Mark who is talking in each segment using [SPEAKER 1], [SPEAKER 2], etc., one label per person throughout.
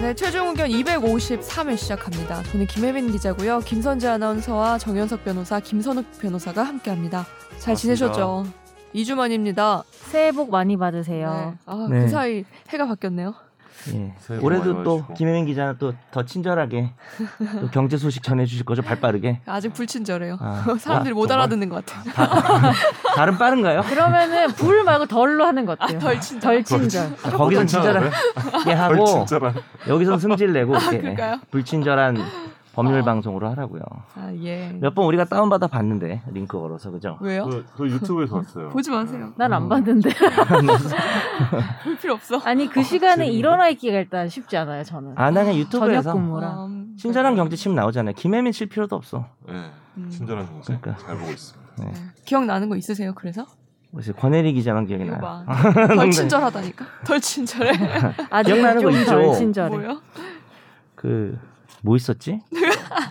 [SPEAKER 1] 네, 최종견 253회 시작합니다. 저는 김혜민 기자고요. 김선재 아나운서와 정현석 변호사, 김선욱 변호사가 함께합니다. 잘
[SPEAKER 2] 반갑습니다.
[SPEAKER 1] 지내셨죠? 2주 만입니다.
[SPEAKER 3] 새해 복 많이 받으세요.
[SPEAKER 1] 네. 아,
[SPEAKER 4] 네.
[SPEAKER 1] 그 사이 해가 바뀌었네요.
[SPEAKER 4] 예.
[SPEAKER 2] 새해 복
[SPEAKER 4] 올해도
[SPEAKER 2] 많이
[SPEAKER 4] 또
[SPEAKER 2] 받으시고.
[SPEAKER 4] 김혜민 기자는 또 더 친절하게 또 경제 소식 전해주실 거죠 발빠르게.
[SPEAKER 1] 아직 불친절해요.
[SPEAKER 4] 아,
[SPEAKER 1] 사람들이 뭐-
[SPEAKER 4] 아,
[SPEAKER 1] 못
[SPEAKER 4] 정말?
[SPEAKER 1] 알아듣는 것 같아요.
[SPEAKER 4] 다른 빠른가요?
[SPEAKER 3] 그러면은 불 말고 덜로 하는 것 같아요.
[SPEAKER 1] 네. 덜 친절.
[SPEAKER 3] 덜 친절.
[SPEAKER 4] 아,
[SPEAKER 1] 뭐
[SPEAKER 2] 어,
[SPEAKER 4] 거기선 친절하게 하고
[SPEAKER 2] 아, 진짜라.
[SPEAKER 4] 여기선 승질 내고 이렇게
[SPEAKER 1] 아,
[SPEAKER 4] 예,
[SPEAKER 1] 그럴까요?
[SPEAKER 4] 불친절한 법률 방송으로 하라고요.
[SPEAKER 1] 아, 예.
[SPEAKER 4] 몇 번 우리가 다운 받아 봤는데 링크 걸어서 그죠?
[SPEAKER 1] 왜요?
[SPEAKER 2] 그, 그 유튜브에서 봤어요.
[SPEAKER 1] 보지
[SPEAKER 4] 네.
[SPEAKER 1] 마세요.
[SPEAKER 3] 난 안 봤는데.
[SPEAKER 4] 아,
[SPEAKER 1] 볼 필요 없어.
[SPEAKER 3] 아니 그 시간에
[SPEAKER 2] 재밌네.
[SPEAKER 3] 일어나 있기가 일단 쉽지 않아요. 저는
[SPEAKER 4] 아, 나 그냥
[SPEAKER 3] 저녁
[SPEAKER 4] 유튜브에서
[SPEAKER 3] 근무라.
[SPEAKER 1] 음,
[SPEAKER 4] 친절한 경제침 나오잖아요. 김혜민 칠 필요도 없어.
[SPEAKER 2] 네,
[SPEAKER 1] 음.
[SPEAKER 2] 친절한 정세
[SPEAKER 4] 그러니까.
[SPEAKER 2] 잘 보고 있습니다.
[SPEAKER 4] 네.
[SPEAKER 1] 기억나는 거 있으세요? 그래서?
[SPEAKER 4] 그래서 권혜리 기자만 기억이
[SPEAKER 1] 이거
[SPEAKER 4] 나요.
[SPEAKER 1] 봐.
[SPEAKER 4] 네.
[SPEAKER 1] 덜 친절하다니까. 덜 친절해.
[SPEAKER 3] 아직
[SPEAKER 4] 기억나는 거
[SPEAKER 3] 좀덜
[SPEAKER 4] 있죠?
[SPEAKER 3] 친절해.
[SPEAKER 1] 뭐요?
[SPEAKER 4] 그 뭐 있었지?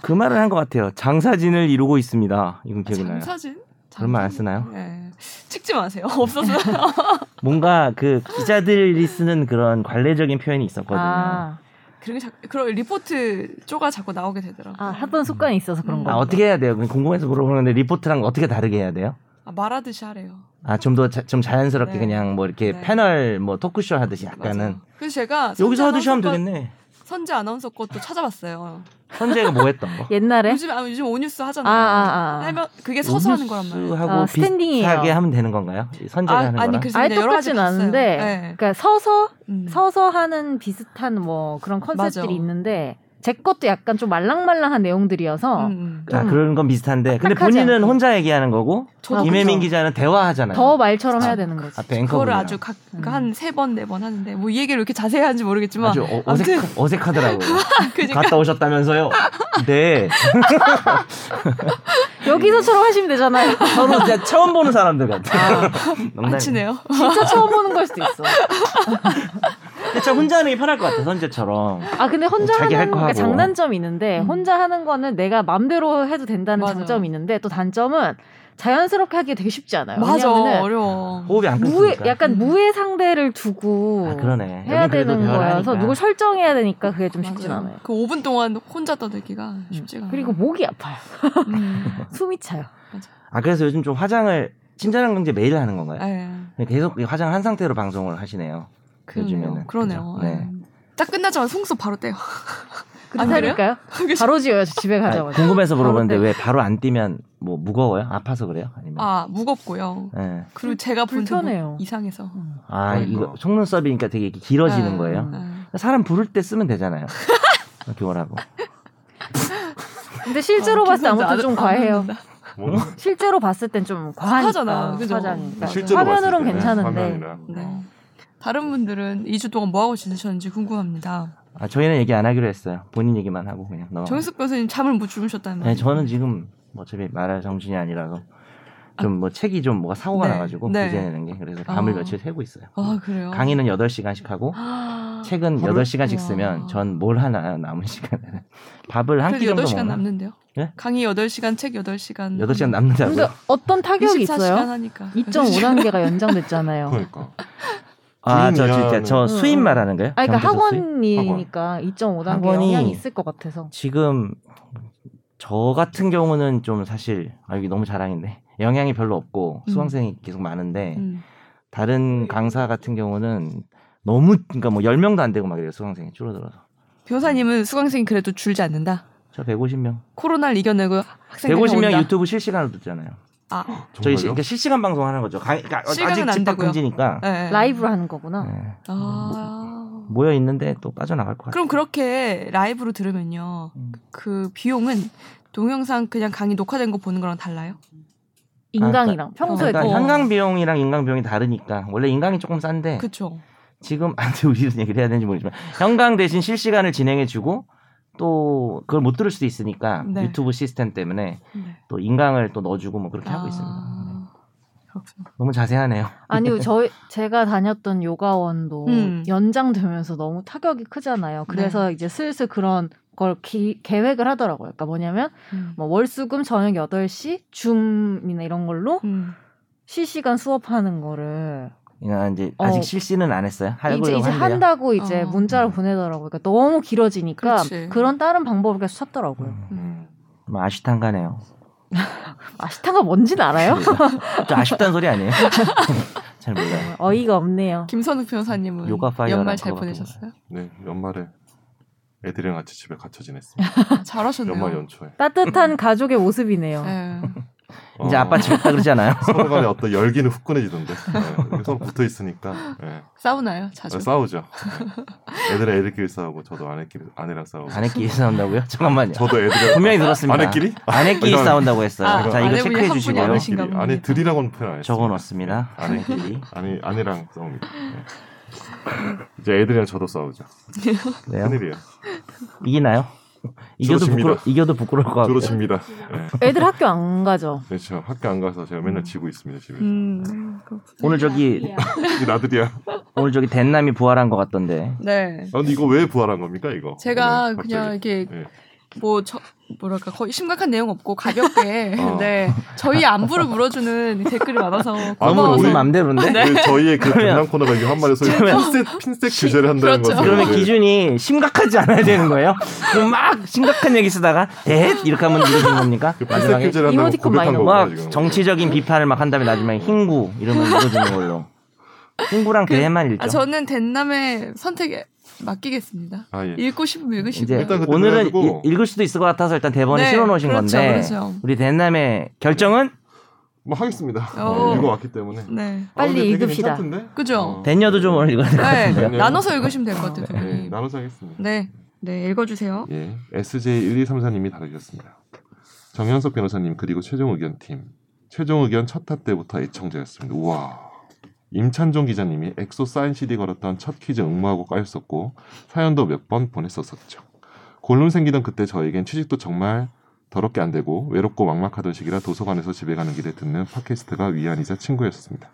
[SPEAKER 4] 그 말을 한 것 같아요. 장사진을 이루고 있습니다. 이건 기억이 나요.
[SPEAKER 1] 장사진?
[SPEAKER 4] 그런 말 안
[SPEAKER 3] 네.
[SPEAKER 4] 쓰나요?
[SPEAKER 1] 예. 찍지 마세요. 없어서.
[SPEAKER 4] 뭔가 그 기자들이 쓰는 그런 관례적인 표현이 있었거든요.
[SPEAKER 3] 아,
[SPEAKER 1] 그런 게 자꾸 그런 리포트 쪼가 자꾸 나오게 되더라고.
[SPEAKER 3] 아 하던 습관이 있어서
[SPEAKER 1] 음.
[SPEAKER 3] 그런 거.
[SPEAKER 4] 아, 어떻게 해야 돼요? 그냥 궁금해서 물어보는데 리포트랑 어떻게 다르게 해야 돼요?
[SPEAKER 1] 아, 말하듯이 하래요.
[SPEAKER 4] 아 좀 더 좀 자연스럽게
[SPEAKER 1] 네.
[SPEAKER 4] 그냥 뭐 이렇게
[SPEAKER 1] 네.
[SPEAKER 4] 패널 뭐 토크쇼 하듯이 약간은
[SPEAKER 1] 맞아요. 그래서 제가
[SPEAKER 4] 여기서
[SPEAKER 1] 선재
[SPEAKER 4] 하듯이 하면
[SPEAKER 1] 아나운서 거-
[SPEAKER 4] 되겠네.
[SPEAKER 1] 선재 아나운서 것도 찾아봤어요.
[SPEAKER 4] 선재가 뭐 했던 거?
[SPEAKER 3] 옛날에
[SPEAKER 1] 요즘 아, 요즘 오뉴스 하잖아요.
[SPEAKER 3] 네? 아, 아, 아.
[SPEAKER 1] 하면 그게 예, 서서 하는 거란 말이에요. 어,
[SPEAKER 4] 하고
[SPEAKER 3] 아, 스탠딩이에요.
[SPEAKER 4] 비슷하게 하면 되는 건가요?
[SPEAKER 1] 아,
[SPEAKER 4] 선재가 하는
[SPEAKER 1] 아니
[SPEAKER 4] 거랑.
[SPEAKER 1] 그래서
[SPEAKER 3] 아예
[SPEAKER 1] 여러 가지
[SPEAKER 3] 똑같진
[SPEAKER 1] 봤어요.
[SPEAKER 3] 않은데
[SPEAKER 1] 네.
[SPEAKER 3] 그러니까 서서
[SPEAKER 1] 음.
[SPEAKER 3] 서서 하는 비슷한 뭐 그런 컨셉들이
[SPEAKER 1] 맞아.
[SPEAKER 3] 있는데 제 것도 약간 좀 말랑말랑한
[SPEAKER 1] 음,
[SPEAKER 3] 내용들이어서
[SPEAKER 1] 음.
[SPEAKER 4] 아,
[SPEAKER 3] 좀
[SPEAKER 4] 그런 건 비슷한데 근데
[SPEAKER 3] 딱딱하지
[SPEAKER 4] 본인은
[SPEAKER 3] 않게.
[SPEAKER 4] 혼자 얘기하는 거고
[SPEAKER 1] 저도
[SPEAKER 4] 이매민
[SPEAKER 1] 아, 그죠.
[SPEAKER 4] 기자는 대화하잖아요.
[SPEAKER 3] 더 말처럼
[SPEAKER 4] 아,
[SPEAKER 3] 해야 되는 거지.
[SPEAKER 4] 앞에 앵커
[SPEAKER 1] 그거를 아주 각
[SPEAKER 3] 음.
[SPEAKER 1] 한 세 번 네 번 하는데 뭐 이 얘기를 왜 이렇게 자세히 하는지 모르겠지만
[SPEAKER 4] 아주 어, 어색 어색하더라고요.
[SPEAKER 1] 그러니까
[SPEAKER 4] 갔다 오셨다면서요? 네.
[SPEAKER 3] 여기서처럼 하시면 되잖아요.
[SPEAKER 4] 서로 진짜 처음 보는 사람들 같아.
[SPEAKER 1] 안 치네요.
[SPEAKER 3] 진짜 처음 보는 걸 수도 있어.
[SPEAKER 4] 저 혼자 하는 게 편할 것 같아. 선재처럼.
[SPEAKER 3] 아 근데 혼자
[SPEAKER 4] 자기 할거
[SPEAKER 3] 하는 게
[SPEAKER 4] 하고.
[SPEAKER 3] 장단점이 있는데
[SPEAKER 1] 음.
[SPEAKER 3] 혼자 하는 거는 내가 맘대로 해도 된다는
[SPEAKER 1] 맞아.
[SPEAKER 3] 장점이 있는데 또 단점은 자연스럽게 하기 가 되게 쉽지 않아요.
[SPEAKER 1] 맞아
[SPEAKER 3] 왜냐면은
[SPEAKER 1] 어려워.
[SPEAKER 4] 호흡이 안
[SPEAKER 3] 무의
[SPEAKER 4] 끊기니까.
[SPEAKER 3] 약간
[SPEAKER 1] 음.
[SPEAKER 3] 무의 상대를 두고
[SPEAKER 4] 그러니까. 아, 그러네.
[SPEAKER 3] 해야
[SPEAKER 4] 여긴 그래도
[SPEAKER 3] 되는
[SPEAKER 4] 대화를
[SPEAKER 3] 거여서
[SPEAKER 4] 하니까.
[SPEAKER 3] 누굴 설정해야 되니까 그게 좀 쉽진
[SPEAKER 1] 맞아요.
[SPEAKER 3] 않아요.
[SPEAKER 1] 그 5분 동안 혼자 떠들기가
[SPEAKER 3] 음.
[SPEAKER 1] 쉽지가 않아요.
[SPEAKER 3] 그리고 목이 아파요.
[SPEAKER 1] 음.
[SPEAKER 3] 숨이 차요.
[SPEAKER 4] 아 그래서 요즘 좀 화장을 친절한 경제 매일 하는 건가요?
[SPEAKER 1] 예.
[SPEAKER 4] 계속 화장을 한 상태로 방송을 하시네요.
[SPEAKER 1] 그,
[SPEAKER 4] 요즘에는.
[SPEAKER 1] 그러네요.
[SPEAKER 4] 그죠? 네.
[SPEAKER 1] 음. 딱 끝나자마자 속속 바로 떼요.
[SPEAKER 3] 그
[SPEAKER 1] 안
[SPEAKER 3] 사일까
[SPEAKER 1] 아, 그래요?
[SPEAKER 3] 요 바로 지어요. 저 집에
[SPEAKER 4] 아,
[SPEAKER 3] 가자마자.
[SPEAKER 4] 궁금해서 물어봤는데
[SPEAKER 3] 바로
[SPEAKER 4] 왜 바로 안 뛰면 뭐 무거워요? 아파서 그래요? 아니면?
[SPEAKER 1] 아 무겁고요.
[SPEAKER 4] 예.
[SPEAKER 1] 그리고 제가 본
[SPEAKER 3] 불편해요.
[SPEAKER 1] 적 이상해서
[SPEAKER 4] 아
[SPEAKER 2] 그러니까.
[SPEAKER 4] 이거 속눈썹이니까 되게 이렇게 길어지는
[SPEAKER 1] 예,
[SPEAKER 4] 거예요.
[SPEAKER 1] 예.
[SPEAKER 4] 사람 부를 때 쓰면 되잖아요. 이렇게 뭐라고.
[SPEAKER 3] 근데 실제로
[SPEAKER 1] 아,
[SPEAKER 3] 봤을 때
[SPEAKER 1] 기분
[SPEAKER 3] 아무튼
[SPEAKER 1] 안-
[SPEAKER 3] 좀
[SPEAKER 1] 안
[SPEAKER 3] 과해요.
[SPEAKER 1] 좋는다.
[SPEAKER 2] 뭐?
[SPEAKER 3] 실제로 봤을 땐 좀 과하니까.
[SPEAKER 1] 화잖아, 그죠?
[SPEAKER 3] 화장이니까.
[SPEAKER 2] 실제로
[SPEAKER 3] 화면으로는
[SPEAKER 2] 봤을 때, 네,
[SPEAKER 3] 괜찮은데.
[SPEAKER 2] 화면이나.
[SPEAKER 4] 어.
[SPEAKER 1] 네. 다른 분들은 2주 동안 뭐 하고 지내셨는지 궁금합니다.
[SPEAKER 4] 아 저희는 얘기 안 하기로 했어요. 본인 얘기만 하고 그냥 넘어.
[SPEAKER 1] 정숙 변호사님 잠을 못 주무셨다는
[SPEAKER 4] 네,
[SPEAKER 1] 말.
[SPEAKER 4] 저는 지금 뭐 어차피 말할 정신이 아니라서 좀 뭐 책이 좀 뭐가 사고가
[SPEAKER 1] 네,
[SPEAKER 4] 나가지고
[SPEAKER 1] 네.
[SPEAKER 4] 기재내는 게 그래서 밤을
[SPEAKER 1] 어.
[SPEAKER 4] 며칠 새고 있어요.
[SPEAKER 1] 아 그래요.
[SPEAKER 4] 강의는 8시간씩 하고 책은
[SPEAKER 3] 바로?
[SPEAKER 4] 8시간씩
[SPEAKER 1] 우와.
[SPEAKER 4] 쓰면 전 뭘 하나요? 남은 시간에는 밥을 한 끼
[SPEAKER 1] 그래도
[SPEAKER 4] 정도
[SPEAKER 1] 8시간
[SPEAKER 4] 먹나?
[SPEAKER 1] 남는데요.
[SPEAKER 4] 예?
[SPEAKER 1] 강의 8시간, 책 8시간.
[SPEAKER 4] 8시간 남는다고.
[SPEAKER 3] 근데
[SPEAKER 4] 요
[SPEAKER 3] 어떤 타격이
[SPEAKER 1] 24시간
[SPEAKER 3] 있어요?
[SPEAKER 1] 하니까.
[SPEAKER 3] 2.5단계가 연장됐잖아요.
[SPEAKER 4] 네.
[SPEAKER 2] 그러니까.
[SPEAKER 4] 아, 저
[SPEAKER 2] 분위기야.
[SPEAKER 4] 진짜
[SPEAKER 1] 음.
[SPEAKER 4] 저
[SPEAKER 3] 응,
[SPEAKER 4] 수입
[SPEAKER 3] 응.
[SPEAKER 4] 말하는 거예요?
[SPEAKER 3] 아, 그러니까
[SPEAKER 4] 경제수 수입?
[SPEAKER 3] 학원이니까 2.5단계
[SPEAKER 4] 학원이-
[SPEAKER 3] 영향이 있을 것 같아서.
[SPEAKER 4] 지금 저 같은 경우는 좀 사실 아 이게 너무 자랑인데 영향이 별로 없고
[SPEAKER 1] 음.
[SPEAKER 4] 수강생이 계속 많은데
[SPEAKER 1] 음.
[SPEAKER 2] 네.
[SPEAKER 4] 다른 강사 같은 경우는 너무 그러니까 뭐 10명도 안 되고 막 이래요. 수강생이 줄어들어서.
[SPEAKER 1] 변호사님은 수강생이 그래도 줄지 않는다.
[SPEAKER 4] 저 150명.
[SPEAKER 1] 코로나를 이겨내고 학생들
[SPEAKER 4] 150명
[SPEAKER 1] 온다.
[SPEAKER 4] 유튜브 실시간으로 듣잖아요.
[SPEAKER 1] 아,
[SPEAKER 4] 저희
[SPEAKER 2] 정말요?
[SPEAKER 4] 시- 그러니까 실시간 방송하는 거죠. 가, 그러니까
[SPEAKER 1] 실감은
[SPEAKER 4] 아직
[SPEAKER 1] 안
[SPEAKER 4] 집합
[SPEAKER 1] 되고요.
[SPEAKER 4] 금지니까
[SPEAKER 1] 네.
[SPEAKER 3] 라이브로 하는 거구나.
[SPEAKER 4] 네.
[SPEAKER 1] 아.
[SPEAKER 4] 모여 있는데 또 빠져나갈 것 같아요.
[SPEAKER 1] 그럼 그렇게 라이브로 들으면요.
[SPEAKER 4] 음.
[SPEAKER 1] 그 비용은 동영상 그냥 강의 녹화된 거 보는 거랑 달라요?
[SPEAKER 3] 인강이랑 평소에
[SPEAKER 4] 그러니까
[SPEAKER 1] 어.
[SPEAKER 4] 현강 비용이랑 인강 비용이 다르니까 원래 인강이 조금 싼데
[SPEAKER 1] 그쵸.
[SPEAKER 4] 지금 안돼 우리 무슨 얘기를 해야 되는지 모르지만 현강 대신 실시간을 진행해주고 또 그걸 못 들을 수도 있으니까
[SPEAKER 1] 네.
[SPEAKER 4] 유튜브 시스템 때문에
[SPEAKER 1] 네.
[SPEAKER 4] 또 인강을 또 넣어주고 뭐 그렇게
[SPEAKER 1] 아,
[SPEAKER 4] 하고 있습니다. 네.
[SPEAKER 1] 그렇구나.
[SPEAKER 4] 너무 자세하네요.
[SPEAKER 3] 아니요, 저 제가 다녔던 요가원도
[SPEAKER 1] 음. 네.
[SPEAKER 3] 연장되면서 너무 타격이 크잖아요. 그래서 이제 슬슬 그런 걸 기- 계획을 하더라고요. 그러니까 뭐냐면
[SPEAKER 1] 음.
[SPEAKER 3] 뭐 월수금 저녁 8시 줌이나 이런 걸로
[SPEAKER 1] 음.
[SPEAKER 3] 실시간 수업하는 거를
[SPEAKER 4] 그냥 이제
[SPEAKER 3] 어.
[SPEAKER 4] 아직 실시는 안 했어요. 하려고
[SPEAKER 3] 이제 이제
[SPEAKER 4] 한대요.
[SPEAKER 3] 한다고 이제
[SPEAKER 1] 어.
[SPEAKER 3] 문자를 보내더라고요. 그러니까 너무 길어지니까
[SPEAKER 1] 그렇지.
[SPEAKER 3] 그런 다른 방법을 계속 찾더라고요.
[SPEAKER 4] 음,
[SPEAKER 1] 음.
[SPEAKER 4] 뭐 아쉽단가네요.
[SPEAKER 3] 아시타가 뭔지는 알아요?
[SPEAKER 4] 네. 저 아쉽다는 소리 아니에요? 잘 몰라요.
[SPEAKER 3] 어이가 없네요.
[SPEAKER 1] 김선욱 변호사님은
[SPEAKER 4] 요가 파이어랑
[SPEAKER 1] 연말 잘
[SPEAKER 4] 그거 같은
[SPEAKER 1] 보내셨어요?
[SPEAKER 2] 네, 연말에 애들이랑 같이 집에 갇혀 지냈습니다.
[SPEAKER 1] 아, 잘하셨네요.
[SPEAKER 2] 연말 연초에.
[SPEAKER 3] 따뜻한 가족의 모습이네요.
[SPEAKER 1] 예.
[SPEAKER 4] 이제
[SPEAKER 2] 어,
[SPEAKER 4] 아빠 집 갔다 그러잖아요.
[SPEAKER 2] 서로 간에 어떤 열기는 후끈해지던데. 네, 이렇게 서로 붙어 있으니까. 네.
[SPEAKER 1] 아, 싸우나요? 자주?
[SPEAKER 2] 싸우죠. 네. 애들은 애들끼리 싸우고 저도 아내끼리 아내랑 싸우고.
[SPEAKER 4] 아내끼리 싸운다고요? 잠깐만요.
[SPEAKER 2] 저도 애들이랑
[SPEAKER 4] 분명히 들었습니다.
[SPEAKER 2] 아내끼리?
[SPEAKER 4] 아내끼리
[SPEAKER 2] 이건-
[SPEAKER 4] 싸운다고 했어요.
[SPEAKER 1] 아,
[SPEAKER 4] 자 이거
[SPEAKER 1] 아내분이
[SPEAKER 4] 체크해
[SPEAKER 1] 한 분이
[SPEAKER 4] 주시고요.
[SPEAKER 1] 아니시- 아내신가
[SPEAKER 2] 아내끼리.
[SPEAKER 1] 봅니다.
[SPEAKER 2] 아내들이라고는 표현 안 했어요.
[SPEAKER 4] 적어놨습니다.
[SPEAKER 2] 네, 아내끼리.
[SPEAKER 4] 아내끼리.
[SPEAKER 2] 아니 아내랑 싸웁니다. 네. 이제 애들이랑 저도 싸우죠.
[SPEAKER 4] 그래요?
[SPEAKER 2] 큰일이에요.
[SPEAKER 4] 이기나요? 이겨도
[SPEAKER 2] 집니다.
[SPEAKER 4] 부끄러 이겨도 부끄러울 것 같고.
[SPEAKER 2] 주로 집니다. 네.
[SPEAKER 3] 애들 학교 안 가죠.
[SPEAKER 2] 네, 저 학교 안 가서 제가 맨날 지고 있습니다 집에.
[SPEAKER 1] 음, 그렇군.
[SPEAKER 4] 오늘 저기
[SPEAKER 2] 이 나들이야. 아,
[SPEAKER 4] 오늘 저기 den남이 부활한 것 같던데.
[SPEAKER 1] 네.
[SPEAKER 2] 근데 이거 왜 부활한 겁니까 이거?
[SPEAKER 1] 제가
[SPEAKER 2] 오늘 갑자기.
[SPEAKER 1] 그냥 이렇게
[SPEAKER 2] 네.
[SPEAKER 1] 뭐 저, 뭐랄까 거의 심각한 내용 없고 가볍게
[SPEAKER 2] 어.
[SPEAKER 1] 네 저희 안부를 물어주는 댓글이 많아서
[SPEAKER 2] 아무리
[SPEAKER 1] 고마워서
[SPEAKER 4] 무슨
[SPEAKER 2] 우리-
[SPEAKER 4] 어, 맘대로인데.
[SPEAKER 1] 네.
[SPEAKER 2] 왜 저희의 그
[SPEAKER 4] 그러면-
[SPEAKER 2] 담당 코너가 이거 한 말에 소위
[SPEAKER 4] 그러면-
[SPEAKER 2] 핀셋 핀셋 규제를
[SPEAKER 1] 그렇죠.
[SPEAKER 2] 한다는 거죠. 네.
[SPEAKER 4] 그러면
[SPEAKER 2] 이제
[SPEAKER 4] 기준이 심각하지 않아야 되는 거예요? 그럼 막 심각한 얘기 쓰다가 대 이렇게 하면 이러는 겁니까?
[SPEAKER 2] 그 핀셋
[SPEAKER 4] 마지막에
[SPEAKER 2] 규제를 한다고
[SPEAKER 3] 이모티콘
[SPEAKER 2] 고백한
[SPEAKER 3] 많이
[SPEAKER 2] 거구나 지금.
[SPEAKER 4] 막 정치적인 비판을 막 한 다음에 나중에 흰구 이러면 이러는 걸로. 흰구랑 대만
[SPEAKER 1] 아,
[SPEAKER 4] 읽죠.
[SPEAKER 1] 저는 덴남의 선택에 맡기겠습니다.
[SPEAKER 2] 아 예.
[SPEAKER 1] 읽고 싶으면 읽으시고
[SPEAKER 4] 이제
[SPEAKER 1] 요
[SPEAKER 2] 일단 그때
[SPEAKER 4] 오늘은
[SPEAKER 2] 그래가지고-
[SPEAKER 4] 이- 읽을 수도 있을 것 같아서 일단 대본에
[SPEAKER 1] 네,
[SPEAKER 4] 실어 놓으신
[SPEAKER 1] 그렇죠,
[SPEAKER 4] 건데
[SPEAKER 1] 그렇죠.
[SPEAKER 4] 우리 대남의 결정은
[SPEAKER 2] 뭐 하겠습니다.
[SPEAKER 1] 어.
[SPEAKER 2] 어, 읽어왔기 때문에.
[SPEAKER 1] 네
[SPEAKER 3] 빨리
[SPEAKER 2] 근데 되게
[SPEAKER 3] 읽읍시다.
[SPEAKER 2] 괜찮던데?
[SPEAKER 1] 그죠?
[SPEAKER 2] 어.
[SPEAKER 4] 대녀도 좀 오늘 읽어야 될 것
[SPEAKER 1] 네,
[SPEAKER 4] 같은데요.
[SPEAKER 1] 나눠서 읽으시면 될 것 같아요. 두
[SPEAKER 2] 네,
[SPEAKER 4] 음.
[SPEAKER 1] 분이.
[SPEAKER 2] 나눠서 하겠습니다.
[SPEAKER 1] 네, 네 읽어주세요.
[SPEAKER 2] 예, SJ1234님이 다루셨습니다. 정현석 변호사님 그리고 최종 의견 팀. 최종 의견 첫 탑 때부터 애청자였습니다. 우와. 임찬종 기자님이 엑소 사인 CD 걸었던 첫 퀴즈 응모하고 까였었고 사연도 몇 번 보냈었었죠. 골룸 생기던 그때 저에겐 취직도 정말 더럽게 안 되고 외롭고 막막하던 시기라 도서관에서 집에 가는 길에 듣는 팟캐스트가 위안이자 친구였습니다.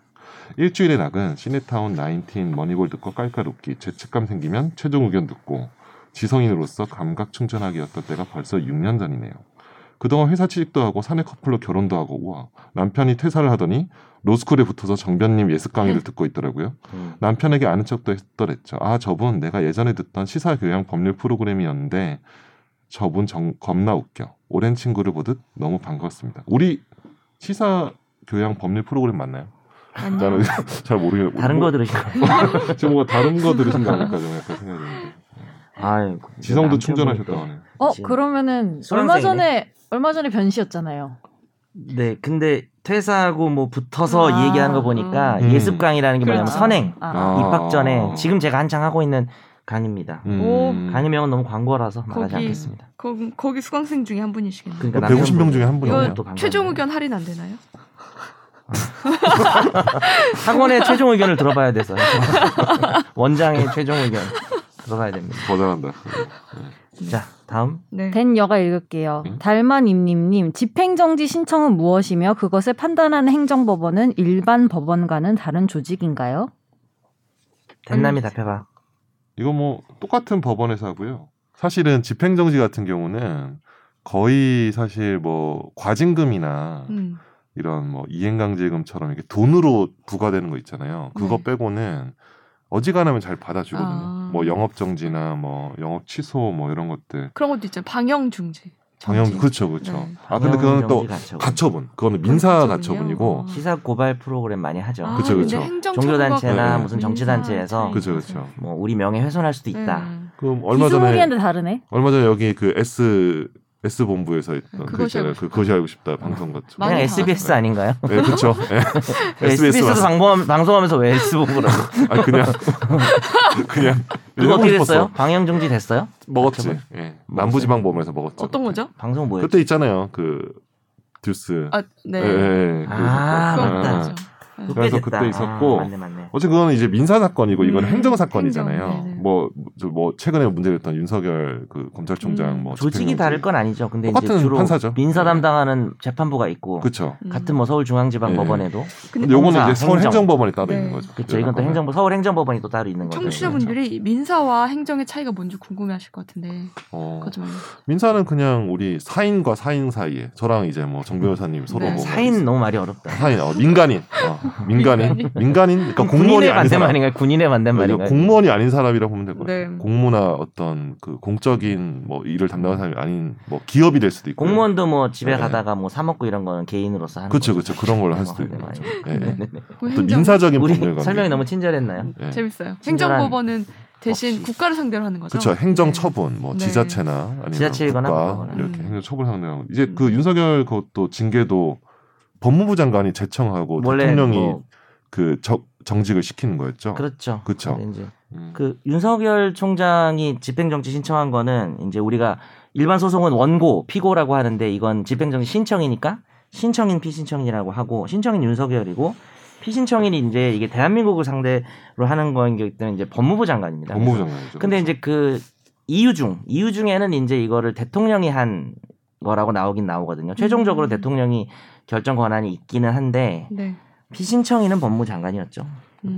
[SPEAKER 2] 일주일의 낙은 시네타운 19 머니볼 듣고 깔깔 웃기 죄책감 생기면 최종 의견 듣고 지성인으로서 감각 충전하기였던 때가 벌써 6년 전이네요. 그동안 회사 취직도 하고 사내 커플로 결혼도 하고 우와 남편이 퇴사를 하더니 로스쿨에 붙어서 정변님 예습 강의를 듣고 있더라고요.
[SPEAKER 4] 음.
[SPEAKER 2] 남편에게 아는 척도 했더랬죠. 아 저분 내가 예전에 듣던 시사 교양 법률 프로그램이었는데 저분 정, 겁나 웃겨. 오랜 친구를 보듯 너무 반가웠습니다. 우리 시사 교양 법률 프로그램 맞나요? 나는 잘 모르겠고 뭐
[SPEAKER 4] 다른 거 들으신 거예요?
[SPEAKER 2] 지금 뭔가 다른 거 들으신 거 아닐까 좀 약간 생각이 드는데
[SPEAKER 4] 아유,
[SPEAKER 2] 지성도
[SPEAKER 4] 남편분이
[SPEAKER 2] 충전하셨다고
[SPEAKER 4] 또-
[SPEAKER 2] 하네요.
[SPEAKER 3] 어
[SPEAKER 4] 지금
[SPEAKER 3] 그러면은
[SPEAKER 4] 수강생이네.
[SPEAKER 3] 얼마 전에 얼마 전에 변씨였잖아요.
[SPEAKER 4] 네, 근데 퇴사하고 뭐 붙어서
[SPEAKER 3] 아,
[SPEAKER 4] 이 얘기하는 거 보니까
[SPEAKER 2] 음.
[SPEAKER 4] 예습 강의라는 게 뭐냐면
[SPEAKER 1] 그렇죠.
[SPEAKER 4] 선행
[SPEAKER 3] 아,
[SPEAKER 2] 아. 음.
[SPEAKER 4] 입학 전에 지금 제가 한창 하고 있는 강입니다.
[SPEAKER 3] 오,
[SPEAKER 4] 강의명은 너무 광고라서 말하지
[SPEAKER 1] 거기-
[SPEAKER 4] 않겠습니다.
[SPEAKER 1] 거기, 거기 수강생 중에 한 분이시겠네요.
[SPEAKER 4] 그러니까
[SPEAKER 2] 그 150명 중에 한
[SPEAKER 1] 이거
[SPEAKER 2] 분이네요.
[SPEAKER 4] 또 광고.
[SPEAKER 1] 최종 의견 할인 안 되나요?
[SPEAKER 4] 학원의 최종 의견을 들어봐야 돼서 원장의 최종 의견 들어봐야 됩니다.
[SPEAKER 2] 더 잘한다.
[SPEAKER 4] 자, 다음
[SPEAKER 1] 네.
[SPEAKER 3] 된 여가 읽을게요.
[SPEAKER 2] 음?
[SPEAKER 3] 달만임님님, 집행정지 신청은 무엇이며 그것을 판단하는 행정법원은 일반 법원과는 다른 조직인가요?
[SPEAKER 1] 음.
[SPEAKER 4] 대남이 답해봐.
[SPEAKER 2] 이거 뭐 똑같은 법원에서 하고요. 사실은 집행정지 같은 경우는 거의 사실 뭐 과징금이나
[SPEAKER 1] 음.
[SPEAKER 2] 이런 뭐 이행강제금처럼 이렇게 돈으로 부과되는 거 있잖아요. 그거
[SPEAKER 1] 네.
[SPEAKER 2] 빼고는 어지간하면 잘 받아주거든요.
[SPEAKER 1] 아.
[SPEAKER 2] 뭐 영업정지나 뭐 영업 취소 뭐 이런 것들.
[SPEAKER 1] 그런 것도 있죠. 방영 중지.
[SPEAKER 2] 당연
[SPEAKER 1] 정지.
[SPEAKER 2] 그렇죠, 그렇죠.
[SPEAKER 1] 네.
[SPEAKER 2] 아 근데 그건 또
[SPEAKER 4] 방영정지 가처분.
[SPEAKER 2] 가처분. 그거는 민사
[SPEAKER 1] 가처분이요?
[SPEAKER 2] 가처분이고.
[SPEAKER 4] 시사 고발 프로그램 많이 하죠.
[SPEAKER 1] 아,
[SPEAKER 2] 그쵸,
[SPEAKER 1] 근데
[SPEAKER 2] 그쵸.
[SPEAKER 1] 행정처분과
[SPEAKER 4] 종교단체나
[SPEAKER 1] 그
[SPEAKER 4] 무슨
[SPEAKER 1] 민사
[SPEAKER 4] 정치단체에서
[SPEAKER 1] 차이.
[SPEAKER 2] 그렇죠, 그렇죠.
[SPEAKER 4] 뭐 우리 명예 훼손할 수도 있다.
[SPEAKER 1] 네.
[SPEAKER 2] 그럼 얼마 전에
[SPEAKER 3] 비스무리한데 다르네.
[SPEAKER 2] 얼마 전에 여기 그 S S 본부에서 했던 그
[SPEAKER 1] 그것이
[SPEAKER 2] 있잖아요.
[SPEAKER 1] 알고 어.
[SPEAKER 2] 그 그것이 알고 싶다 방송 같은. 거.
[SPEAKER 1] 많이 다
[SPEAKER 4] 그냥 SBS 아닌가요?
[SPEAKER 2] 네, 그렇죠. SBS
[SPEAKER 4] SBS에서
[SPEAKER 2] 만
[SPEAKER 4] 방송, 방송하면서 왜 S본부라고?
[SPEAKER 2] 아 그냥 그냥
[SPEAKER 4] 그거 어떻게
[SPEAKER 2] 해보고 싶어서
[SPEAKER 4] 됐어요? 방영정지 됐어요?
[SPEAKER 2] 먹었지.
[SPEAKER 4] 저번-
[SPEAKER 2] 예. 남부지방법원에서 먹었죠.
[SPEAKER 1] 어떤 거죠?
[SPEAKER 4] 방송 뭐예요?
[SPEAKER 2] 그때 있잖아요. 그 듀스.
[SPEAKER 1] 아, 네.
[SPEAKER 2] 예, 예, 예. 그
[SPEAKER 4] 아,
[SPEAKER 2] 사건.
[SPEAKER 1] 그건
[SPEAKER 4] 맞다.
[SPEAKER 2] 예,
[SPEAKER 1] 그렇죠. 네.
[SPEAKER 2] 그래서 그때
[SPEAKER 4] 됐다.
[SPEAKER 2] 있었고.
[SPEAKER 4] 아, 맞네 맞네.
[SPEAKER 2] 어쨌든 그건 이제 민사 사건이고 이건
[SPEAKER 1] 음,
[SPEAKER 2] 행정 사건이잖아요.
[SPEAKER 1] 행정, 네네.
[SPEAKER 2] 뭐뭐 최근에 문제됐던 윤석열 그 검찰총장
[SPEAKER 1] 음.
[SPEAKER 2] 뭐
[SPEAKER 4] 조직이 어, 다를 건 아니죠. 근데 이제
[SPEAKER 2] 똑같은
[SPEAKER 4] 주로
[SPEAKER 2] 판사죠.
[SPEAKER 4] 민사 담당하는 재판부가 있고
[SPEAKER 2] 그렇죠. 예.
[SPEAKER 1] 음.
[SPEAKER 4] 같은 뭐 서울중앙지방법원에도
[SPEAKER 2] 근데 요거는
[SPEAKER 4] 행사,
[SPEAKER 2] 이제 서울
[SPEAKER 4] 행정.
[SPEAKER 2] 행정법원이 따로
[SPEAKER 1] 네.
[SPEAKER 2] 있는 거죠.
[SPEAKER 4] 그렇죠. 이건 또 행정부 서울행정법원이 또 따로 있는 거죠.
[SPEAKER 1] 청취자분들이 민사와 행정의 차이가 뭔지 궁금해하실 것 같은데
[SPEAKER 2] 어.
[SPEAKER 1] 그거 좀
[SPEAKER 2] 민사는 그냥 우리 사인과 사인 사이에 저랑 이제 뭐 정 변호사님 서로
[SPEAKER 1] 네.
[SPEAKER 2] 뭐
[SPEAKER 4] 사인 그렇죠. 너무 말이 어렵다.
[SPEAKER 2] 사인 어, 민간인 어, 민간인, 민간인, 그러니까 공무원이
[SPEAKER 4] 군인의
[SPEAKER 2] 아닌 사람,
[SPEAKER 4] 반대말인가요? 군인의 반대말인가요?
[SPEAKER 2] 그러니까 공무원이 아닌 사람이라고 보면 될 것
[SPEAKER 1] 네.
[SPEAKER 2] 같아요. 공무나 어떤 그 공적인 뭐 일을 담당하는 사람이 아닌 뭐 기업이 될 수도 있고
[SPEAKER 4] 공무원도 뭐 집에
[SPEAKER 2] 네.
[SPEAKER 4] 가다가 뭐 사 먹고 이런 거는 개인으로서 하는
[SPEAKER 2] 그렇죠,
[SPEAKER 4] 거죠.
[SPEAKER 2] 그렇죠. 그런 걸 할 수도
[SPEAKER 4] 뭐
[SPEAKER 2] 있는 거죠.
[SPEAKER 4] 반대말이에요.
[SPEAKER 2] 예, 예.
[SPEAKER 4] 네, 네, 네.
[SPEAKER 1] 그
[SPEAKER 2] 어떤
[SPEAKER 1] 행정-
[SPEAKER 2] 민사적인 분들
[SPEAKER 4] 우리
[SPEAKER 2] 관계.
[SPEAKER 4] 설명이 너무 친절했나요?
[SPEAKER 2] 예.
[SPEAKER 1] 재밌어요.
[SPEAKER 4] 친절한-
[SPEAKER 1] 행정법원은 대신
[SPEAKER 4] 없이.
[SPEAKER 1] 국가를 상대로 하는 거죠.
[SPEAKER 2] 그렇죠. 행정
[SPEAKER 1] 네.
[SPEAKER 2] 처분, 뭐
[SPEAKER 1] 네.
[SPEAKER 2] 지자체나 아니면
[SPEAKER 4] 지자체이거나 뭐
[SPEAKER 2] 국가
[SPEAKER 4] 그거나.
[SPEAKER 2] 이렇게
[SPEAKER 1] 음.
[SPEAKER 2] 행정 처분 상대하고 이제 그 윤석열 그것도 징계도 법무부 장관이 제청하고
[SPEAKER 4] 원래
[SPEAKER 2] 대통령이
[SPEAKER 4] 뭐
[SPEAKER 2] 그 저- 정직을 시키는 거였죠.
[SPEAKER 4] 그렇죠.
[SPEAKER 2] 그쵸.
[SPEAKER 4] 근데 이제
[SPEAKER 2] 음.
[SPEAKER 4] 그 윤석열 총장이 집행정지 신청한 거는 이제 우리가 일반 소송은 원고 피고라고 하는데 이건 집행정지 신청이니까 신청인 피신청이라고 하고 신청인 윤석열이고 피신청인이 이제 이게 대한민국을 상대로 하는 거인 경우 때문에 이제 법무부 장관입니다.
[SPEAKER 2] 법무부 장관이죠.
[SPEAKER 4] 근데 이제 그 이유 중 이유 중에는 이제 이거를 대통령이 한 거라고 나오긴 나오거든요. 최종적으로
[SPEAKER 1] 음.
[SPEAKER 4] 대통령이 결정 권한이 있기는 한데
[SPEAKER 1] 네.
[SPEAKER 4] 피신청인은 법무장관이었죠.
[SPEAKER 1] 음,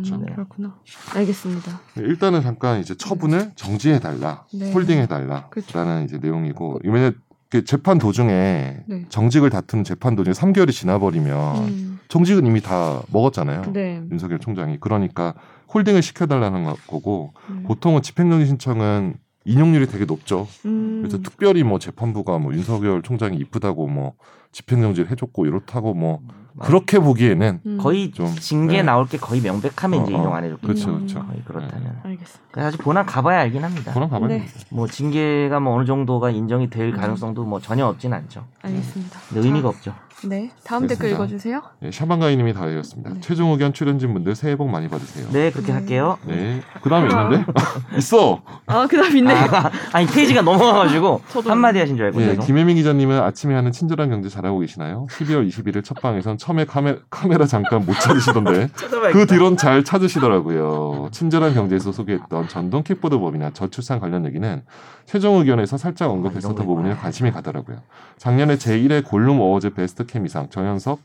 [SPEAKER 2] 그렇죠.
[SPEAKER 1] 그렇구나. 알겠습니다.
[SPEAKER 2] 일단은 잠깐 이제 처분을 정지해 달라,
[SPEAKER 1] 네.
[SPEAKER 2] 홀딩해 달라라는
[SPEAKER 1] 그렇죠.
[SPEAKER 2] 이제 내용이고 왜냐 그 재판 도중에
[SPEAKER 1] 네.
[SPEAKER 2] 정직을 다투는 재판 도중에 3개월이 지나버리면
[SPEAKER 1] 음,
[SPEAKER 2] 정직은 이미 다 아, 먹었잖아요.
[SPEAKER 1] 네.
[SPEAKER 2] 윤석열 총장이 그러니까 홀딩을 시켜달라는 거- 거고
[SPEAKER 1] 음.
[SPEAKER 2] 보통은 집행정지 신청은 인용률이 되게 높죠.
[SPEAKER 1] 음.
[SPEAKER 2] 그래서 특별히 뭐 재판부가 뭐 윤석열 총장이 이쁘다고 뭐 집행정지를 해줬고 이렇다고 뭐 그렇게 보기에는
[SPEAKER 1] 음.
[SPEAKER 4] 거의
[SPEAKER 2] 좀
[SPEAKER 4] 징계
[SPEAKER 2] 네.
[SPEAKER 4] 나올 게 거의 명백하면 이제
[SPEAKER 2] 어, 어.
[SPEAKER 4] 인용 안 해줄 거죠.
[SPEAKER 2] 그렇죠
[SPEAKER 1] 음.
[SPEAKER 2] 그렇죠.
[SPEAKER 4] 거의 그렇다면.
[SPEAKER 1] 알겠습니다.
[SPEAKER 4] 그래서 사실 보나 가봐야 알긴 합니다.
[SPEAKER 2] 그럼 가봐요.
[SPEAKER 1] 네.
[SPEAKER 4] 뭐 징계가 뭐 어느 정도가 인정이 될 가능성도 뭐 전혀 없진 않죠.
[SPEAKER 1] 알겠습니다.
[SPEAKER 4] 근데 의미가 없죠.
[SPEAKER 1] 자, 네. 다음 댓글
[SPEAKER 2] 알겠습니다.
[SPEAKER 1] 읽어주세요.
[SPEAKER 2] 예, 샤방가이님이 다 읽었습니다.
[SPEAKER 1] 네.
[SPEAKER 2] 최종 의견 출연진 분들 새해 복 많이 받으세요.
[SPEAKER 4] 네 그렇게
[SPEAKER 1] 음.
[SPEAKER 4] 할게요.
[SPEAKER 2] 네. 그 다음에 있는데? 있어!
[SPEAKER 1] 아 그다음 있네.
[SPEAKER 4] 아, 아니 페이지가 넘어가가지고
[SPEAKER 1] 저도-
[SPEAKER 4] 한마디 하신 줄 알고
[SPEAKER 2] 예,
[SPEAKER 4] 예,
[SPEAKER 2] 김혜민 기자님은 아침에 하는 친절한 경제 잘하고 계시나요? 12월 21일 첫 방에선 처음에 카메, 카메라 잠깐 못 찾으시던데 그 뒤론 잘 찾으시더라고요. 친절한 경제에서 소개했던 전동 킥보드법이나 저출산 관련 얘기는 최종 의견에서 살짝 언급했었던
[SPEAKER 4] 아, 이런 거
[SPEAKER 2] 부분에
[SPEAKER 4] 있구나.
[SPEAKER 2] 관심이 가더라고요. 작년에 제1회 골룸 어워즈 베스트 캠 이상 정현석,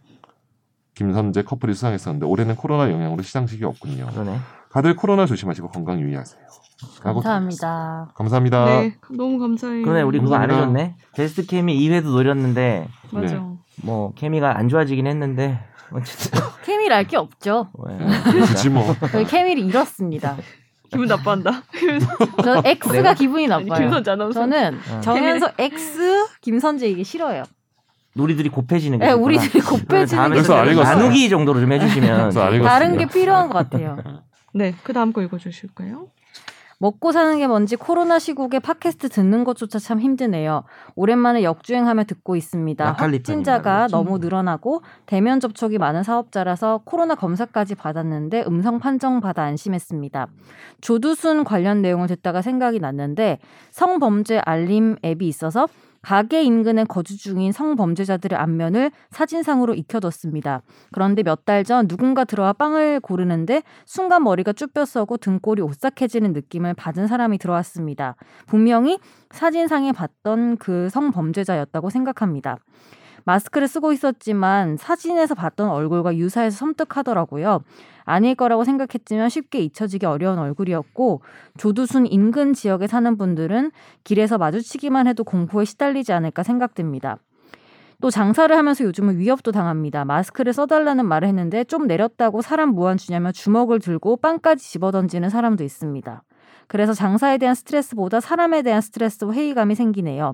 [SPEAKER 2] 김선재 커플이 수상했었는데 올해는 코로나 영향으로 시상식이 없군요.
[SPEAKER 4] 그러네.
[SPEAKER 3] 음.
[SPEAKER 2] 다들 코로나 조심하시고 건강 유의하세요. 라고
[SPEAKER 3] 감사합니다.
[SPEAKER 2] 드리겠습니다. 감사합니다.
[SPEAKER 1] 네. 너무 감사해요.
[SPEAKER 4] 그러네 우리 그거 안
[SPEAKER 2] 감사합니다.
[SPEAKER 4] 해줬네. 베스트 케미 2회도 노렸는데
[SPEAKER 1] 맞아.
[SPEAKER 2] 네.
[SPEAKER 4] 뭐 케미가 안 좋아지긴 했는데 어쨌든
[SPEAKER 3] 케밀 알게 없죠.
[SPEAKER 4] 뭐,
[SPEAKER 2] 네, 굳이 뭐.
[SPEAKER 3] 저희 케밀이 잃었습니다.
[SPEAKER 1] 기분 나빠한다.
[SPEAKER 3] 저 X가 기분이
[SPEAKER 1] 아니
[SPEAKER 3] 나빠요.
[SPEAKER 1] 김선지 아나운서.
[SPEAKER 3] 저는
[SPEAKER 4] 어.
[SPEAKER 3] 정현석 X 김선재 이게 싫어요.
[SPEAKER 4] 우리들이 곱해지는 게
[SPEAKER 3] 네,
[SPEAKER 4] 좋구나.
[SPEAKER 3] 우리들이
[SPEAKER 4] 그러면
[SPEAKER 3] 곱해지는
[SPEAKER 4] 다음에
[SPEAKER 3] 게
[SPEAKER 2] 그래서 안 읽었어요.
[SPEAKER 4] 나누기 정도로 좀 해주시면
[SPEAKER 2] 그래서 안 읽었어요.
[SPEAKER 3] 다른 게 필요한 것 같아요.
[SPEAKER 1] 네. 그 다음 거 읽어주실까요?
[SPEAKER 3] 먹고 사는 게 뭔지 코로나 시국에 팟캐스트 듣는 것조차 참 힘드네요. 오랜만에 역주행하며 듣고 있습니다.
[SPEAKER 4] 약할리판입니다.
[SPEAKER 3] 확진자가
[SPEAKER 4] 음.
[SPEAKER 3] 너무 늘어나고 대면 접촉이 많은 사업자라서 코로나 검사까지 받았는데 음성 판정 받아 안심했습니다. 조두순 관련 내용을 듣다가 생각이 났는데 성범죄 알림 앱이 있어서 가게 인근에 거주 중인 성범죄자들의 안면을 사진상으로 익혀뒀습니다. 그런데 몇 달 전 누군가 들어와 빵을 고르는데 순간 머리가 쭈뼛서고 등골이 오싹해지는 느낌을 받은 사람이 들어왔습니다. 분명히 사진상에 봤던 그 성범죄자였다고 생각합니다. 마스크를 쓰고 있었지만 사진에서 봤던 얼굴과 유사해서 섬뜩하더라고요. 아닐 거라고 생각했지만 쉽게 잊혀지기 어려운 얼굴이었고 조두순 인근 지역에 사는 분들은 길에서 마주치기만 해도 공포에 시달리지 않을까 생각됩니다. 또 장사를 하면서 요즘은 위협도 당합니다. 마스크를 써달라는 말을 했는데 좀 내렸다고 사람 무한 주냐며 주먹을 들고 빵까지 집어던지는 사람도 있습니다. 그래서 장사에 대한 스트레스보다 사람에 대한 스트레스 회의감이 생기네요.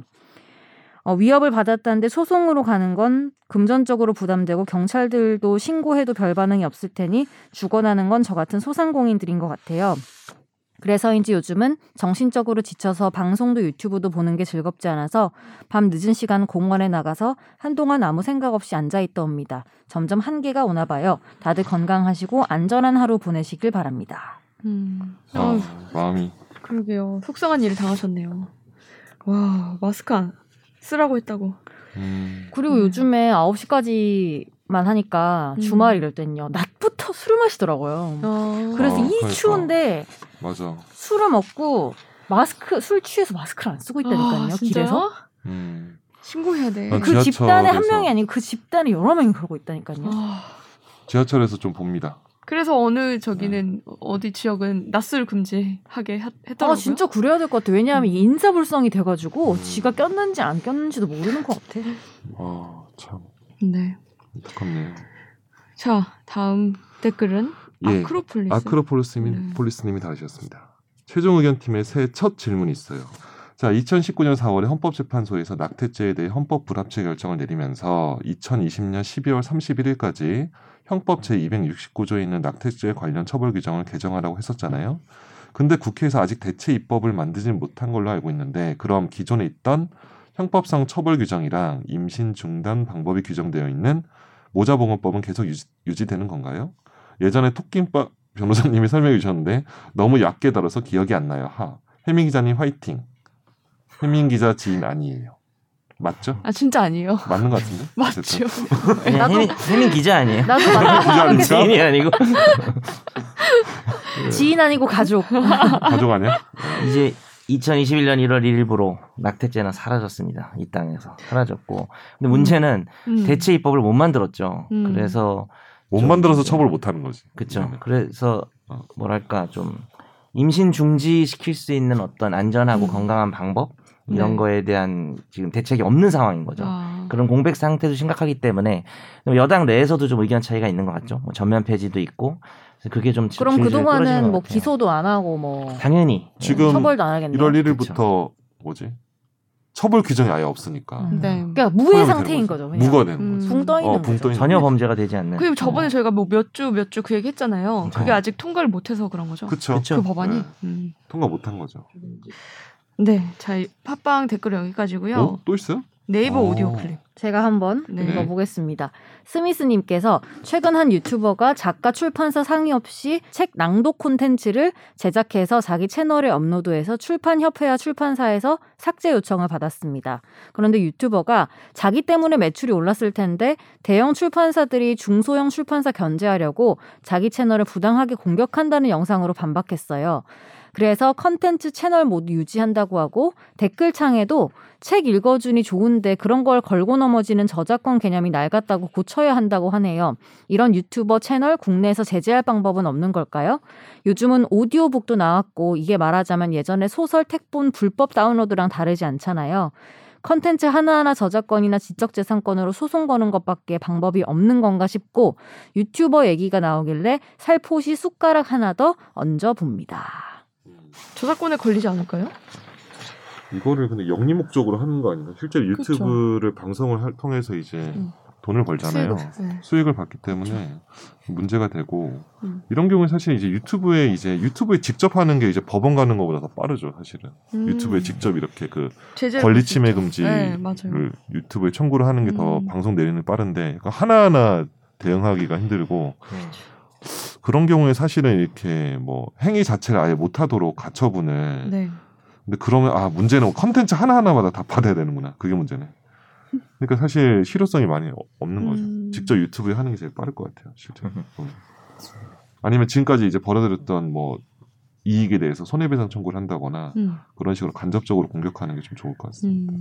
[SPEAKER 3] 어, 위협을 받았다는데 소송으로 가는 건 금전적으로 부담되고 경찰들도 신고해도 별 반응이 없을 테니 죽어나는 건 저 같은 소상공인들인 것 같아요. 그래서인지 요즘은 정신적으로 지쳐서 방송도 유튜브도 보는 게 즐겁지 않아서 밤 늦은 시간 공원에 나가서 한동안 아무 생각 없이 앉아있더옵니다. 점점 한계가 오나 봐요. 다들 건강하시고 안전한 하루 보내시길 바랍니다.
[SPEAKER 1] 음.
[SPEAKER 2] 아,
[SPEAKER 1] 어,
[SPEAKER 2] 마음이.
[SPEAKER 1] 그러게요. 속상한 일을 당하셨네요. 와 마스크 안 쓰라고 했다고.
[SPEAKER 2] 음,
[SPEAKER 3] 그리고
[SPEAKER 1] 음.
[SPEAKER 3] 요즘에 9시까지만 하니까
[SPEAKER 1] 음.
[SPEAKER 3] 주말 이럴 땐요. 낮부터 술을 마시더라고요.
[SPEAKER 1] 어.
[SPEAKER 3] 그래서
[SPEAKER 2] 어,
[SPEAKER 3] 이
[SPEAKER 2] 그러니까.
[SPEAKER 3] 추운데
[SPEAKER 2] 맞아.
[SPEAKER 3] 술을 먹고 마스크 술 취해서 마스크를 안 쓰고 있다니까요.
[SPEAKER 1] 아, 진짜요?
[SPEAKER 3] 길에서.
[SPEAKER 2] 음.
[SPEAKER 1] 신고해야 돼.
[SPEAKER 2] 아,
[SPEAKER 3] 그
[SPEAKER 2] 지하철에서.
[SPEAKER 3] 집단에 한 명이 아니고 그 집단에 여러 명이 그러고 있다니까요.
[SPEAKER 1] 아,
[SPEAKER 2] 지하철에서 좀 봅니다.
[SPEAKER 1] 그래서 어느 저기는 어디 지역은 낮술 금지하게 하- 했더라고요. 음.
[SPEAKER 3] 아 진짜 그래야 될 것 같아. 왜냐하면 이 인사불성이 돼가지고
[SPEAKER 2] 음.
[SPEAKER 3] 지가 꼈는지 안 꼈는지도 모르는 것 같아.
[SPEAKER 2] 아, 참
[SPEAKER 1] 네.
[SPEAKER 2] 안타깝네요.
[SPEAKER 1] 자, 다음 댓글은
[SPEAKER 2] 예.
[SPEAKER 1] 아크로폴리스.
[SPEAKER 2] 아크로폴리스님이
[SPEAKER 1] 네.
[SPEAKER 2] 폴리스님이 다루셨습니다. 최종 의견 팀의 새해 첫 질문이 있어요. 자, 2019년 4월에 헌법재판소에서 낙태죄에 대해 헌법 불합치 결정을 내리면서 2020년 12월 31일까지 형법 제269조에 있는 낙태죄 관련 처벌 규정을 개정하라고 했었잖아요. 근데 국회에서 아직 대체 입법을 만들지 못한 걸로 알고 있는데 그럼 기존에 있던 형법상 처벌 규정이랑 임신 중단 방법이 규정되어 있는 모자보호법은 계속 유지, 유지되는 건가요? 예전에 토끼밥 변호사님이 설명해 주셨는데 너무 얕게 다뤄서 기억이 안 나요. 하. 해민 기자님 화이팅. 해민 기자 지인 아니에요. 맞죠?
[SPEAKER 1] 아 진짜 아니에요.
[SPEAKER 2] 맞는 것 같은데?
[SPEAKER 1] 맞죠.
[SPEAKER 4] 예,
[SPEAKER 3] 나도-
[SPEAKER 4] 혜민, 혜민 기자 아니에요?
[SPEAKER 3] 나도 막
[SPEAKER 2] 기자 아닌가?
[SPEAKER 4] 지인이 아니고
[SPEAKER 2] 예.
[SPEAKER 3] 지인 아니고 가족.
[SPEAKER 2] 가족 아니야?
[SPEAKER 4] 이제 2021년 1월 1일부로 낙태죄는 사라졌습니다. 이 땅에서 사라졌고 근데 문제는
[SPEAKER 1] 음.
[SPEAKER 4] 대체 입법을 못 만들었죠.
[SPEAKER 1] 음.
[SPEAKER 4] 그래서
[SPEAKER 2] 못
[SPEAKER 4] 저-
[SPEAKER 2] 만들어서 처벌 못 하는 거지.
[SPEAKER 4] 그렇죠.
[SPEAKER 2] 왜냐면.
[SPEAKER 4] 그래서
[SPEAKER 2] 음. 어.
[SPEAKER 4] 뭐랄까 좀 임신 중지 시킬 수 있는 어떤 안전하고
[SPEAKER 1] 음.
[SPEAKER 4] 건강한 방법 이런
[SPEAKER 1] 네.
[SPEAKER 4] 거에 대한 지금 대책이 없는 상황인 거죠.
[SPEAKER 3] 어.
[SPEAKER 1] 아,
[SPEAKER 4] 그런 공백 상태도 심각하기 때문에 뭐 여당 내에서도 좀 의견 차이가 있는 것 같죠. 뭐 전면 폐지도 있고 그래서 그게 좀 질-
[SPEAKER 3] 그럼
[SPEAKER 4] 질질 끌어지는 것
[SPEAKER 3] 그동안은 뭐
[SPEAKER 4] 같아요.
[SPEAKER 3] 기소도 안 하고 뭐
[SPEAKER 4] 당연히 예.
[SPEAKER 2] 지금
[SPEAKER 3] 처벌도 안 하겠네요.
[SPEAKER 2] 1월 1일부터 뭐지? 처벌 규정이 아예 없으니까.
[SPEAKER 3] 음.
[SPEAKER 1] 네.
[SPEAKER 3] 그러니까 무해 상태인 거죠. 그냥.
[SPEAKER 2] 무거된
[SPEAKER 1] 음.
[SPEAKER 2] 거지.
[SPEAKER 3] 붕 떠있는
[SPEAKER 2] 어, 붕
[SPEAKER 3] 거죠.
[SPEAKER 2] 떠 있는
[SPEAKER 4] 전혀
[SPEAKER 2] 거지.
[SPEAKER 4] 범죄가 되지 않는.
[SPEAKER 1] 그리고 저번에 저희가 뭐 몇 주 몇 주 그 얘기 했잖아요. 그게
[SPEAKER 4] 어.
[SPEAKER 1] 아직 통과를 못해서 그런 거죠. 그,
[SPEAKER 2] 그쵸.
[SPEAKER 4] 그쵸.
[SPEAKER 1] 법안이.
[SPEAKER 2] 네.
[SPEAKER 1] 음.
[SPEAKER 2] 통과 못 한 거죠.
[SPEAKER 1] 네, 자 이 팟빵 댓글 여기까지고요.
[SPEAKER 2] 어? 또 있어요?
[SPEAKER 1] 네이버
[SPEAKER 2] 오.
[SPEAKER 1] 오. 디오 클립.
[SPEAKER 3] 제가 한번
[SPEAKER 1] 네.
[SPEAKER 3] 읽어보겠습니다. 스미스님께서 최근 한 유튜버가 작가 출판사 상의 없이 책 낭독 콘텐츠를 제작해서 자기 채널에 업로드해서 출판협회와 출판사에서 삭제 요청을 받았습니다. 그런데 유튜버가 자기 때문에 매출이 올랐을 텐데 대형 출판사들이 중소형 출판사 견제하려고 자기 채널을 부당하게 공격한다는 영상으로 반박했어요. 그래서 컨텐츠 채널 모두 유지한다고 하고 댓글창에도 책 읽어주니 좋은데 그런 걸 걸고 넘어지는 저작권 개념이 낡았다고 고쳐야 한다고 하네요. 이런 유튜버 채널 국내에서 제재할 방법은 없는 걸까요? 요즘은 오디오북도 나왔고 이게 말하자면 예전에 소설 택본 불법 다운로드랑 다르지 않잖아요. 컨텐츠 하나하나 저작권이나 지적재산권으로 소송 거는 것밖에 방법이 없는 건가 싶고 유튜버 얘기가 나오길래 살포시 숟가락 하나 더 얹어 봅니다.
[SPEAKER 1] 저작권에 걸리지 않을까요?
[SPEAKER 2] 이거를 근데 영리 목적으로 하는 거 아닌가? 실제로
[SPEAKER 1] 그쵸.
[SPEAKER 2] 유튜브를 방송을 할- 통해서 이제
[SPEAKER 1] 음.
[SPEAKER 2] 돈을 벌잖아요.
[SPEAKER 1] 수익을- 네.
[SPEAKER 2] 수익을 받기 때문에 문제가 되고
[SPEAKER 1] 음.
[SPEAKER 2] 이런 경우에 사실 이제 유튜브에 이제 유튜브에 직접 하는 게 이제 법원 가는 것보다 더 빠르죠 사실은
[SPEAKER 1] 음.
[SPEAKER 2] 유튜브에 직접 이렇게 그
[SPEAKER 1] 제재를
[SPEAKER 2] 권리
[SPEAKER 1] 받을 수
[SPEAKER 2] 침해
[SPEAKER 1] 있죠. 네, 맞아요.
[SPEAKER 2] 금지를 유튜브에 청구를 하는 게 더
[SPEAKER 1] 음.
[SPEAKER 2] 방송 내리는 게 빠른데 그러니까 하나하나 대응하기가 힘들고
[SPEAKER 1] 그렇죠.
[SPEAKER 2] 그런 경우에 사실은 이렇게 뭐 행위 자체를 아예 못하도록 가처분을
[SPEAKER 1] 네.
[SPEAKER 2] 근데 그러면 아 문제는 컨텐츠 하나 하나마다 다 받아야 되는구나 그게 문제네. 그러니까 사실 실효성이 많이 어- 없는
[SPEAKER 1] 음.
[SPEAKER 2] 거죠. 직접 유튜브에 하는 게 제일 빠를 것 같아요, 실제로.
[SPEAKER 4] 음.
[SPEAKER 2] 보면. 아니면 지금까지 이제 벌어들였던 뭐 이익에 대해서 손해배상 청구를 한다거나
[SPEAKER 1] 음.
[SPEAKER 2] 그런 식으로 간접적으로 공격하는 게 좀 좋을 것 같습니다.
[SPEAKER 1] 음.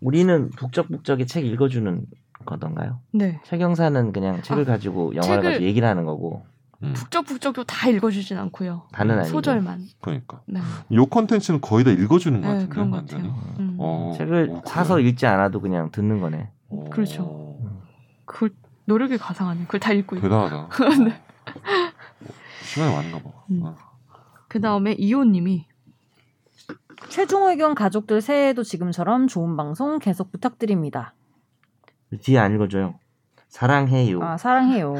[SPEAKER 4] 우리는 북적북적의 책 읽어주는 거던가요?
[SPEAKER 1] 네.
[SPEAKER 4] 최경사는 그냥 책을
[SPEAKER 1] 아,
[SPEAKER 4] 가지고 영화를
[SPEAKER 1] 책을-
[SPEAKER 4] 가지고 얘기를 하는 거고
[SPEAKER 2] 음,
[SPEAKER 1] 북적북적도 다 읽어주진 않고요.
[SPEAKER 4] 다는 아니고
[SPEAKER 1] 소절만.
[SPEAKER 2] 그러니까
[SPEAKER 1] 네.
[SPEAKER 2] 요 컨텐츠는 거의 다 읽어주는 것
[SPEAKER 1] 네,
[SPEAKER 2] 같은데
[SPEAKER 1] 그런 것
[SPEAKER 2] 완전히.
[SPEAKER 4] 같아요.
[SPEAKER 1] 음.
[SPEAKER 2] 어,
[SPEAKER 4] 책을
[SPEAKER 2] 어,
[SPEAKER 4] 사서
[SPEAKER 2] 그래요?
[SPEAKER 4] 읽지 않아도 그냥 듣는 거네.
[SPEAKER 2] 어,
[SPEAKER 1] 그렇죠. 그걸 노력이 가상하네. 그걸 다 읽고 있고.
[SPEAKER 2] 대단하다. 어, 시간이 많은가 봐.
[SPEAKER 1] 네. 음.
[SPEAKER 2] 어.
[SPEAKER 1] 그 다음에 이호님이
[SPEAKER 3] 최종 의견 가족들 새해에도 지금처럼 좋은 방송 계속 부탁드립니다.
[SPEAKER 4] 뒤에 안 읽어줘요. 사랑해요.
[SPEAKER 3] 아 사랑해요.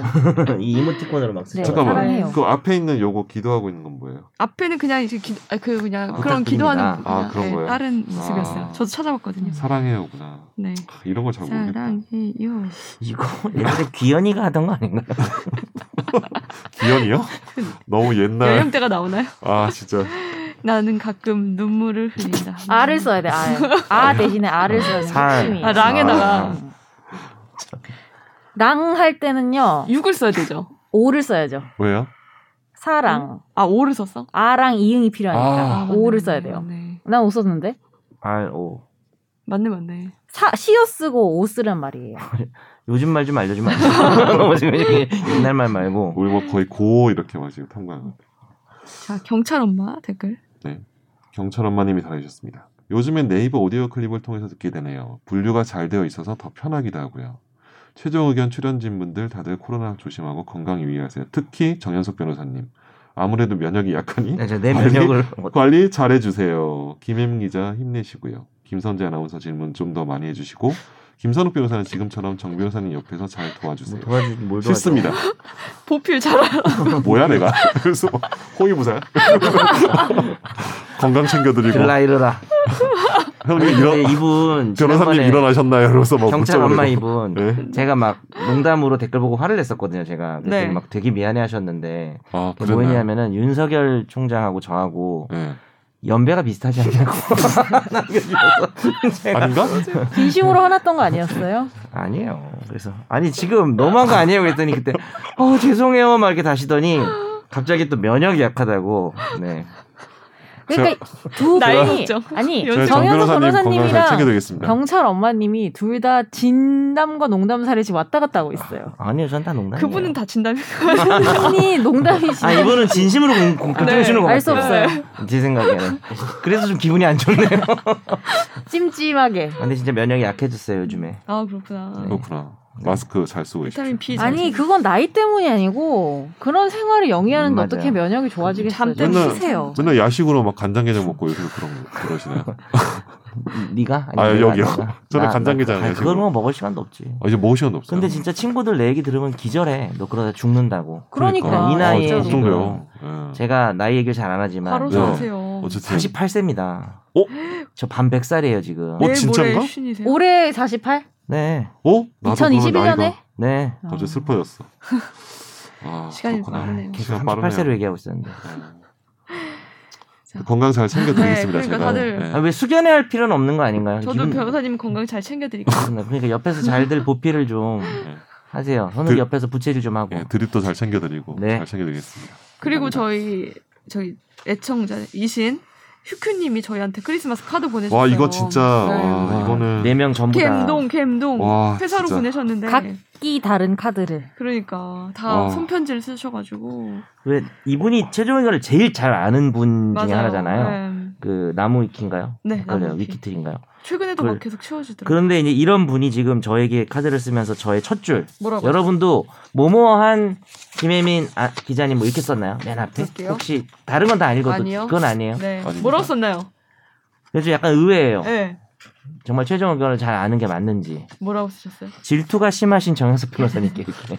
[SPEAKER 4] 이 이모티콘으로 막 쓰죠.
[SPEAKER 3] 네,
[SPEAKER 2] 잠깐만.
[SPEAKER 3] 사랑해요.
[SPEAKER 2] 그 앞에 있는 요거 기도하고 있는 건 뭐예요?
[SPEAKER 1] 앞에는 그냥 이제 기, 아, 그 그냥
[SPEAKER 4] 아,
[SPEAKER 1] 그런
[SPEAKER 4] 부탁드립니다.
[SPEAKER 1] 기도하는 네,
[SPEAKER 2] 아, 그런 거예요?
[SPEAKER 1] 다른 모습이었어요.
[SPEAKER 2] 아.
[SPEAKER 1] 저도 찾아봤거든요.
[SPEAKER 2] 사랑해요구나.
[SPEAKER 1] 네.
[SPEAKER 2] 아, 이런 거 잘 모르겠다.
[SPEAKER 1] 사랑해요.
[SPEAKER 4] 이거 옛날에 귀현이가 하던 거 아닌가요?
[SPEAKER 2] 기현이요? 너무 옛날.
[SPEAKER 1] 연령대가 나오나요?
[SPEAKER 2] 아 진짜.
[SPEAKER 1] 나는 가끔 눈물을 흘린다.
[SPEAKER 3] 아를 써야 돼. 아, 아 대신에 아를 써야 돼.
[SPEAKER 4] 살.
[SPEAKER 3] 핵심이에요.
[SPEAKER 1] 아, 랑에다가.
[SPEAKER 3] 랑 할 때는요.
[SPEAKER 1] 6을 음. 써야 되죠.
[SPEAKER 3] 오를 써야죠.
[SPEAKER 2] 왜요?
[SPEAKER 3] 사랑.
[SPEAKER 1] 아, 5를 썼어?
[SPEAKER 3] 아랑 이응이 필요하니까
[SPEAKER 2] 아.
[SPEAKER 3] 오를
[SPEAKER 1] 맞네,
[SPEAKER 3] 써야 돼요.
[SPEAKER 1] 맞네.
[SPEAKER 3] 난 오 썼는데.
[SPEAKER 4] 아, 오.
[SPEAKER 1] 맞네, 맞네.
[SPEAKER 3] 사, 시어 쓰고 오 쓰란 말이에요.
[SPEAKER 4] 요즘 말 좀 알려주면 안 돼요? 지금 옛날 말 말고.
[SPEAKER 2] 우리 뭐 거의 고 이렇게 막 지금 탐구하는.
[SPEAKER 1] 자, 경찰 엄마 댓글.
[SPEAKER 2] 경철 엄마님이 다루셨습니다. 요즘엔 네이버 오디오 클립을 통해서 듣게 되네요. 분류가 잘 되어 있어서 더 편하기도 하고요. 최종 의견 출연진 분들 다들 코로나 조심하고 건강 유의하세요. 특히 정현석 변호사님. 아무래도 면역이 약하니
[SPEAKER 4] 네, 저내
[SPEAKER 2] 아니,
[SPEAKER 4] 면역을 못-
[SPEAKER 2] 관리 잘해주세요. 김혜민 기자 힘내시고요. 김선재 아나운서 질문 좀 더 많이 해주시고 김선욱 변호사는 지금처럼 정 변호사님 옆에서 잘
[SPEAKER 4] 뭐
[SPEAKER 2] 도와주세요.
[SPEAKER 4] 도와주 뭘 도와줘.
[SPEAKER 2] 싫습니다.
[SPEAKER 1] 보필 잘
[SPEAKER 2] 뭐야 내가. 그래서 호의무사. 건강 챙겨드리고
[SPEAKER 4] 일어나 일어나.
[SPEAKER 2] 형님
[SPEAKER 4] 근데
[SPEAKER 2] 일어
[SPEAKER 4] 네,
[SPEAKER 2] 변호사님
[SPEAKER 4] 이분 지난번에
[SPEAKER 2] 일어나셨나요? 이러면서 막
[SPEAKER 4] 경찰
[SPEAKER 2] 문자
[SPEAKER 4] 엄마
[SPEAKER 2] 보내고.
[SPEAKER 4] 이분
[SPEAKER 2] 네.
[SPEAKER 4] 제가 막 농담으로 댓글 보고 화를 냈었거든요. 제가 댓글
[SPEAKER 1] 네.
[SPEAKER 4] 막 되게 미안해하셨는데
[SPEAKER 2] 아
[SPEAKER 4] 그게
[SPEAKER 2] 그랬나요?
[SPEAKER 4] 뭐였냐면은 윤석열 총장하고 저하고
[SPEAKER 2] 네.
[SPEAKER 4] 연배가 비슷하지 않냐고 남겨주셔서 제가
[SPEAKER 2] 아닌가? 네,
[SPEAKER 3] 진심으로 화났던 거 아니었어요?
[SPEAKER 4] 아니에요. 그래서 아니 지금 너무한 거 아니에요? 그랬더니 그때 어 죄송해요 막 이렇게 다시더니 갑자기 또 면역이 약하다고 네
[SPEAKER 3] 그러니까 두
[SPEAKER 1] 나이
[SPEAKER 3] 분이
[SPEAKER 1] 걱정.
[SPEAKER 3] 아니
[SPEAKER 1] 저희
[SPEAKER 2] 정 변호사님 건강 잘
[SPEAKER 3] 정현석 변호사님이랑
[SPEAKER 2] 챙겨드리겠습니다.
[SPEAKER 3] 경찰 엄마님이 둘 다 진담과 농담 사례 지금 왔다 갔다 하고 있어요.
[SPEAKER 4] 아니요 전 다 농담이에요.
[SPEAKER 1] 그분은 다친다면
[SPEAKER 3] 언니 농담이지.
[SPEAKER 4] 아 이분은 진심으로 공- 공-
[SPEAKER 1] 네.
[SPEAKER 4] 걱정해주는 것 같아요.
[SPEAKER 3] 알 수 없어요.
[SPEAKER 4] 제 생각에는 그래서 좀 기분이 안 좋네요.
[SPEAKER 3] 찜찜하게.
[SPEAKER 4] 근데 진짜 면역이 약해졌어요 요즘에.
[SPEAKER 1] 아 그렇구나.
[SPEAKER 2] 그렇구나. 마스크 잘 쓰고 계십시오.
[SPEAKER 1] 비타민 B 잘
[SPEAKER 3] 아니
[SPEAKER 1] 챙겨.
[SPEAKER 3] 그건 나이 때문이 아니고 그런 생활을 영위하는데
[SPEAKER 4] 음,
[SPEAKER 3] 어떻게
[SPEAKER 4] 맞아요.
[SPEAKER 3] 면역이 좋아지겠어요?
[SPEAKER 1] 잠때
[SPEAKER 3] 좀
[SPEAKER 2] 맨날-
[SPEAKER 3] 쉬세요.
[SPEAKER 2] 맨날 야식으로 막 간장게장 먹고 요즘 그런 거 그러시나요?
[SPEAKER 4] 네가
[SPEAKER 2] 아,
[SPEAKER 4] 내가
[SPEAKER 2] 여기요.
[SPEAKER 4] 아닌가?
[SPEAKER 2] 저는
[SPEAKER 4] 나-
[SPEAKER 2] 간장게장
[SPEAKER 4] 나- 아,
[SPEAKER 2] 해가지고.
[SPEAKER 4] 그걸 뭐 먹을 시간도 없지.
[SPEAKER 2] 아, 이제 먹을 시간도 없어요.
[SPEAKER 4] 근데 진짜 친구들 내 얘기 들으면 기절해. 너 그러다 죽는다고.
[SPEAKER 3] 그러니까,
[SPEAKER 4] 그러니까. 이 나이에
[SPEAKER 2] 아,
[SPEAKER 3] 진짜로.
[SPEAKER 2] 걱정돼요 예.
[SPEAKER 4] 제가 나이 얘기를 잘 안 하지만
[SPEAKER 1] 바로
[SPEAKER 2] 네.
[SPEAKER 4] 저
[SPEAKER 1] 사세요.
[SPEAKER 2] 어쨌든
[SPEAKER 4] 48세입니다.
[SPEAKER 2] 어?
[SPEAKER 4] 저반 100살이에요, 지금.
[SPEAKER 2] 어?
[SPEAKER 1] 내일
[SPEAKER 2] 진짠가?
[SPEAKER 1] 모레 쉰이세요?
[SPEAKER 3] 올해 48?
[SPEAKER 4] 네.
[SPEAKER 2] 어? 나도
[SPEAKER 3] 2021
[SPEAKER 2] 그러면
[SPEAKER 3] 년에?
[SPEAKER 2] 나이가
[SPEAKER 4] 네.
[SPEAKER 2] 갑자기 슬퍼졌어. 아,
[SPEAKER 1] 시간이
[SPEAKER 2] 그렇구나.
[SPEAKER 1] 빠르네요.
[SPEAKER 4] 계속
[SPEAKER 2] 시간
[SPEAKER 4] 38세로
[SPEAKER 2] 빠르네요.
[SPEAKER 4] 얘기하고 있었는데.
[SPEAKER 1] 자.
[SPEAKER 2] 그 건강 잘 챙겨드리겠습니다.
[SPEAKER 1] 네, 그러니까
[SPEAKER 2] 제가.
[SPEAKER 1] 다들
[SPEAKER 2] 네.
[SPEAKER 4] 아, 왜 숙연해 할 필요는 없는 거 아닌가요?
[SPEAKER 1] 저도
[SPEAKER 2] 음.
[SPEAKER 4] 기분-
[SPEAKER 1] 변호사님 건강 잘 챙겨드릴게요.
[SPEAKER 4] 그렇구나. 그러니까 옆에서 잘들 보필을 좀 하세요. 저는
[SPEAKER 2] 네. 그-
[SPEAKER 4] 옆에서 부채질 좀 하고.
[SPEAKER 2] 예, 드립도 잘 챙겨드리고
[SPEAKER 4] 네.
[SPEAKER 2] 잘 챙겨드리겠습니다.
[SPEAKER 1] 그리고
[SPEAKER 2] 감사합니다.
[SPEAKER 1] 저희 저희 애청자이신 휴큐님이 저희한테 크리스마스 카드 보내셨어요.
[SPEAKER 2] 와 이거 진짜 와,
[SPEAKER 1] 네.
[SPEAKER 2] 어, 이거는
[SPEAKER 4] 네명 전부 다.
[SPEAKER 1] 캠동 캠동
[SPEAKER 2] 와,
[SPEAKER 1] 회사로
[SPEAKER 2] 진짜.
[SPEAKER 1] 보내셨는데
[SPEAKER 3] 각- 끼 다른 카드를.
[SPEAKER 1] 그러니까 다
[SPEAKER 2] 와.
[SPEAKER 1] 손편지를 쓰셔가지고
[SPEAKER 4] 왜 이분이 최종 의견을 제일 잘 아는 분 중에 하나잖아요.
[SPEAKER 1] 네.
[SPEAKER 4] 그 나무 위키인가요?
[SPEAKER 1] 네,
[SPEAKER 4] 그래요.
[SPEAKER 1] 나무 위키.
[SPEAKER 4] 위키트인가요?
[SPEAKER 1] 최근에도
[SPEAKER 4] 그래.
[SPEAKER 1] 막 계속 채워지더라고요.
[SPEAKER 4] 그런데 이제 이런 분이 지금 저에게 카드를 쓰면서 저의 첫 줄.
[SPEAKER 1] 뭐라고?
[SPEAKER 4] 여러분도 모모한 김혜민 아, 기자님 뭐 이렇게 썼나요? 맨 앞에
[SPEAKER 1] 볼게요.
[SPEAKER 4] 혹시 다른 건 다 아니고
[SPEAKER 1] 아니요.
[SPEAKER 4] 그건 아니에요.
[SPEAKER 1] 네.
[SPEAKER 2] 아닙니다.
[SPEAKER 1] 뭐라고 썼나요?
[SPEAKER 4] 그래서 약간 의외예요.
[SPEAKER 1] 네.
[SPEAKER 4] 정말 최종 의견을 잘 아는 게 맞는지
[SPEAKER 1] 뭐라고 쓰셨어요?
[SPEAKER 4] 질투가 심하신 정현석 변호사님께 이렇게.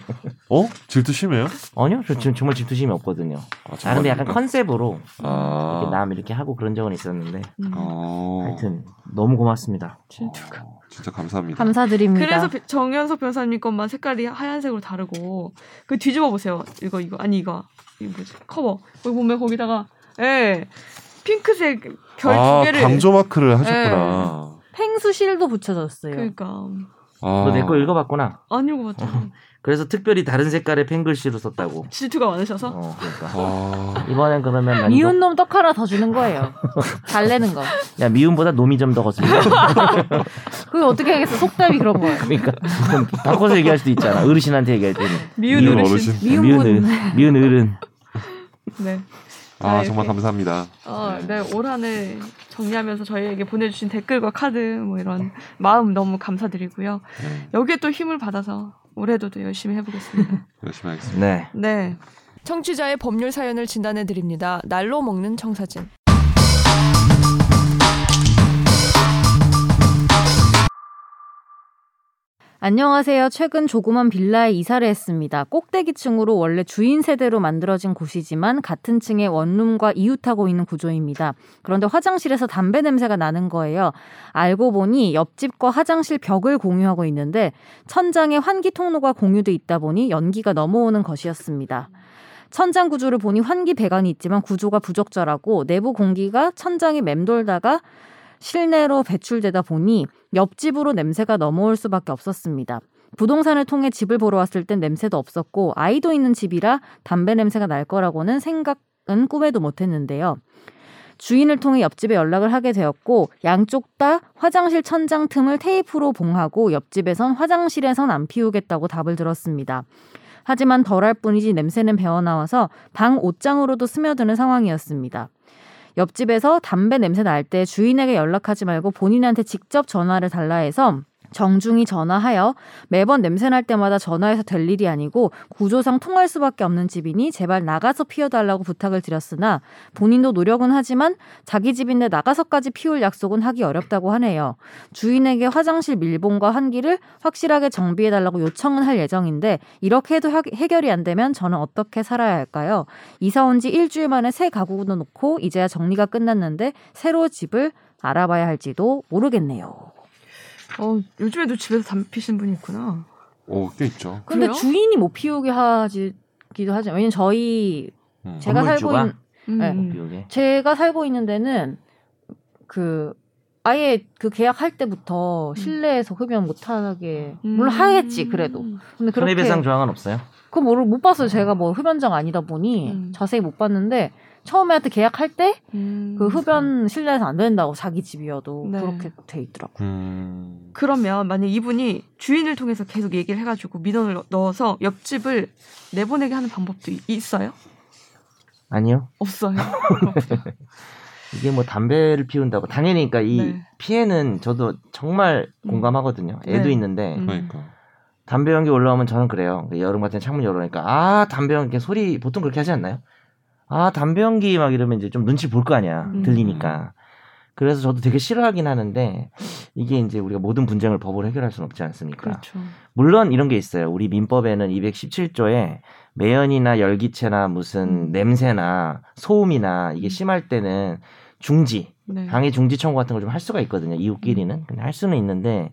[SPEAKER 2] 어 질투 심해요?
[SPEAKER 4] 아니요, 저 지금 정말 질투심이 없거든요.
[SPEAKER 2] 아,
[SPEAKER 4] 아, 근데 약간
[SPEAKER 2] 정말입니까?
[SPEAKER 4] 컨셉으로
[SPEAKER 2] 아,
[SPEAKER 4] 이렇게 남 이렇게 하고 그런 적은 있었는데
[SPEAKER 1] 음.
[SPEAKER 2] 어,
[SPEAKER 4] 하여튼 너무 고맙습니다.
[SPEAKER 1] 질투가.
[SPEAKER 2] 어, 진짜 감사합니다.
[SPEAKER 3] 감사드립니다.
[SPEAKER 1] 그래서 비- 정현석 변호사님 것만 색깔이 하얀색으로 다르고 그 뒤집어 보세요. 이거 이거 아니 이거 이거 뭐지? 커버. 거기 보면 거기다가 예 핑크색 결 두
[SPEAKER 2] 아
[SPEAKER 1] 개를 네.
[SPEAKER 2] 강조 마크를 하셨구나.
[SPEAKER 3] 펭수 실도 붙여줬어요.
[SPEAKER 1] 그러니까
[SPEAKER 2] 아,
[SPEAKER 4] 너 내 거 읽어봤구나.
[SPEAKER 1] 안 읽어봤죠.
[SPEAKER 4] 그래서 특별히 다른 색깔의 펜글씨로 썼다고.
[SPEAKER 1] 질투가 많으셔서
[SPEAKER 4] 어, 그러니까.
[SPEAKER 2] 아,
[SPEAKER 4] 이번엔 그러면 난이도-
[SPEAKER 3] 미운 놈 떡 하나 더 주는 거예요. 달래는 거.
[SPEAKER 4] 야 미움보다 놈이 좀 더 거슬려.
[SPEAKER 3] 그게 어떻게 하겠어? 속담이 그런 거예요.
[SPEAKER 4] 그러니까 그럼 바꿔서 얘기할 수도 있잖아. 어르신한테 얘기할 때는.
[SPEAKER 1] 미운,
[SPEAKER 2] 이은
[SPEAKER 1] 어르신.
[SPEAKER 2] 어르신.
[SPEAKER 3] 미운 분.
[SPEAKER 4] 어른, 미운 어른.
[SPEAKER 1] 네.
[SPEAKER 2] 아
[SPEAKER 1] 네, 이렇게.
[SPEAKER 2] 정말 감사합니다.
[SPEAKER 1] 어, 네, 올 한해 정리하면서 저희에게 보내주신 댓글과 카드 뭐 이런 마음 너무 감사드리고요.
[SPEAKER 2] 네,
[SPEAKER 1] 여기에 또 힘을 받아서 올해도 또 열심히 해보겠습니다.
[SPEAKER 2] 열심히 하겠습니다.
[SPEAKER 4] 네.
[SPEAKER 1] 네.
[SPEAKER 5] 청취자의 법률 사연을 진단해 드립니다. 날로 먹는 청사진.
[SPEAKER 3] 안녕하세요. 최근 조그만 빌라에 이사를 했습니다. 꼭대기층으로 원래 주인 세대로 만들어진 곳이지만 같은 층에 원룸과 이웃하고 있는 구조입니다. 그런데 화장실에서 담배 냄새가 나는 거예요. 알고 보니 옆집과 화장실 벽을 공유하고 있는데 천장에 환기 통로가 공유돼 있다 보니 연기가 넘어오는 것이었습니다. 천장 구조를 보니 환기 배관이 있지만 구조가 부적절하고 내부 공기가 천장에 맴돌다가 실내로 배출되다 보니 옆집으로 냄새가 넘어올 수밖에 없었습니다. 부동산을 통해 집을 보러 왔을 땐 냄새도 없었고 아이도 있는 집이라 담배 냄새가 날 거라고는 생각은 꿈에도 못했는데요. 주인을 통해 옆집에 연락을 하게 되었고 양쪽 다 화장실 천장 틈을 테이프로 봉하고 옆집에선 화장실에선 안 피우겠다고 답을 들었습니다. 하지만 덜할 뿐이지 냄새는 배어나와서 방 옷장으로도 스며드는 상황이었습니다. 옆집에서 담배 냄새 날 때 주인에게 연락하지 말고 본인한테 직접 전화를 달라 해서 정중히 전화하여 매번 냄새날 때마다 전화해서 될 일이 아니고 구조상 통할 수밖에 없는 집이니 제발 나가서 피워달라고 부탁을 드렸으나 본인도 노력은 하지만 자기 집인데 나가서까지 피울 약속은 하기 어렵다고 하네요. 주인에게 화장실 밀봉과 환기를 확실하게 정비해달라고 요청은 할 예정인데 이렇게 해도 하- 해결이 안 되면 저는 어떻게 살아야 할까요? 이사 온 지 일주일 만에 새 가구도 놓고 이제야 정리가 끝났는데 새로 집을 알아봐야 할지도 모르겠네요.
[SPEAKER 1] 어, 요즘에도 집에서 담배 피시는 분이 있구나.
[SPEAKER 2] 어, 꽤 있죠.
[SPEAKER 3] 근데
[SPEAKER 1] 그래요?
[SPEAKER 3] 주인이 못 피우게 하기도 하죠. 왜냐면 저희
[SPEAKER 2] 음.
[SPEAKER 3] 제가 살고
[SPEAKER 4] 건물주가?
[SPEAKER 3] 있는
[SPEAKER 1] 음.
[SPEAKER 3] 네.
[SPEAKER 4] 비우게.
[SPEAKER 3] 제가 살고 있는 데는 그 아예 그 계약할 때부터 실내에서 흡연 못하게
[SPEAKER 1] 음.
[SPEAKER 3] 물론 하겠지 그래도 근데 그렇게
[SPEAKER 4] 손해배상 조항은 음. 없어요.
[SPEAKER 3] 그거 모르 못 봤어요 제가 뭐 흡연자가 아니다 보니
[SPEAKER 1] 음.
[SPEAKER 3] 자세히 못 봤는데 처음에 하여튼 계약할 때 그
[SPEAKER 1] 음.
[SPEAKER 3] 흡연 실내에서 안 된다고 자기 집이어도
[SPEAKER 1] 네.
[SPEAKER 3] 그렇게 돼 있더라고
[SPEAKER 2] 음.
[SPEAKER 1] 그러면 만약 이분이 주인을 통해서 계속 얘기를 해가지고 민원을 넣- 넣어서 옆집을 내보내게 하는 방법도 이- 있어요?
[SPEAKER 4] 아니요.
[SPEAKER 1] 없어요.
[SPEAKER 4] 이게 뭐 담배를 피운다고 당연히 그러니까 이
[SPEAKER 1] 네.
[SPEAKER 4] 피해는 저도 정말
[SPEAKER 1] 음.
[SPEAKER 4] 공감하거든요. 애도
[SPEAKER 1] 네.
[SPEAKER 4] 있는데
[SPEAKER 1] 음.
[SPEAKER 2] 그러니까.
[SPEAKER 4] 담배 연기 올라오면 저는 그래요. 여름 같은 창문 열어니까 아 담배 연기 소리 보통 그렇게 하지 않나요? 아 담배 연기 막 이러면 이제 좀 눈치 볼 거 아니야
[SPEAKER 1] 음.
[SPEAKER 4] 들리니까. 그래서 저도 되게 싫어하긴 하는데 이게 이제 우리가 모든 분쟁을 법으로 해결할 수는 없지 않습니까?
[SPEAKER 1] 그렇죠.
[SPEAKER 4] 물론 이런 게 있어요. 우리 민법에는 217조에 매연이나 열기체나 무슨
[SPEAKER 1] 음.
[SPEAKER 4] 냄새나 소음이나 이게
[SPEAKER 1] 음.
[SPEAKER 4] 심할 때는 중지,
[SPEAKER 1] 네.
[SPEAKER 4] 방해 중지 청구 같은 걸 좀 할 수가 있거든요.
[SPEAKER 1] 음.
[SPEAKER 4] 이웃끼리는. 근데 할 수는 있는데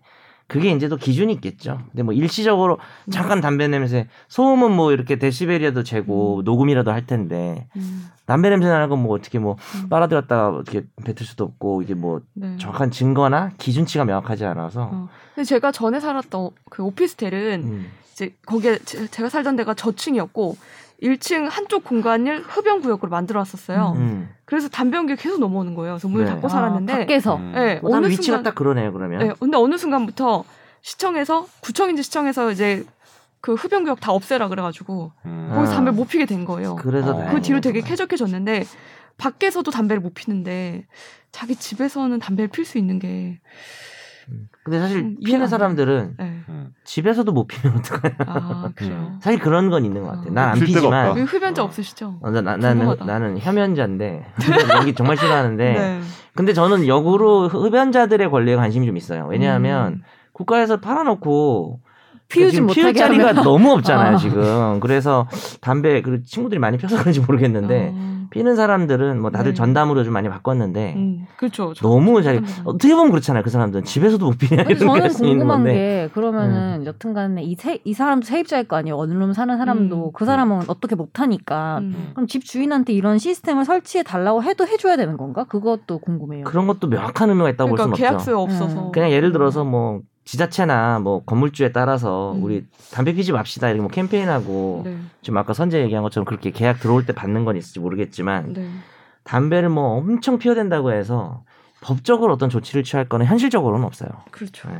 [SPEAKER 4] 그게 이제 또 기준이 있겠죠. 근데 뭐 일시적으로
[SPEAKER 1] 음.
[SPEAKER 4] 잠깐 담배 냄새, 소음은 뭐 이렇게 데시벨이라도 재고
[SPEAKER 1] 음.
[SPEAKER 4] 녹음이라도 할 텐데
[SPEAKER 1] 음.
[SPEAKER 4] 담배 냄새 나는 건 뭐 어떻게 뭐
[SPEAKER 1] 음.
[SPEAKER 4] 빨아들였다가 어떻게 뱉을 수도 없고 이게 뭐
[SPEAKER 1] 네.
[SPEAKER 4] 정확한 증거나 기준치가 명확하지 않아서
[SPEAKER 1] 어. 근데 제가 전에 살았던 그 오피스텔은
[SPEAKER 4] 음.
[SPEAKER 1] 이제 거기에 제- 제가 살던 데가 저층이었고 1층 한쪽 공간을 흡연 구역으로 만들어 놨었어요.
[SPEAKER 4] 음.
[SPEAKER 1] 그래서 담배 연기 계속 넘어오는 거예요. 그래서 문을
[SPEAKER 4] 네.
[SPEAKER 1] 닫고 살았는데
[SPEAKER 3] 아, 밖에서
[SPEAKER 2] 음.
[SPEAKER 1] 예,
[SPEAKER 4] 어, 난
[SPEAKER 1] 어느
[SPEAKER 4] 위치가
[SPEAKER 1] 순간-
[SPEAKER 4] 딱 그러네요 그러면
[SPEAKER 1] 네, 근데 어느 순간부터 시청에서 구청인지 시청에서 이제 그 흡연 구역 다 없애라 그래가지고
[SPEAKER 2] 음.
[SPEAKER 1] 거기서
[SPEAKER 4] 아.
[SPEAKER 1] 담배 못 피게 된 거예요. 그,
[SPEAKER 4] 그래서
[SPEAKER 2] 어. 그
[SPEAKER 4] 다행이네요,
[SPEAKER 1] 뒤로 되게
[SPEAKER 4] 정말.
[SPEAKER 1] 쾌적해졌는데 밖에서도 담배를 못 피는데 자기 집에서는 담배를 필 수 있는 게
[SPEAKER 4] 근데
[SPEAKER 1] 음,
[SPEAKER 4] 사실
[SPEAKER 1] 이해가 안
[SPEAKER 4] 피는
[SPEAKER 1] 돼요.
[SPEAKER 4] 사람들은
[SPEAKER 1] 네.
[SPEAKER 2] 음.
[SPEAKER 4] 집에서도 못 피면 어떡해
[SPEAKER 1] 아 그래요.
[SPEAKER 4] 사실 그런 건 있는 것 같아
[SPEAKER 1] 어.
[SPEAKER 4] 난 안
[SPEAKER 2] 필 데가
[SPEAKER 4] 피지만
[SPEAKER 2] 없다.
[SPEAKER 1] 여기 흡연자
[SPEAKER 2] 어.
[SPEAKER 1] 없으시죠?
[SPEAKER 4] 어, 나, 나, 나는
[SPEAKER 1] 궁금하다.
[SPEAKER 4] 나는 혐연자인데 여기 정말 싫어하는데
[SPEAKER 1] 네.
[SPEAKER 4] 근데 저는 역으로 흡연자들의 권리에 관심이 좀 있어요 왜냐하면
[SPEAKER 1] 음.
[SPEAKER 4] 국가에서 팔아놓고
[SPEAKER 3] 피우지
[SPEAKER 4] 지금
[SPEAKER 3] 못하게
[SPEAKER 4] 피울 자리가
[SPEAKER 3] 하면.
[SPEAKER 4] 너무 없잖아요
[SPEAKER 3] 아.
[SPEAKER 4] 지금 그래서 담배 그리고 친구들이 많이 펴서 그런지 모르겠는데
[SPEAKER 1] 어,
[SPEAKER 4] 피는 사람들은 뭐 다들
[SPEAKER 1] 네.
[SPEAKER 4] 전담으로 좀 많이 바꿨는데
[SPEAKER 1] 음, 그렇죠. 저-
[SPEAKER 4] 네. 너무 잘
[SPEAKER 1] 저는-
[SPEAKER 4] 어떻게 보면 그렇잖아요. 그 사람들은 집에서도 못 피냐
[SPEAKER 3] 근데
[SPEAKER 4] 이런
[SPEAKER 3] 저는
[SPEAKER 4] 걸 수 있는
[SPEAKER 3] 궁금한
[SPEAKER 4] 건데. 음.
[SPEAKER 3] 게 그러면은 여튼간에 이, 세, 이 사람도 세입자일 거 아니에요 어느 룸 사는 사람도
[SPEAKER 1] 음.
[SPEAKER 3] 그 사람은 어떻게 못하니까
[SPEAKER 1] 음.
[SPEAKER 3] 그럼 집 주인한테 이런 시스템을 설치해 달라고 해도 해줘야 되는 건가 그것도 궁금해요
[SPEAKER 4] 그런 것도 명확한 의미가 있다고
[SPEAKER 1] 그러니까
[SPEAKER 4] 볼 수는 없죠.
[SPEAKER 1] 계약서에 없어서
[SPEAKER 3] 음.
[SPEAKER 4] 그냥 예를 들어서 뭐 지자체나 뭐 건물주에 따라서
[SPEAKER 1] 음.
[SPEAKER 4] 우리 담배 피지 맙시다 이렇게 뭐 캠페인하고
[SPEAKER 1] 네.
[SPEAKER 4] 지금 아까 선재 얘기한 것처럼 그렇게 계약 들어올 때 받는 건 있을지 모르겠지만
[SPEAKER 1] 네.
[SPEAKER 4] 담배를 뭐 엄청 피워야 된다고 해서 법적으로 어떤 조치를 취할 거는 현실적으로는 없어요.
[SPEAKER 1] 그렇죠.
[SPEAKER 4] 네.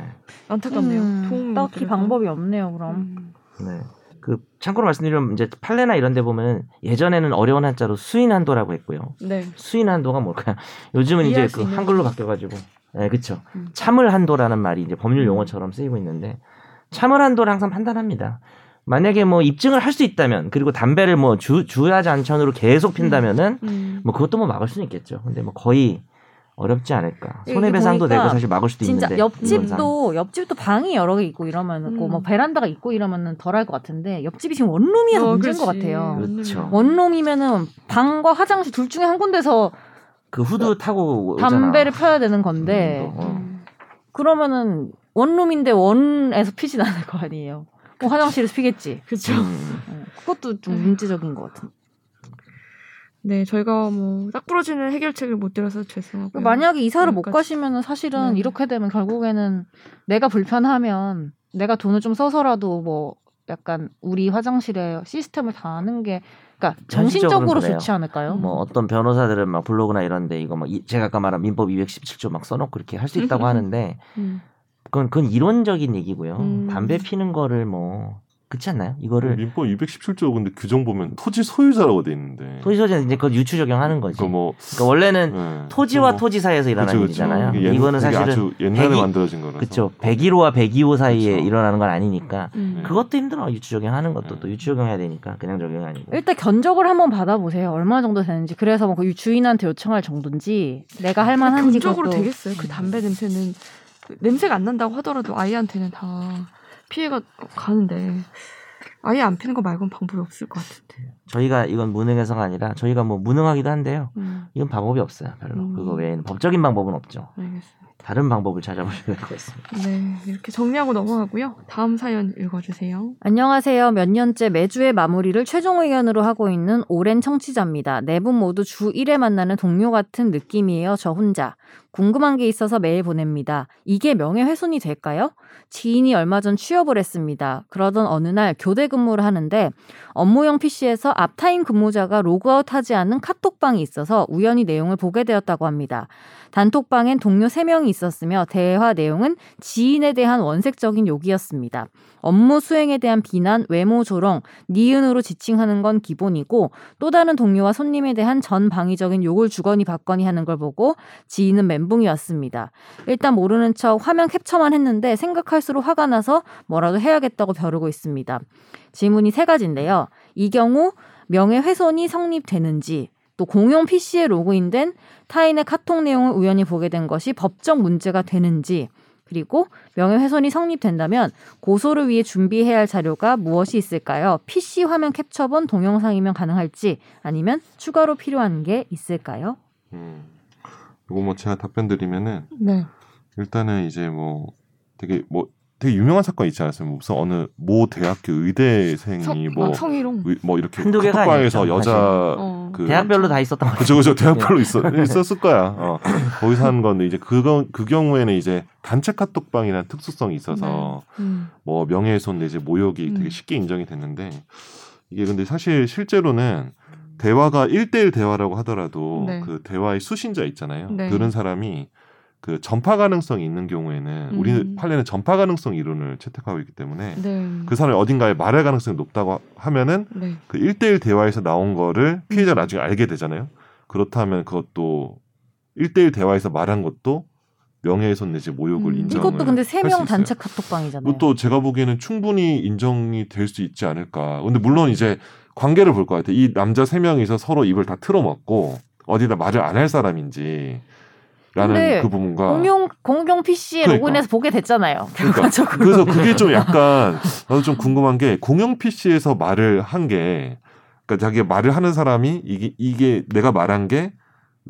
[SPEAKER 1] 안타깝네요.
[SPEAKER 3] 음,
[SPEAKER 1] 도움이
[SPEAKER 3] 딱히
[SPEAKER 1] 되려고.
[SPEAKER 3] 방법이 없네요 그럼
[SPEAKER 1] 음.
[SPEAKER 4] 네. 그 참고로 말씀드리면 이제 판례나 이런 데 보면은 예전에는 어려운 한자로 수인 한도라고 했고요.
[SPEAKER 1] 네.
[SPEAKER 4] 수인 한도가 뭘까요? 요즘은 이제
[SPEAKER 1] 이해할 수
[SPEAKER 4] 그
[SPEAKER 1] 있는
[SPEAKER 4] 한글로 바뀌어가지고, 예, 그쵸.
[SPEAKER 1] 음.
[SPEAKER 4] 참을 한도라는 말이 이제 법률
[SPEAKER 1] 음.
[SPEAKER 4] 용어처럼 쓰이고 있는데, 참을 한도를 항상 판단합니다. 만약에 뭐 입증을 할 수 있다면, 그리고 담배를 뭐 주, 주야지 안천으로 계속 핀다면은,
[SPEAKER 1] 음.
[SPEAKER 4] 뭐 그것도 뭐 막을 수는 있겠죠. 근데 뭐 거의 어렵지 않을까.
[SPEAKER 3] 예, 이게
[SPEAKER 4] 손해배상도
[SPEAKER 3] 보니까
[SPEAKER 4] 되고 사실 막을 수도
[SPEAKER 3] 진짜
[SPEAKER 4] 있는데. 이건상.
[SPEAKER 3] 옆집도 옆집도 방이 여러 개 있고 이러면 있고
[SPEAKER 1] 음.
[SPEAKER 3] 뭐 베란다가 있고 이러면은 덜할 것 같은데 옆집이 지금 원룸이어서
[SPEAKER 1] 어,
[SPEAKER 3] 문제인 것
[SPEAKER 1] 그렇지.
[SPEAKER 3] 같아요.
[SPEAKER 2] 음.
[SPEAKER 4] 그렇죠.
[SPEAKER 1] 원룸이요.
[SPEAKER 3] 원룸이면은 방과 화장실 둘 중에 한 군데서
[SPEAKER 4] 그 후드 타고 오잖아.
[SPEAKER 3] 어, 담배를 펴야 되는 건데
[SPEAKER 4] 음, 어.
[SPEAKER 1] 음.
[SPEAKER 3] 그러면은 원룸인데 원에서 피진 않을 거 아니에요. 뭐 화장실에서 피겠지.
[SPEAKER 1] 그렇죠.
[SPEAKER 4] 음.
[SPEAKER 3] 어, 그것도 좀 문제적인 것 같은데.
[SPEAKER 1] 네, 저희가 뭐딱 부러지는 해결책을 못 드려서 죄송하고요.
[SPEAKER 3] 만약에 이사를 못
[SPEAKER 1] 그러니까-
[SPEAKER 3] 가시면은 사실은
[SPEAKER 1] 네.
[SPEAKER 3] 이렇게 되면 결국에는 내가 불편하면 내가 돈을 좀 써서라도 뭐 약간 우리 화장실에 시스템을 다 하는 게 그러니까 정신적으로
[SPEAKER 4] 현실적으로는 그래요.
[SPEAKER 3] 좋지 않을까요?
[SPEAKER 1] 음.
[SPEAKER 4] 뭐 어떤 변호사들은 막 블로그나 이런데 이거 막 이- 제가 아까 말한 민법 217조 막 써놓고 이렇게 할 수
[SPEAKER 3] 음,
[SPEAKER 4] 있다고 하는데
[SPEAKER 1] 음.
[SPEAKER 4] 그건 그건 이론적인 얘기고요.
[SPEAKER 1] 음.
[SPEAKER 4] 담배 피는 거를 뭐 그렇지 않나요? 이거를
[SPEAKER 2] 민법 217조 근데 그 규정 보면 토지 소유자라고 돼 있는데.
[SPEAKER 4] 토지소유자는 이제 그걸 유추 적용하는 거지.
[SPEAKER 2] 그러니까 뭐
[SPEAKER 4] 그러니까 원래는
[SPEAKER 2] 예,
[SPEAKER 4] 토지와
[SPEAKER 2] 뭐,
[SPEAKER 4] 토지 사이에서 일어나는
[SPEAKER 2] 그쵸, 그쵸.
[SPEAKER 4] 일이잖아요.
[SPEAKER 2] 이게 옛-
[SPEAKER 4] 이거는
[SPEAKER 2] 이게
[SPEAKER 4] 사실은
[SPEAKER 2] 아주 옛날에
[SPEAKER 4] 백이-
[SPEAKER 2] 만들어진 거라서.
[SPEAKER 4] 그렇죠. 101호와 102호 사이에
[SPEAKER 2] 그쵸.
[SPEAKER 4] 일어나는 건 아니니까
[SPEAKER 1] 음.
[SPEAKER 4] 그것도 힘들어. 유추 적용하는 것도
[SPEAKER 2] 네.
[SPEAKER 4] 또 유추 적용해야 되니까 그냥 적용이 아니고.
[SPEAKER 3] 일단 견적을 한번 받아보세요. 얼마 정도 되는지. 그래서 뭐그 주인한테 요청할 정도인지 내가 할 만한지.
[SPEAKER 1] 견적으로
[SPEAKER 3] 그것도. 음.
[SPEAKER 1] 되겠어요. 그 담배 냄새는 냄새가 안 난다고 하더라도 아이한테는 다 피해가 가는데 아예 안 피는 거 말고는 방법이 없을 것 같은데.
[SPEAKER 4] 저희가 이건 무능해서가 아니라 저희가 뭐 무능하기도 한데요.
[SPEAKER 1] 음,
[SPEAKER 4] 이건 방법이 없어요. 별로
[SPEAKER 1] 음.
[SPEAKER 4] 그거 외에는 법적인 방법은 없죠.
[SPEAKER 1] 알겠습니다.
[SPEAKER 4] 다른 방법을 찾아보셔야 될 것 같습니다.
[SPEAKER 1] 네, 이렇게 정리하고 넘어가고요. 다음 사연 읽어주세요.
[SPEAKER 3] 안녕하세요. 몇 년째 매주의 마무리를 최종 의견으로 하고 있는 오랜 청취자입니다. 네 분 모두 주 1회 만나는 동료 같은 느낌이에요. 저 혼자. 궁금한 게 있어서 메일 보냅니다. 이게 명예훼손이 될까요? 지인이 얼마 전 취업을 했습니다. 그러던 어느 날 교대 근무를 하는데 업무용 PC에서 앞타임 근무자가 로그아웃하지 않은 카톡방이 있어서 우연히 내용을 보게 되었다고 합니다. 단톡방엔 동료 3명이 있었으며 대화 내용은 지인에 대한 원색적인 욕이었습니다. 업무 수행에 대한 비난, 외모 조롱, 니은으로 지칭하는 건 기본이고 또 다른 동료와 손님에 대한 전방위적인 욕을 주거니 받거니 하는 걸 보고 지인은 멘붕이 왔습니다. 일단 모르는 척 화면 캡처만 했는데 생각할수록 화가 나서 뭐라도 해야겠다고 벼르고 있습니다. 질문이 세 가지인데요. 이 경우 명예훼손이 성립되는지 또 공용 PC에 로그인된 타인의 카톡 내용을 우연히 보게 된 것이 법적 문제가 되는지 그리고 명예훼손이 성립된다면 고소를 위해 준비해야 할 자료가 무엇이 있을까요? PC 화면 캡처본 동영상이면 가능할지 아니면 추가로 필요한 게 있을까요?
[SPEAKER 2] 음. 이거 뭐 제가 답변 드리면은
[SPEAKER 1] 네,
[SPEAKER 2] 일단은 이제 뭐 되게 뭐 되게 유명한 사건 있지 않았어요? 뭐 무슨 어느 모 대학교 의대생이
[SPEAKER 1] 성,
[SPEAKER 2] 뭐,
[SPEAKER 1] 막 성희롱.
[SPEAKER 2] 의- 뭐 이렇게
[SPEAKER 4] 한두 개가
[SPEAKER 2] 카톡방에서
[SPEAKER 4] 아니었죠,
[SPEAKER 2] 여자
[SPEAKER 1] 어.
[SPEAKER 2] 그
[SPEAKER 4] 대학별로 네. 다 있었던 것
[SPEAKER 2] 그죠 그죠 대학별로 있었 있었을 거야. 어. 거기서 하는 건데 이제 그거 그 경우에는 이제 단체 카톡방이라는 특수성이 있어서
[SPEAKER 1] 음.
[SPEAKER 2] 뭐 명예훼손 내지 모욕이
[SPEAKER 1] 음.
[SPEAKER 2] 되게 쉽게 인정이 됐는데 이게 근데 사실 실제로는 대화가 1대1 대화라고 하더라도
[SPEAKER 1] 네.
[SPEAKER 2] 그 대화의 수신자 있잖아요.
[SPEAKER 1] 네.
[SPEAKER 2] 들은 사람이 그 전파 가능성이 있는 경우에는
[SPEAKER 1] 음.
[SPEAKER 2] 우리 판례는 전파 가능성 이론을 채택하고 있기 때문에
[SPEAKER 1] 네.
[SPEAKER 2] 그 사람이 어딘가에 말할 가능성이 높다고 하면은
[SPEAKER 1] 네.
[SPEAKER 2] 그 1대1 대화에서 나온 거를 피해자
[SPEAKER 3] 음.
[SPEAKER 2] 가 나중에 알게 되잖아요. 그렇다면 그것도 1대1 대화에서 말한 것도 명예훼손 내지 모욕을
[SPEAKER 1] 음.
[SPEAKER 2] 인정을
[SPEAKER 3] 이것도 근데 세
[SPEAKER 2] 할수
[SPEAKER 3] 명
[SPEAKER 2] 있어요.
[SPEAKER 3] 단체 카톡방이잖아요.
[SPEAKER 2] 그것도 제가 보기에는 충분히 인정이 될 수 있지 않을까. 근데 물론 이제 관계를 볼 것 같아요. 이 남자 세 명이서 서로 입을 다 틀어먹고 어디다 말을 안 할 사람인지
[SPEAKER 3] 근데
[SPEAKER 2] 라는 그 부분과
[SPEAKER 3] 공용 공용 PC에
[SPEAKER 2] 그러니까.
[SPEAKER 3] 로그인해서 보게 됐잖아요.
[SPEAKER 2] 그러니까.
[SPEAKER 3] 결과적으로.
[SPEAKER 2] 그래서 그게 좀 약간 나도 좀 궁금한 게 공영 PC에서 말을 한 게 그러니까 자기 말을 하는 사람이 이게 이게 내가 말한 게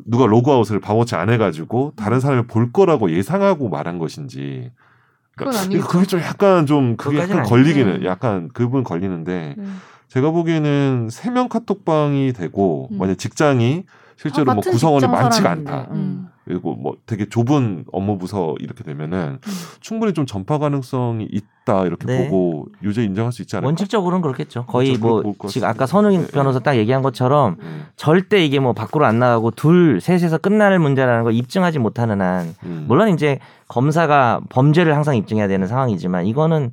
[SPEAKER 2] 누가 로그아웃을 방어치 안 해가지고 다른 사람이 볼 거라고 예상하고 말한 것인지
[SPEAKER 1] 그건
[SPEAKER 2] 그러니까
[SPEAKER 1] 아니죠.
[SPEAKER 2] 그게 좀 약간 좀 그게 약간
[SPEAKER 4] 그것까지는
[SPEAKER 2] 걸리기는
[SPEAKER 1] 아니죠.
[SPEAKER 2] 약간 그 부분 걸리는데
[SPEAKER 1] 네.
[SPEAKER 2] 제가 보기에는 세 명 카톡방이 되고
[SPEAKER 1] 음.
[SPEAKER 2] 만약 직장이 실제로
[SPEAKER 3] 아,
[SPEAKER 2] 뭐
[SPEAKER 3] 같은
[SPEAKER 2] 구성원이
[SPEAKER 3] 직장
[SPEAKER 2] 많지가
[SPEAKER 3] 사람인데.
[SPEAKER 2] 않다.
[SPEAKER 1] 음.
[SPEAKER 2] 그리고 뭐 되게 좁은 업무 부서 이렇게 되면은
[SPEAKER 1] 음.
[SPEAKER 2] 충분히 좀 전파 가능성이 있다 이렇게
[SPEAKER 4] 네.
[SPEAKER 2] 보고 유죄 인정할 수 있지 않을까?
[SPEAKER 4] 원칙적으로는 그렇겠죠. 거의
[SPEAKER 2] 그렇죠.
[SPEAKER 4] 뭐
[SPEAKER 2] 그럴 그러니까. 것 같습니다.
[SPEAKER 4] 지금 아까 선우
[SPEAKER 2] 네.
[SPEAKER 4] 변호사 딱 얘기한 것처럼
[SPEAKER 2] 음,
[SPEAKER 4] 절대 이게 뭐 밖으로 안 나가고 둘 셋에서 끝날 문제라는 걸 입증하지 못하는 한
[SPEAKER 2] 음.
[SPEAKER 4] 물론 이제 검사가 범죄를 항상 입증해야 되는 상황이지만 이거는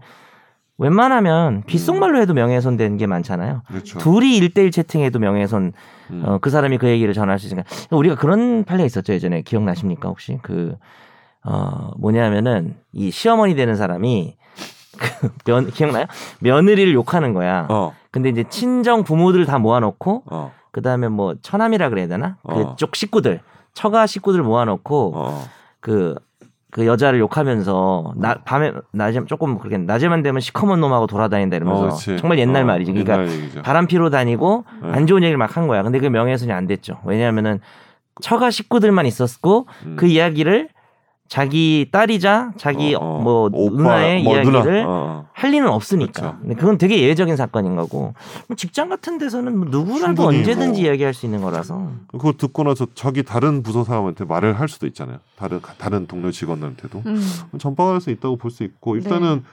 [SPEAKER 4] 웬만하면 빗속말로 해도 명예훼손 되는 게 많잖아요.
[SPEAKER 2] 그렇죠.
[SPEAKER 4] 둘이 일대일 채팅해도 명예훼손
[SPEAKER 2] 음.
[SPEAKER 4] 어, 그 사람이 그 얘기를 전할 수 있으니까 우리가 그런 판례 있었죠 예전에 기억나십니까 혹시 그 어, 뭐냐면은 이 시어머니 되는 사람이 그 면, 기억나요? 며느리를 욕하는 거야.
[SPEAKER 2] 어,
[SPEAKER 4] 근데 이제 친정 부모들 다 모아놓고
[SPEAKER 2] 어,
[SPEAKER 4] 그 다음에 뭐 처남이라 그래야 되나
[SPEAKER 2] 어.
[SPEAKER 4] 그쪽 식구들 처가 식구들 모아놓고
[SPEAKER 2] 어,
[SPEAKER 4] 그, 그 여자를 욕하면서 나 밤에 낮에 조금 그렇게 낮에만 되면 시커먼 놈하고 돌아다닌다 이러면서
[SPEAKER 2] 어, 그치.
[SPEAKER 4] 정말 옛날
[SPEAKER 2] 어,
[SPEAKER 4] 말이지. 그러니까
[SPEAKER 2] 옛날 얘기죠.
[SPEAKER 4] 바람 피로 다니고
[SPEAKER 2] 네.
[SPEAKER 4] 안 좋은 얘기를 막 한 거야. 근데 그 명예훼손이 안 됐죠. 왜냐하면은 처가 식구들만 있었고
[SPEAKER 2] 음.
[SPEAKER 4] 그 이야기를 자기 딸이자 자기
[SPEAKER 2] 어, 어.
[SPEAKER 4] 뭐
[SPEAKER 2] 오빠,
[SPEAKER 4] 누나의
[SPEAKER 2] 뭐 누나.
[SPEAKER 4] 이야기를
[SPEAKER 2] 어, 어.
[SPEAKER 4] 할 리는 없으니까.
[SPEAKER 2] 그렇죠.
[SPEAKER 4] 근데 그건 되게 예외적인 사건인 거고 뭐 직장 같은 데서는 뭐 누구라도
[SPEAKER 2] 충분히
[SPEAKER 4] 언제든지
[SPEAKER 2] 뭐.
[SPEAKER 4] 이야기할 수 있는 거라서
[SPEAKER 2] 그거 듣고 나서 자기 다른 부서 사람한테 말을 할 수도 있잖아요. 다른 다른 동료 직원들한테도
[SPEAKER 1] 음.
[SPEAKER 2] 전파할 수 있다고 볼 수 있고
[SPEAKER 1] 네.
[SPEAKER 2] 일단은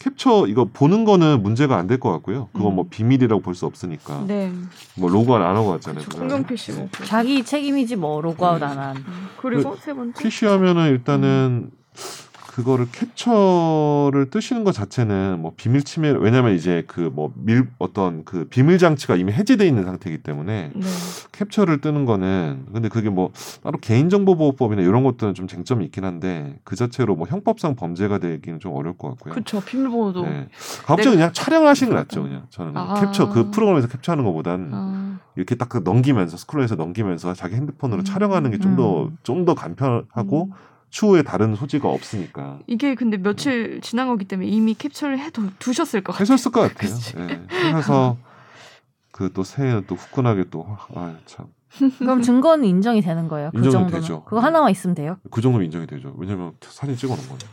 [SPEAKER 2] 캡처 이거 보는 거는 문제가 안 될 것 같고요. 그건
[SPEAKER 1] 음.
[SPEAKER 2] 뭐 비밀이라고 볼 수 없으니까
[SPEAKER 1] 네.
[SPEAKER 2] 뭐 로그아웃 안 하고 왔잖아요.
[SPEAKER 1] 그렇죠.
[SPEAKER 2] 그 사람이.
[SPEAKER 1] 공룡 PC 뭐.
[SPEAKER 3] 자기 책임이지 뭐 로그아웃 안 한.
[SPEAKER 1] 음. 그리고 세 번째.
[SPEAKER 2] PC 하면은 일단은 그거를 캡처를 뜨시는 것 자체는 뭐 비밀 침해 왜냐면 이제 그 뭐 밀 어떤 그 비밀 장치가 이미 해제돼 있는 상태이기 때문에
[SPEAKER 1] 네.
[SPEAKER 2] 캡처를 뜨는 거는 근데 그게 뭐 따로 개인정보보호법이나 이런 것들은 좀 쟁점이 있긴 한데 그 자체로 뭐 형법상 범죄가 되기는 좀 어려울 것 같고요.
[SPEAKER 1] 그쵸 비밀번호도.
[SPEAKER 2] 네. 갑자기 그냥 촬영을 하시는 게 낫죠, 그냥. 저는
[SPEAKER 1] 아.
[SPEAKER 2] 캡처 그 프로그램에서 캡처하는 것보단
[SPEAKER 1] 아,
[SPEAKER 2] 이렇게 딱그 넘기면서 스크롤에서 넘기면서 자기 핸드폰으로
[SPEAKER 1] 음.
[SPEAKER 2] 촬영하는 게 좀 더 좀 더
[SPEAKER 3] 음.
[SPEAKER 2] 간편하고
[SPEAKER 1] 음.
[SPEAKER 2] 추후에 다른 소지가 없으니까
[SPEAKER 1] 이게 근데 며칠 지난 거기 때문에 이미 캡처를 해도 두셨을 것 같아요.
[SPEAKER 2] 하셨을 것 같아요.
[SPEAKER 1] 그치.
[SPEAKER 2] 예. 그래서 그 또 새해 또 후끈하게 또아참그
[SPEAKER 3] 그럼 증거는 인정이 되는 거예요. 그
[SPEAKER 2] 인정이
[SPEAKER 3] 정도면.
[SPEAKER 2] 되죠.
[SPEAKER 3] 그거 하나만 있으면 돼요.
[SPEAKER 2] 정도면 인정이 되죠. 왜냐면 사진 찍어놓은 거죠.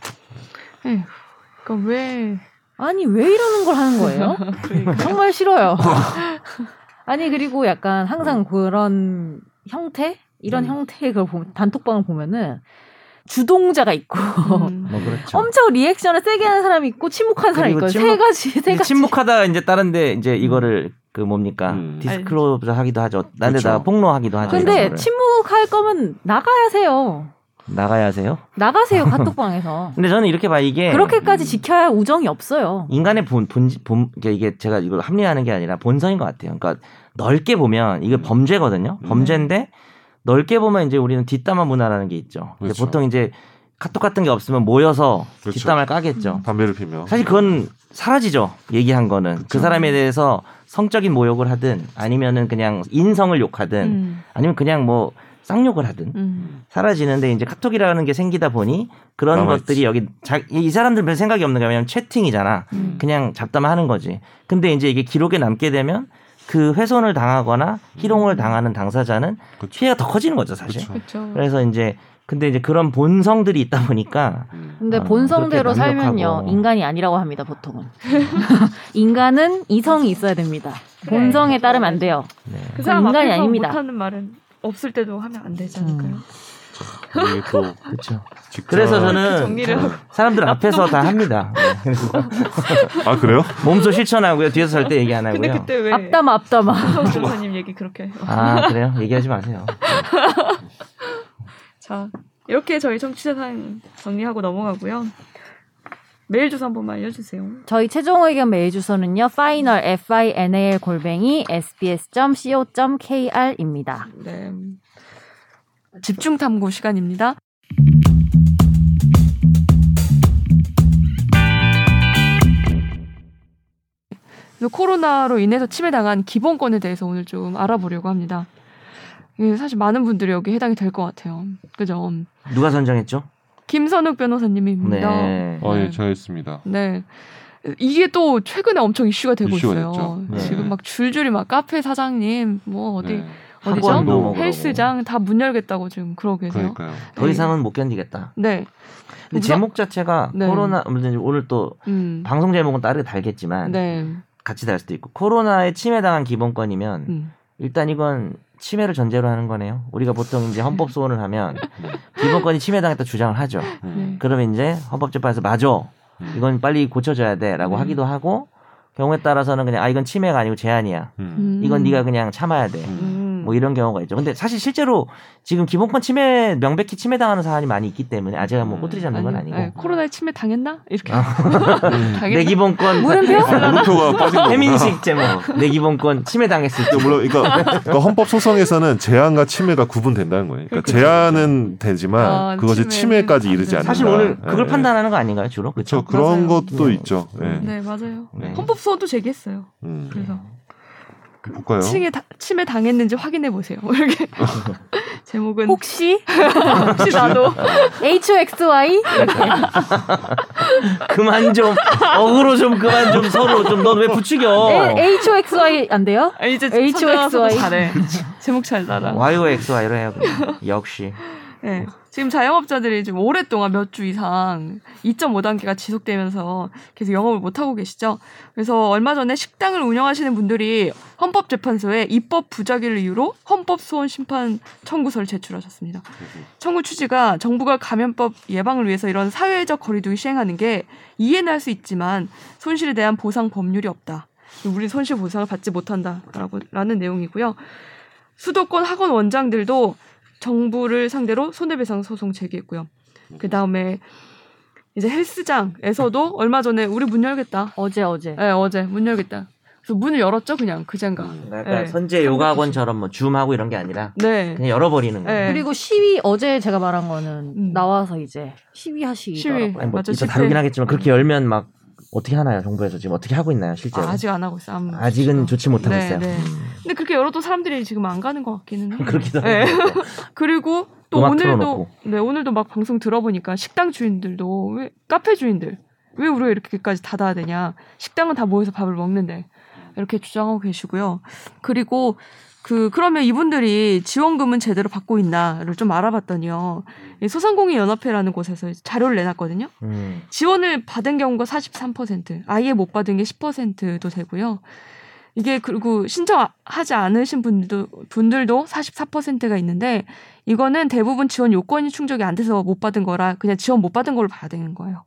[SPEAKER 1] 그러니까 왜?
[SPEAKER 3] 아니 왜 이러는 걸 하는 거예요?
[SPEAKER 1] 그러니까.
[SPEAKER 3] 정말 싫어요. 아니 그리고 약간
[SPEAKER 4] 음.
[SPEAKER 3] 항상 그런 형태 이런
[SPEAKER 2] 음.
[SPEAKER 3] 형태의 그걸 보면, 단톡방을 보면은 주동자가 있고
[SPEAKER 1] 음.
[SPEAKER 4] 뭐 그렇죠.
[SPEAKER 3] 엄청 리액션을 세게 하는 사람이 있고 침묵한 사람이 있고
[SPEAKER 4] 그리고
[SPEAKER 3] 세
[SPEAKER 4] 침묵-
[SPEAKER 3] 가지 세
[SPEAKER 4] 이제
[SPEAKER 3] 가지
[SPEAKER 4] 침묵하다 이제 다른데 이제 이거를 그 뭡니까
[SPEAKER 2] 음.
[SPEAKER 4] 디스클로즈하기도 하죠. 다른 데다
[SPEAKER 2] 그렇죠.
[SPEAKER 4] 가 폭로하기도 하죠. 이런
[SPEAKER 3] 근데
[SPEAKER 4] 거를.
[SPEAKER 3] 침묵할 거면 나가세요.
[SPEAKER 4] 나가야 하세요.
[SPEAKER 3] 나가세요 카톡방에서.
[SPEAKER 4] 근데 저는 이렇게 봐 이게
[SPEAKER 3] 그렇게까지
[SPEAKER 2] 음.
[SPEAKER 3] 지켜야 우정이 없어요.
[SPEAKER 4] 인간의 본, 본, 본, 그러니까 이게 제가 이걸 합리화하는 게 아니라 본성인 것 같아요. 그러니까 넓게 보면 이게
[SPEAKER 2] 음.
[SPEAKER 4] 범죄거든요.
[SPEAKER 2] 음.
[SPEAKER 4] 범죄인데 넓게 보면 이제 우리는 뒷담화 문화라는 게 있죠. 근데
[SPEAKER 2] 그렇죠.
[SPEAKER 4] 보통 이제 카톡 같은 게 없으면 모여서
[SPEAKER 2] 그렇죠.
[SPEAKER 4] 뒷담화를 까겠죠.
[SPEAKER 2] 담배를 피며
[SPEAKER 4] 사실 그건 사라지죠. 얘기한 거는 그
[SPEAKER 2] 그쵸.
[SPEAKER 4] 사람에 대해서 성적인 모욕을 하든 아니면은 그냥 인성을 욕하든
[SPEAKER 1] 음.
[SPEAKER 4] 아니면 그냥 뭐 쌍욕을 하든
[SPEAKER 1] 음.
[SPEAKER 4] 사라지는데 이제 카톡이라는 게 생기다 보니 그런
[SPEAKER 2] 남아있지.
[SPEAKER 4] 것들이 여기 자, 이 사람들 별 생각이 없는 게 왜냐면 채팅이잖아.
[SPEAKER 1] 음.
[SPEAKER 4] 그냥 잡담하는 거지. 근데 이제 이게 기록에 남게 되면 그 훼손을 당하거나 희롱을 당하는 당사자는
[SPEAKER 2] 그렇죠.
[SPEAKER 4] 피해가 더 커지는 거죠, 사실.
[SPEAKER 2] 그렇죠.
[SPEAKER 1] 그렇죠.
[SPEAKER 4] 그래서 이제 근데 이제 그런 본성들이 있다 보니까
[SPEAKER 2] 음.
[SPEAKER 3] 근데
[SPEAKER 4] 아,
[SPEAKER 3] 본성대로
[SPEAKER 4] 그렇게
[SPEAKER 3] 살면요
[SPEAKER 4] 완벽하고.
[SPEAKER 3] 인간이 아니라고 합니다 보통은. 인간은 이성이 있어야 됩니다. 본성에 따르면 안 돼요.
[SPEAKER 4] 네.
[SPEAKER 1] 그 사람
[SPEAKER 3] 인간이
[SPEAKER 1] 앞에서
[SPEAKER 3] 아닙니다.
[SPEAKER 1] 못하는 말은 없을 때도 하면 안 되지 않을까요?
[SPEAKER 2] 이게 또
[SPEAKER 4] 그렇죠.
[SPEAKER 2] 직장-
[SPEAKER 4] 그래서
[SPEAKER 1] 이렇게
[SPEAKER 4] 저는
[SPEAKER 1] 정리를 하고
[SPEAKER 4] 사람들 앞에서 다 합니다. 네. 그래서
[SPEAKER 2] 아 그래요?
[SPEAKER 4] 몸소 실천하고요. 뒤에서 절대 얘기 안
[SPEAKER 1] 근데
[SPEAKER 4] 하고요.
[SPEAKER 1] 그때 왜
[SPEAKER 3] 앞담아 앞담아.
[SPEAKER 1] 서울 조사님 얘기 그렇게 해요.
[SPEAKER 4] 아 그래요? 얘기하지 마세요.
[SPEAKER 1] 자 이렇게 저희 청취자 사연 정리하고 넘어가고요. 메일 주소 한 번만 알려주세요.
[SPEAKER 3] 저희 최종 의견 메일 주소는요 final f i n a l 골뱅이 s b s c o k r 입니다.
[SPEAKER 1] 네. 집중 탐구 시간입니다. 그래서 코로나로 인해서 침해당한 기본권에 대해서 오늘 좀 알아보려고 합니다. 이게 사실 많은 분들이 여기 해당이 될 것 같아요. 그죠?
[SPEAKER 4] 누가 선정했죠?
[SPEAKER 1] 김선욱 변호사님입니다. 네.
[SPEAKER 4] 네.
[SPEAKER 2] 어, 예, 제가 있습니다.
[SPEAKER 1] 이게 또 최근에 엄청 이슈가 되고
[SPEAKER 2] 이슈가
[SPEAKER 1] 있어요.
[SPEAKER 2] 됐죠. 네.
[SPEAKER 1] 지금 막 줄줄이 막 카페 사장님 뭐 어디
[SPEAKER 2] 네.
[SPEAKER 1] 어디죠?
[SPEAKER 2] 학원.
[SPEAKER 4] 학원도 먹으라고.
[SPEAKER 1] 헬스장 다 문 열겠다고 지금 그러고 계세요.
[SPEAKER 2] 그러니까요.
[SPEAKER 4] 더 이상은 못 견디겠다.
[SPEAKER 1] 네.
[SPEAKER 4] 근데
[SPEAKER 1] 우선-
[SPEAKER 4] 제목 자체가
[SPEAKER 1] 네.
[SPEAKER 4] 코로나 아무튼 오늘 또
[SPEAKER 1] 음.
[SPEAKER 4] 방송 제목은 다르게
[SPEAKER 2] 아.
[SPEAKER 4] 달겠지만
[SPEAKER 1] 네.
[SPEAKER 4] 같이 달 수도 있고 코로나에 침해당한 기본권이면
[SPEAKER 1] 음.
[SPEAKER 4] 일단 이건 침해를 전제로 하는 거네요. 우리가 보통 이제 헌법 소원을 하면
[SPEAKER 2] 네.
[SPEAKER 4] 기본권이 침해당했다 주장을 하죠.
[SPEAKER 1] 네.
[SPEAKER 2] 음.
[SPEAKER 4] 그러면 이제 헌법재판에서 맞아
[SPEAKER 2] 음.
[SPEAKER 4] 이건 빨리 고쳐줘야 돼라고
[SPEAKER 1] 음.
[SPEAKER 4] 하기도 하고 경우에 따라서는 그냥 아 이건 침해가 아니고 제한이야.
[SPEAKER 2] 음.
[SPEAKER 4] 이건 네가 그냥 참아야 돼.
[SPEAKER 1] 음.
[SPEAKER 4] 뭐 이런 경우가 있죠. 근데 사실 실제로 지금 기본권 침해 명백히 침해당하는 사안이 많이 있기 때문에 아 제가 뭐 꼬투리 잡는 건
[SPEAKER 1] 아니요.
[SPEAKER 4] 아니고 아.
[SPEAKER 1] 네, 코로나 침해 당했나? 이렇게.
[SPEAKER 2] 음.
[SPEAKER 4] 내
[SPEAKER 1] 당했나?
[SPEAKER 4] 기본권
[SPEAKER 3] 물음표?
[SPEAKER 2] 물음표가 빠진 거구나.
[SPEAKER 4] 해민식 제목 내 기본권 침해당했을 때
[SPEAKER 2] 근데 물론 그러니까, 그러니까 헌법 소송에서는 제한과 침해가 구분된다는 거예요. 그러니까
[SPEAKER 1] 그렇죠.
[SPEAKER 2] 제한은 되지만
[SPEAKER 1] 아,
[SPEAKER 2] 그것이
[SPEAKER 1] 침해는
[SPEAKER 2] 침해까지
[SPEAKER 1] 안
[SPEAKER 2] 이르지
[SPEAKER 1] 되죠.
[SPEAKER 2] 않는다.
[SPEAKER 4] 사실 오늘 그걸
[SPEAKER 2] 예,
[SPEAKER 4] 판단하는 거 아닌가요 주로
[SPEAKER 2] 예. 그렇죠.
[SPEAKER 4] 그렇죠
[SPEAKER 2] 그런
[SPEAKER 1] 맞아요.
[SPEAKER 2] 것도
[SPEAKER 4] 네.
[SPEAKER 2] 있죠. 예.
[SPEAKER 1] 네, 맞아요.
[SPEAKER 4] 네.
[SPEAKER 1] 헌법 소원도 제기했어요.
[SPEAKER 2] 음.
[SPEAKER 1] 그래서
[SPEAKER 2] 볼까요?
[SPEAKER 1] 침해, 다- 침해 당했는지 확인해 보세요. 뭐 이렇게 제목은 혹시,
[SPEAKER 3] 혹시
[SPEAKER 1] 나도
[SPEAKER 3] HOXY
[SPEAKER 4] 그만 좀 어그로 좀 그만 좀 서로 좀 넌 왜 부추겨
[SPEAKER 3] 에- HOXY 안 돼요?
[SPEAKER 1] 아, 이제
[SPEAKER 3] HOXY.
[SPEAKER 1] 찾아와서 잘해. 제목 잘 달아.
[SPEAKER 4] YOXY로 해요 그냥. 역시
[SPEAKER 1] 네. 지금 자영업자들이 지금 오랫동안 몇 주 이상 2.5단계가 지속되면서 계속 영업을 못하고 계시죠. 그래서 얼마 전에 식당을 운영하시는 분들이 헌법재판소에 입법 부작위를 이유로 헌법소원 심판 청구서를 제출하셨습니다. 청구 취지가 정부가 감염법 예방을 위해서 이런 사회적 거리두기 시행하는 게 이해는 할 수 있지만 손실에 대한 보상 법률이 없다. 우리 손실 보상을 받지 못한다라고 라는 내용이고요. 수도권 학원 원장들도 정부를 상대로 손해배상 소송 제기했고요. 그 다음에 이제 헬스장에서도 얼마 전에 우리 문 열겠다.
[SPEAKER 3] 어제 어제.
[SPEAKER 1] 예, 어제 문 열겠다. 그래서 문을 열었죠, 그냥 그젠가.
[SPEAKER 2] 음.
[SPEAKER 4] 그러니까
[SPEAKER 1] 네.
[SPEAKER 4] 선제 요가학원처럼 뭐 줌하고 이런 게 아니라
[SPEAKER 1] 네.
[SPEAKER 4] 그냥 열어버리는 거예요.
[SPEAKER 1] 네.
[SPEAKER 3] 그리고 시위 어제 제가 말한 거는
[SPEAKER 1] 음.
[SPEAKER 3] 나와서 이제 시위 하시더라고요.
[SPEAKER 1] 시위.
[SPEAKER 4] 아니 뭐
[SPEAKER 1] 맞아,
[SPEAKER 4] 이따
[SPEAKER 1] 실제-
[SPEAKER 4] 다루긴 하겠지만 그렇게 열면 막 어떻게 하나요? 정부에서 지금 어떻게 하고 있나요? 실제로
[SPEAKER 1] 아, 직안 하고 있어. 아무-
[SPEAKER 4] 은 좋지 못하고
[SPEAKER 1] 네,
[SPEAKER 4] 있어요.
[SPEAKER 1] 네. 근데 그렇게 열어도 사람들이 지금 안 가는 것 같기는 해요.
[SPEAKER 4] 그렇기도 하고
[SPEAKER 1] 네. 그리고 또
[SPEAKER 4] 음악
[SPEAKER 1] 오늘도
[SPEAKER 4] 틀어놓고.
[SPEAKER 1] 네 오늘도 막 방송 들어보니까 식당 주인들도 왜 카페 주인들 왜 우리가 이렇게까지 닫아야 되냐 식당은 다 모여서 밥을 먹는데 이렇게 주장하고 계시고요. 그리고 그 그러면 이분들이 지원금은 제대로 받고 있나를 좀 알아봤더니요. 이 소상공인 연합회라는 곳에서 이제 자료를 내놨거든요.
[SPEAKER 4] 음.
[SPEAKER 1] 지원을 받은 경우가 43%, 아예 못 받은 게 10%도 되고요. 이게 그리고 신청하지 않으신 분들도 분들도 44%가 있는데 이거는 대부분 지원 요건이 충족이 안 돼서 못 받은 거라 그냥 지원 못 받은 걸로 봐야 되는 거예요.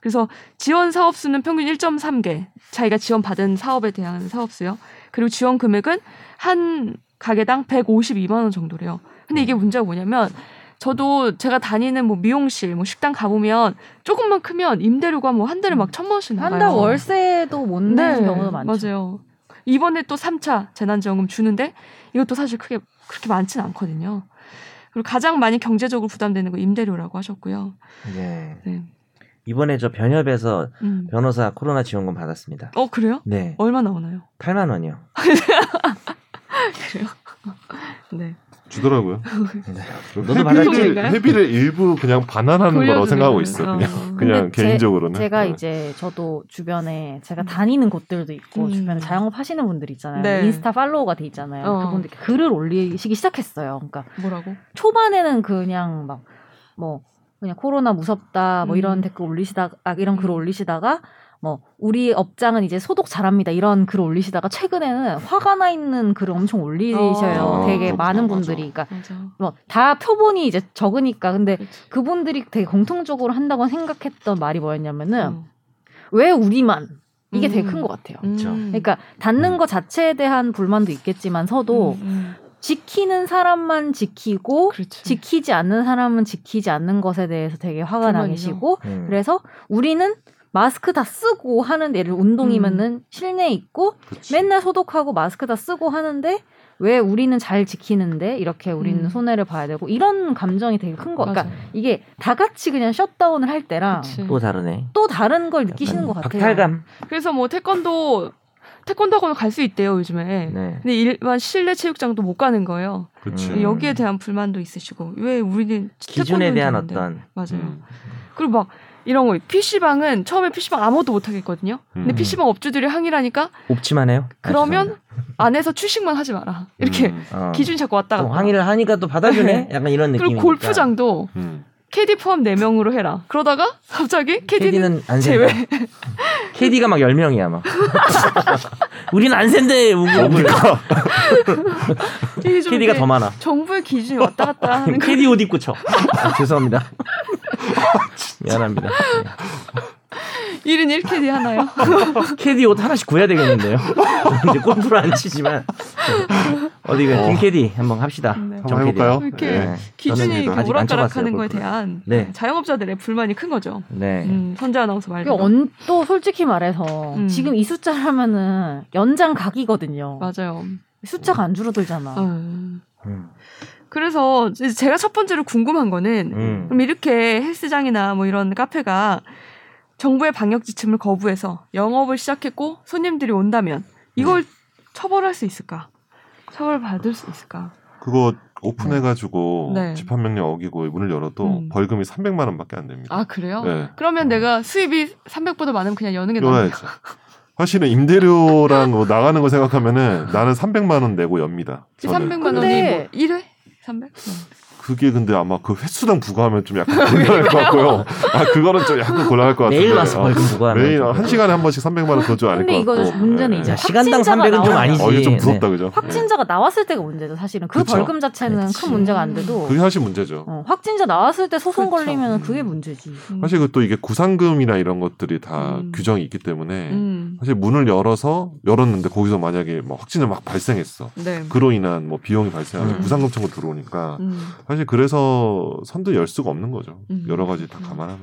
[SPEAKER 1] 그래서 지원 사업 수는 평균 1.3개. 자기가 지원 받은 사업에 대한 사업 수요. 그리고 지원 금액은 한 가게당 152만 원 정도래요. 근데 이게 문제가 뭐냐면 저도 제가 다니는 뭐 미용실, 뭐 식당 가보면 조금만 크면 임대료가 뭐 한 달에 막 천만 원씩 나가요.
[SPEAKER 3] 한 달 월세도 못 내는 음, 경우도 많죠.
[SPEAKER 1] 네. 맞아요. 이번에 또 3차 재난지원금 주는데 이것도 사실 크게 그렇게 많지는 않거든요. 그리고 가장 많이 경제적으로 부담되는 거 임대료라고 하셨고요.
[SPEAKER 4] 예.
[SPEAKER 1] 네.
[SPEAKER 4] 이번에 저 변협에서
[SPEAKER 1] 음.
[SPEAKER 4] 변호사 코로나 지원금 받았습니다.
[SPEAKER 1] 어 그래요?
[SPEAKER 4] 네.
[SPEAKER 1] 얼마 나오나요?
[SPEAKER 4] 8만 원이요.
[SPEAKER 1] 네.
[SPEAKER 2] 주더라고요.
[SPEAKER 1] 그
[SPEAKER 4] 너도 받았지?
[SPEAKER 1] 정도인가요?
[SPEAKER 2] 회비를 일부 그냥 반환하는 거라고 생각하고 있어. 그냥,
[SPEAKER 1] 음.
[SPEAKER 2] 그냥
[SPEAKER 3] 근데 제-
[SPEAKER 2] 개인적으로는.
[SPEAKER 3] 제가
[SPEAKER 2] 네.
[SPEAKER 3] 이제 저도 주변에 제가
[SPEAKER 1] 음.
[SPEAKER 3] 다니는 곳들도 있고
[SPEAKER 1] 음.
[SPEAKER 3] 주변에 자영업 하시는 분들 있잖아요.
[SPEAKER 1] 네.
[SPEAKER 3] 인스타 팔로워가 돼 있잖아요.
[SPEAKER 1] 어.
[SPEAKER 3] 그분들 글을 올리시기 시작했어요. 그러니까
[SPEAKER 1] 뭐라고?
[SPEAKER 3] 초반에는 그냥 막 뭐 그냥 코로나 무섭다 뭐 이런
[SPEAKER 1] 음.
[SPEAKER 3] 댓글 올리시다가 아, 이런 글
[SPEAKER 1] 음.
[SPEAKER 3] 올리시다가 뭐 우리 업장은 이제 소독 잘합니다 이런 글 올리시다가 최근에는 화가 나 있는 글을 엄청 올리셔요
[SPEAKER 1] 어.
[SPEAKER 3] 되게
[SPEAKER 2] 그렇구나,
[SPEAKER 3] 많은
[SPEAKER 2] 맞아.
[SPEAKER 3] 분들이 그러니까
[SPEAKER 1] 맞아.
[SPEAKER 3] 뭐 다 표본이 이제 적으니까 근데
[SPEAKER 1] 그치.
[SPEAKER 3] 그분들이 되게 공통적으로 한다고 생각했던 말이 뭐였냐면은
[SPEAKER 1] 어.
[SPEAKER 3] 왜 우리만 이게 되게
[SPEAKER 1] 음.
[SPEAKER 3] 큰 것 같아요.
[SPEAKER 4] 그렇죠.
[SPEAKER 1] 음.
[SPEAKER 3] 그러니까 닿는
[SPEAKER 4] 음.
[SPEAKER 3] 것 자체에 대한 불만도 있겠지만 서도
[SPEAKER 1] 음, 그렇죠. 음.
[SPEAKER 3] 지키는 사람만 지키고
[SPEAKER 1] 그렇지.
[SPEAKER 3] 지키지 않는 사람은 지키지 않는 것에 대해서 되게 화가 나
[SPEAKER 1] 불만이죠.
[SPEAKER 3] 계시고
[SPEAKER 4] 음.
[SPEAKER 3] 그래서 우리는 마스크 다 쓰고 하는 데를 운동이면은
[SPEAKER 1] 음.
[SPEAKER 3] 실내 있고
[SPEAKER 2] 그치.
[SPEAKER 3] 맨날 소독하고 마스크 다 쓰고 하는데 왜 우리는 잘 지키는데 이렇게 우리는
[SPEAKER 1] 음.
[SPEAKER 3] 손해를 봐야 되고 이런 감정이 되게 큰 거. 그러니까
[SPEAKER 1] 맞아.
[SPEAKER 3] 이게 다 같이 그냥 셧다운을 할 때랑
[SPEAKER 1] 그치.
[SPEAKER 2] 뭐
[SPEAKER 4] 또 다르네.
[SPEAKER 3] 또 다른 걸 느끼시는 것
[SPEAKER 4] 약간
[SPEAKER 3] 같아요.
[SPEAKER 4] 박탈감.
[SPEAKER 1] 그래서 뭐 태권도 태권도 학원 갈 수 있대요 요즘에.
[SPEAKER 4] 네.
[SPEAKER 1] 근데 일반 실내 체육장도 못 가는 거예요.
[SPEAKER 2] 그치.
[SPEAKER 4] 음.
[SPEAKER 1] 여기에 대한 불만도 있으시고 왜 우리는
[SPEAKER 4] 기준에
[SPEAKER 1] 태권도는
[SPEAKER 4] 대한
[SPEAKER 1] 되는데.
[SPEAKER 4] 어떤
[SPEAKER 1] 맞아요.
[SPEAKER 2] 음.
[SPEAKER 1] 그리고 막 이런 거 PC방은 처음에 PC방 아무도 못 하겠거든요. 근데
[SPEAKER 2] 음.
[SPEAKER 1] PC방 업주들이 항의라니까
[SPEAKER 4] 옵치만 해요. 아,
[SPEAKER 1] 그러면 안에서 출식만 하지 마라. 이렇게
[SPEAKER 2] 음.
[SPEAKER 4] 죄송합니다. 어.
[SPEAKER 1] 기준이 자꾸 왔다
[SPEAKER 4] 또
[SPEAKER 1] 갔다.
[SPEAKER 4] 항의를 하니까 또 받아주네. 약간 이런 느낌.
[SPEAKER 1] 그리고 골프장도
[SPEAKER 2] 음.
[SPEAKER 1] 캐디 포함 4명으로 해라. 그러다가 갑자기 캐디는
[SPEAKER 4] 캐디는 안
[SPEAKER 1] 제외.
[SPEAKER 4] 센다. 캐디가 막 10명이야, 막. 우리는 안 센데.
[SPEAKER 1] 어,
[SPEAKER 2] 그러니까
[SPEAKER 1] 이게 좀
[SPEAKER 4] 캐디가
[SPEAKER 1] 이게
[SPEAKER 4] 더 많아.
[SPEAKER 1] 정부의 기준이 왔다 갔다 하는 거.
[SPEAKER 4] 캐디 옷 입고 쳐. 아, 죄송합니다. 미안합니다.
[SPEAKER 1] 1인 1캐디 하나요?
[SPEAKER 4] 캐디 옷 하나씩 구해야 되겠는데요. 이제 골프를 안 치지만 어디 그
[SPEAKER 2] 어.
[SPEAKER 4] 팀캐디 한번 합시다.
[SPEAKER 1] 네.
[SPEAKER 2] 한번 해볼까요?
[SPEAKER 1] 이렇게
[SPEAKER 2] 네.
[SPEAKER 1] 기준이
[SPEAKER 2] 저는
[SPEAKER 1] 이렇게
[SPEAKER 4] 아직 안
[SPEAKER 1] 오락가락하는
[SPEAKER 4] 쳐봤어요,
[SPEAKER 1] 거에
[SPEAKER 4] 골프를.
[SPEAKER 1] 대한
[SPEAKER 4] 네.
[SPEAKER 1] 자영업자들의 불만이 큰 거죠.
[SPEAKER 4] 네.
[SPEAKER 1] 음, 선재 아나운서
[SPEAKER 3] 이게
[SPEAKER 1] 말대로.
[SPEAKER 3] 언, 또 솔직히 말해서
[SPEAKER 1] 음.
[SPEAKER 3] 지금 이 숫자라면은 연장 각이거든요.
[SPEAKER 1] 맞아요.
[SPEAKER 3] 숫자가 안 줄어들잖아.
[SPEAKER 1] 어.
[SPEAKER 4] 음.
[SPEAKER 1] 그래서 이제 제가 첫 번째로 궁금한 거는
[SPEAKER 4] 음.
[SPEAKER 1] 그럼 이렇게 헬스장이나 뭐 이런 카페가 정부의 방역 지침을 거부해서 영업을 시작했고 손님들이 온다면
[SPEAKER 2] 음.
[SPEAKER 1] 이걸 처벌할 수 있을까? 처벌 받을 수 있을까?
[SPEAKER 2] 그거 오픈해가지고
[SPEAKER 1] 네.
[SPEAKER 2] 집합명령 어기고 문을 열어도
[SPEAKER 1] 음.
[SPEAKER 2] 벌금이 300만 원밖에 안 됩니다.
[SPEAKER 1] 아 그래요?
[SPEAKER 2] 네.
[SPEAKER 1] 그러면 내가 수입이 300보다 많으면 그냥 여는 게 나아요.
[SPEAKER 2] 열어야죠. 사실은 네. 임대료랑 뭐 나가는 거 생각하면은 나는 300만 원 내고 엽니다. 저는.
[SPEAKER 1] 300만 원이
[SPEAKER 3] 근데-
[SPEAKER 1] 뭐 1회? 뭐. 300?
[SPEAKER 2] 그게 근데 아마 그 횟수당 부과하면 좀 약간 곤란할 것 같고요. 아 그거는 좀 약간 곤란할 것 같아요.
[SPEAKER 4] 매일 와서 벌금 부과하면
[SPEAKER 2] 매일
[SPEAKER 4] 좀
[SPEAKER 2] 한 시간에 한 번씩 300만 원 더줘 않을 것
[SPEAKER 3] 근데
[SPEAKER 2] 같고.
[SPEAKER 3] 이거 문제는
[SPEAKER 2] 예.
[SPEAKER 3] 이제
[SPEAKER 4] 야, 시간당
[SPEAKER 3] 확진자가
[SPEAKER 4] 300은 좀
[SPEAKER 3] 나오면-
[SPEAKER 4] 아니지.
[SPEAKER 2] 어 이거 좀 부럽다
[SPEAKER 4] 네.
[SPEAKER 2] 그죠? 예.
[SPEAKER 3] 확진자가 나왔을 때가 문제죠. 사실은 그
[SPEAKER 2] 그쵸.
[SPEAKER 3] 벌금 자체는
[SPEAKER 4] 그치.
[SPEAKER 3] 큰 문제가 안 돼도
[SPEAKER 2] 예. 그게 사실 문제죠.
[SPEAKER 3] 어, 확진자 나왔을 때 소송
[SPEAKER 1] 그쵸.
[SPEAKER 3] 걸리면
[SPEAKER 2] 음.
[SPEAKER 3] 그게 문제지.
[SPEAKER 2] 사실 그 또 이게 구상금이나 이런 것들이 다
[SPEAKER 1] 음.
[SPEAKER 2] 규정이 있기 때문에
[SPEAKER 1] 음.
[SPEAKER 2] 사실 문을 열어서 열었는데 거기서 만약에 뭐 확진을 막 발생했어.
[SPEAKER 1] 네.
[SPEAKER 2] 그로 인한 뭐 비용이 발생하면
[SPEAKER 4] 음.
[SPEAKER 2] 구상금 청구 들어오니까
[SPEAKER 1] 음.
[SPEAKER 2] 사실 그래서 선도 열 수가 없는 거죠.
[SPEAKER 1] 음.
[SPEAKER 2] 여러 가지 다
[SPEAKER 1] 음.
[SPEAKER 2] 감안하면.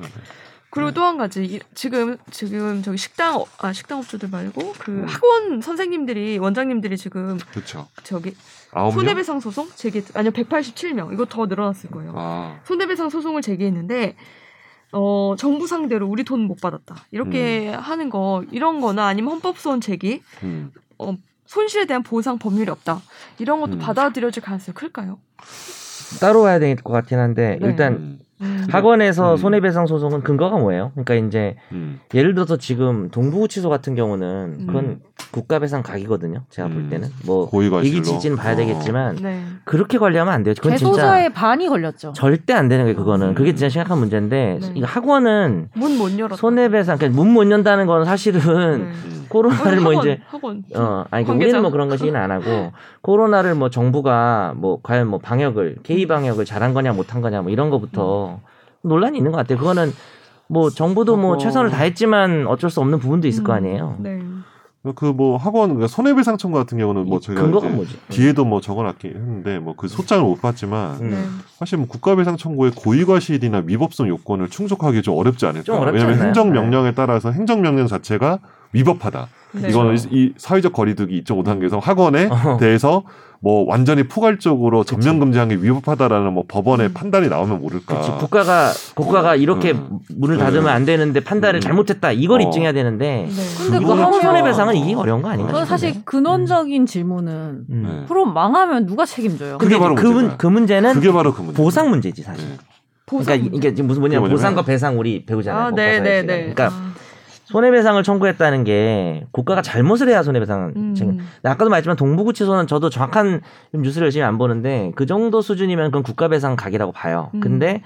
[SPEAKER 1] 그리고 또 한 가지 이- 지금 지금 저기 식당 어- 아 식당 업주들 말고 그 학원 선생님들이 원장님들이 지금
[SPEAKER 2] 그렇죠.
[SPEAKER 1] 저기
[SPEAKER 2] 아홉 명.
[SPEAKER 1] 손해배상 소송 제기 아니요 187명 이거 더 늘어났을 거예요.
[SPEAKER 2] 아,
[SPEAKER 1] 손해배상 소송을 제기했는데 어 정부 상대로 우리 돈 못 받았다 이렇게 하는 거 이런 거나 아니면 헌법소원 제기
[SPEAKER 2] 음.
[SPEAKER 1] 손실에 대한 보상 법률이 없다 이런 것도
[SPEAKER 2] 음.
[SPEAKER 1] 받아들여질 가능성이 클까요?
[SPEAKER 4] 따로 와야 될 것 같긴 한데
[SPEAKER 1] 네.
[SPEAKER 4] 일단
[SPEAKER 2] 음.
[SPEAKER 1] 음.
[SPEAKER 4] 학원에서
[SPEAKER 2] 음.
[SPEAKER 4] 손해배상 소송은 근거가 뭐예요? 그러니까 이제
[SPEAKER 2] 음.
[SPEAKER 4] 예를 들어서 지금 동부구치소 같은 경우는 그건
[SPEAKER 2] 음.
[SPEAKER 4] 국가배상 각이거든요. 제가 볼
[SPEAKER 2] 음.
[SPEAKER 4] 때는 뭐
[SPEAKER 2] 고의과실로.
[SPEAKER 4] 이기치진 봐야
[SPEAKER 2] 어.
[SPEAKER 4] 되겠지만
[SPEAKER 1] 네.
[SPEAKER 4] 그렇게 관리하면 안 돼요. 그건 진짜
[SPEAKER 3] 개소저의 반이 걸렸죠.
[SPEAKER 4] 절대 안 되는 거예요. 그거는 그게 진짜 심각한 문제인데
[SPEAKER 1] 네.
[SPEAKER 4] 이 학원은
[SPEAKER 1] 문 못 열었다.
[SPEAKER 4] 손해배상 그러니까 문못 연다는 건
[SPEAKER 1] 네.
[SPEAKER 4] 사실은
[SPEAKER 2] 음.
[SPEAKER 4] 코로나를
[SPEAKER 1] 학원,
[SPEAKER 4] 뭐 이제
[SPEAKER 1] 학원
[SPEAKER 4] 어, 아니,
[SPEAKER 1] 음.
[SPEAKER 4] 그
[SPEAKER 1] 관계자.
[SPEAKER 4] 우리는 뭐 그런 거 시인 안 하고, 코로나를 뭐 정부가 뭐 과연 뭐 방역을, K방역을 잘한 거냐 못한 거냐 뭐 이런 거부터
[SPEAKER 1] 음.
[SPEAKER 4] 논란이 있는 것 같아요. 그거는 뭐 정부도 뭐
[SPEAKER 2] 어.
[SPEAKER 4] 최선을 다했지만 어쩔 수 없는 부분도 있을 거 아니에요.
[SPEAKER 1] 네.
[SPEAKER 2] 그 뭐 학원 그러니까 손해배상 청구 같은 경우는 뭐
[SPEAKER 4] 이
[SPEAKER 2] 저희가
[SPEAKER 4] 근거가
[SPEAKER 2] 이제
[SPEAKER 4] 뭐지?
[SPEAKER 2] 뒤에도 뭐 적어놨긴 했는데 뭐 그 소장을 못 봤지만
[SPEAKER 4] 음.
[SPEAKER 1] 네.
[SPEAKER 2] 사실 뭐 국가배상 청구의 고의과실이나 위법성 요건을 충족하기 좀 어렵지 않을까?
[SPEAKER 4] 좀 어렵지
[SPEAKER 2] 왜냐하면
[SPEAKER 4] 않나요? 네.
[SPEAKER 2] 행정명령에 따라서 행정명령 자체가 위법하다.
[SPEAKER 1] 네.
[SPEAKER 2] 이거는 이- 이 사회적 거리두기 2.5단계에서 학원에
[SPEAKER 4] 어.
[SPEAKER 2] 대해서 뭐 완전히 포괄적으로 전면 금지한 게 위법하다라는 뭐 법원의
[SPEAKER 1] 음.
[SPEAKER 2] 판단이 나오면 모를까.
[SPEAKER 4] 그치. 국가가, 국가가 이렇게
[SPEAKER 2] 음.
[SPEAKER 4] 문을
[SPEAKER 2] 네.
[SPEAKER 4] 닫으면 안 되는데 판단을
[SPEAKER 2] 음.
[SPEAKER 4] 잘못했다. 이걸
[SPEAKER 2] 어.
[SPEAKER 4] 입증해야 되는데,
[SPEAKER 1] 네.
[SPEAKER 3] 근데
[SPEAKER 4] 이거
[SPEAKER 3] 그러면-
[SPEAKER 4] 학원 손해배상은 이게 어려운 거 아닌가
[SPEAKER 3] 저는 사실
[SPEAKER 2] 음.
[SPEAKER 4] 싶은데.
[SPEAKER 3] 근원적인 질문은
[SPEAKER 4] 음.
[SPEAKER 2] 네.
[SPEAKER 3] 그럼 망하면 누가 책임져요?
[SPEAKER 2] 그게
[SPEAKER 4] 근데
[SPEAKER 2] 바로
[SPEAKER 4] 그, 문-
[SPEAKER 2] 문제예요.
[SPEAKER 4] 그 문제는
[SPEAKER 2] 그게 바로 그 문제.
[SPEAKER 4] 보상 문제지, 사실.
[SPEAKER 2] 네.
[SPEAKER 1] 보상.
[SPEAKER 4] 그러니까 이- 이게 지금 무슨 뭐냐면
[SPEAKER 2] 그게 뭐냐면-
[SPEAKER 4] 보상과 배상 우리 배우잖아요.
[SPEAKER 1] 아,
[SPEAKER 4] 법과
[SPEAKER 1] 네,
[SPEAKER 4] 사회
[SPEAKER 1] 네,
[SPEAKER 4] 시간에.
[SPEAKER 1] 네.
[SPEAKER 4] 그러니까
[SPEAKER 1] 아,
[SPEAKER 4] 손해배상을 청구했다는 게 국가가 잘못을 해야 손해배상을
[SPEAKER 1] 음.
[SPEAKER 4] 책임. 근데 아까도 말했지만 동부구치소는 저도 정확한 뉴스를 열심히 안 보는데 그 정도 수준이면 그건 국가배상 각이라고 봐요.
[SPEAKER 1] 음.
[SPEAKER 4] 근데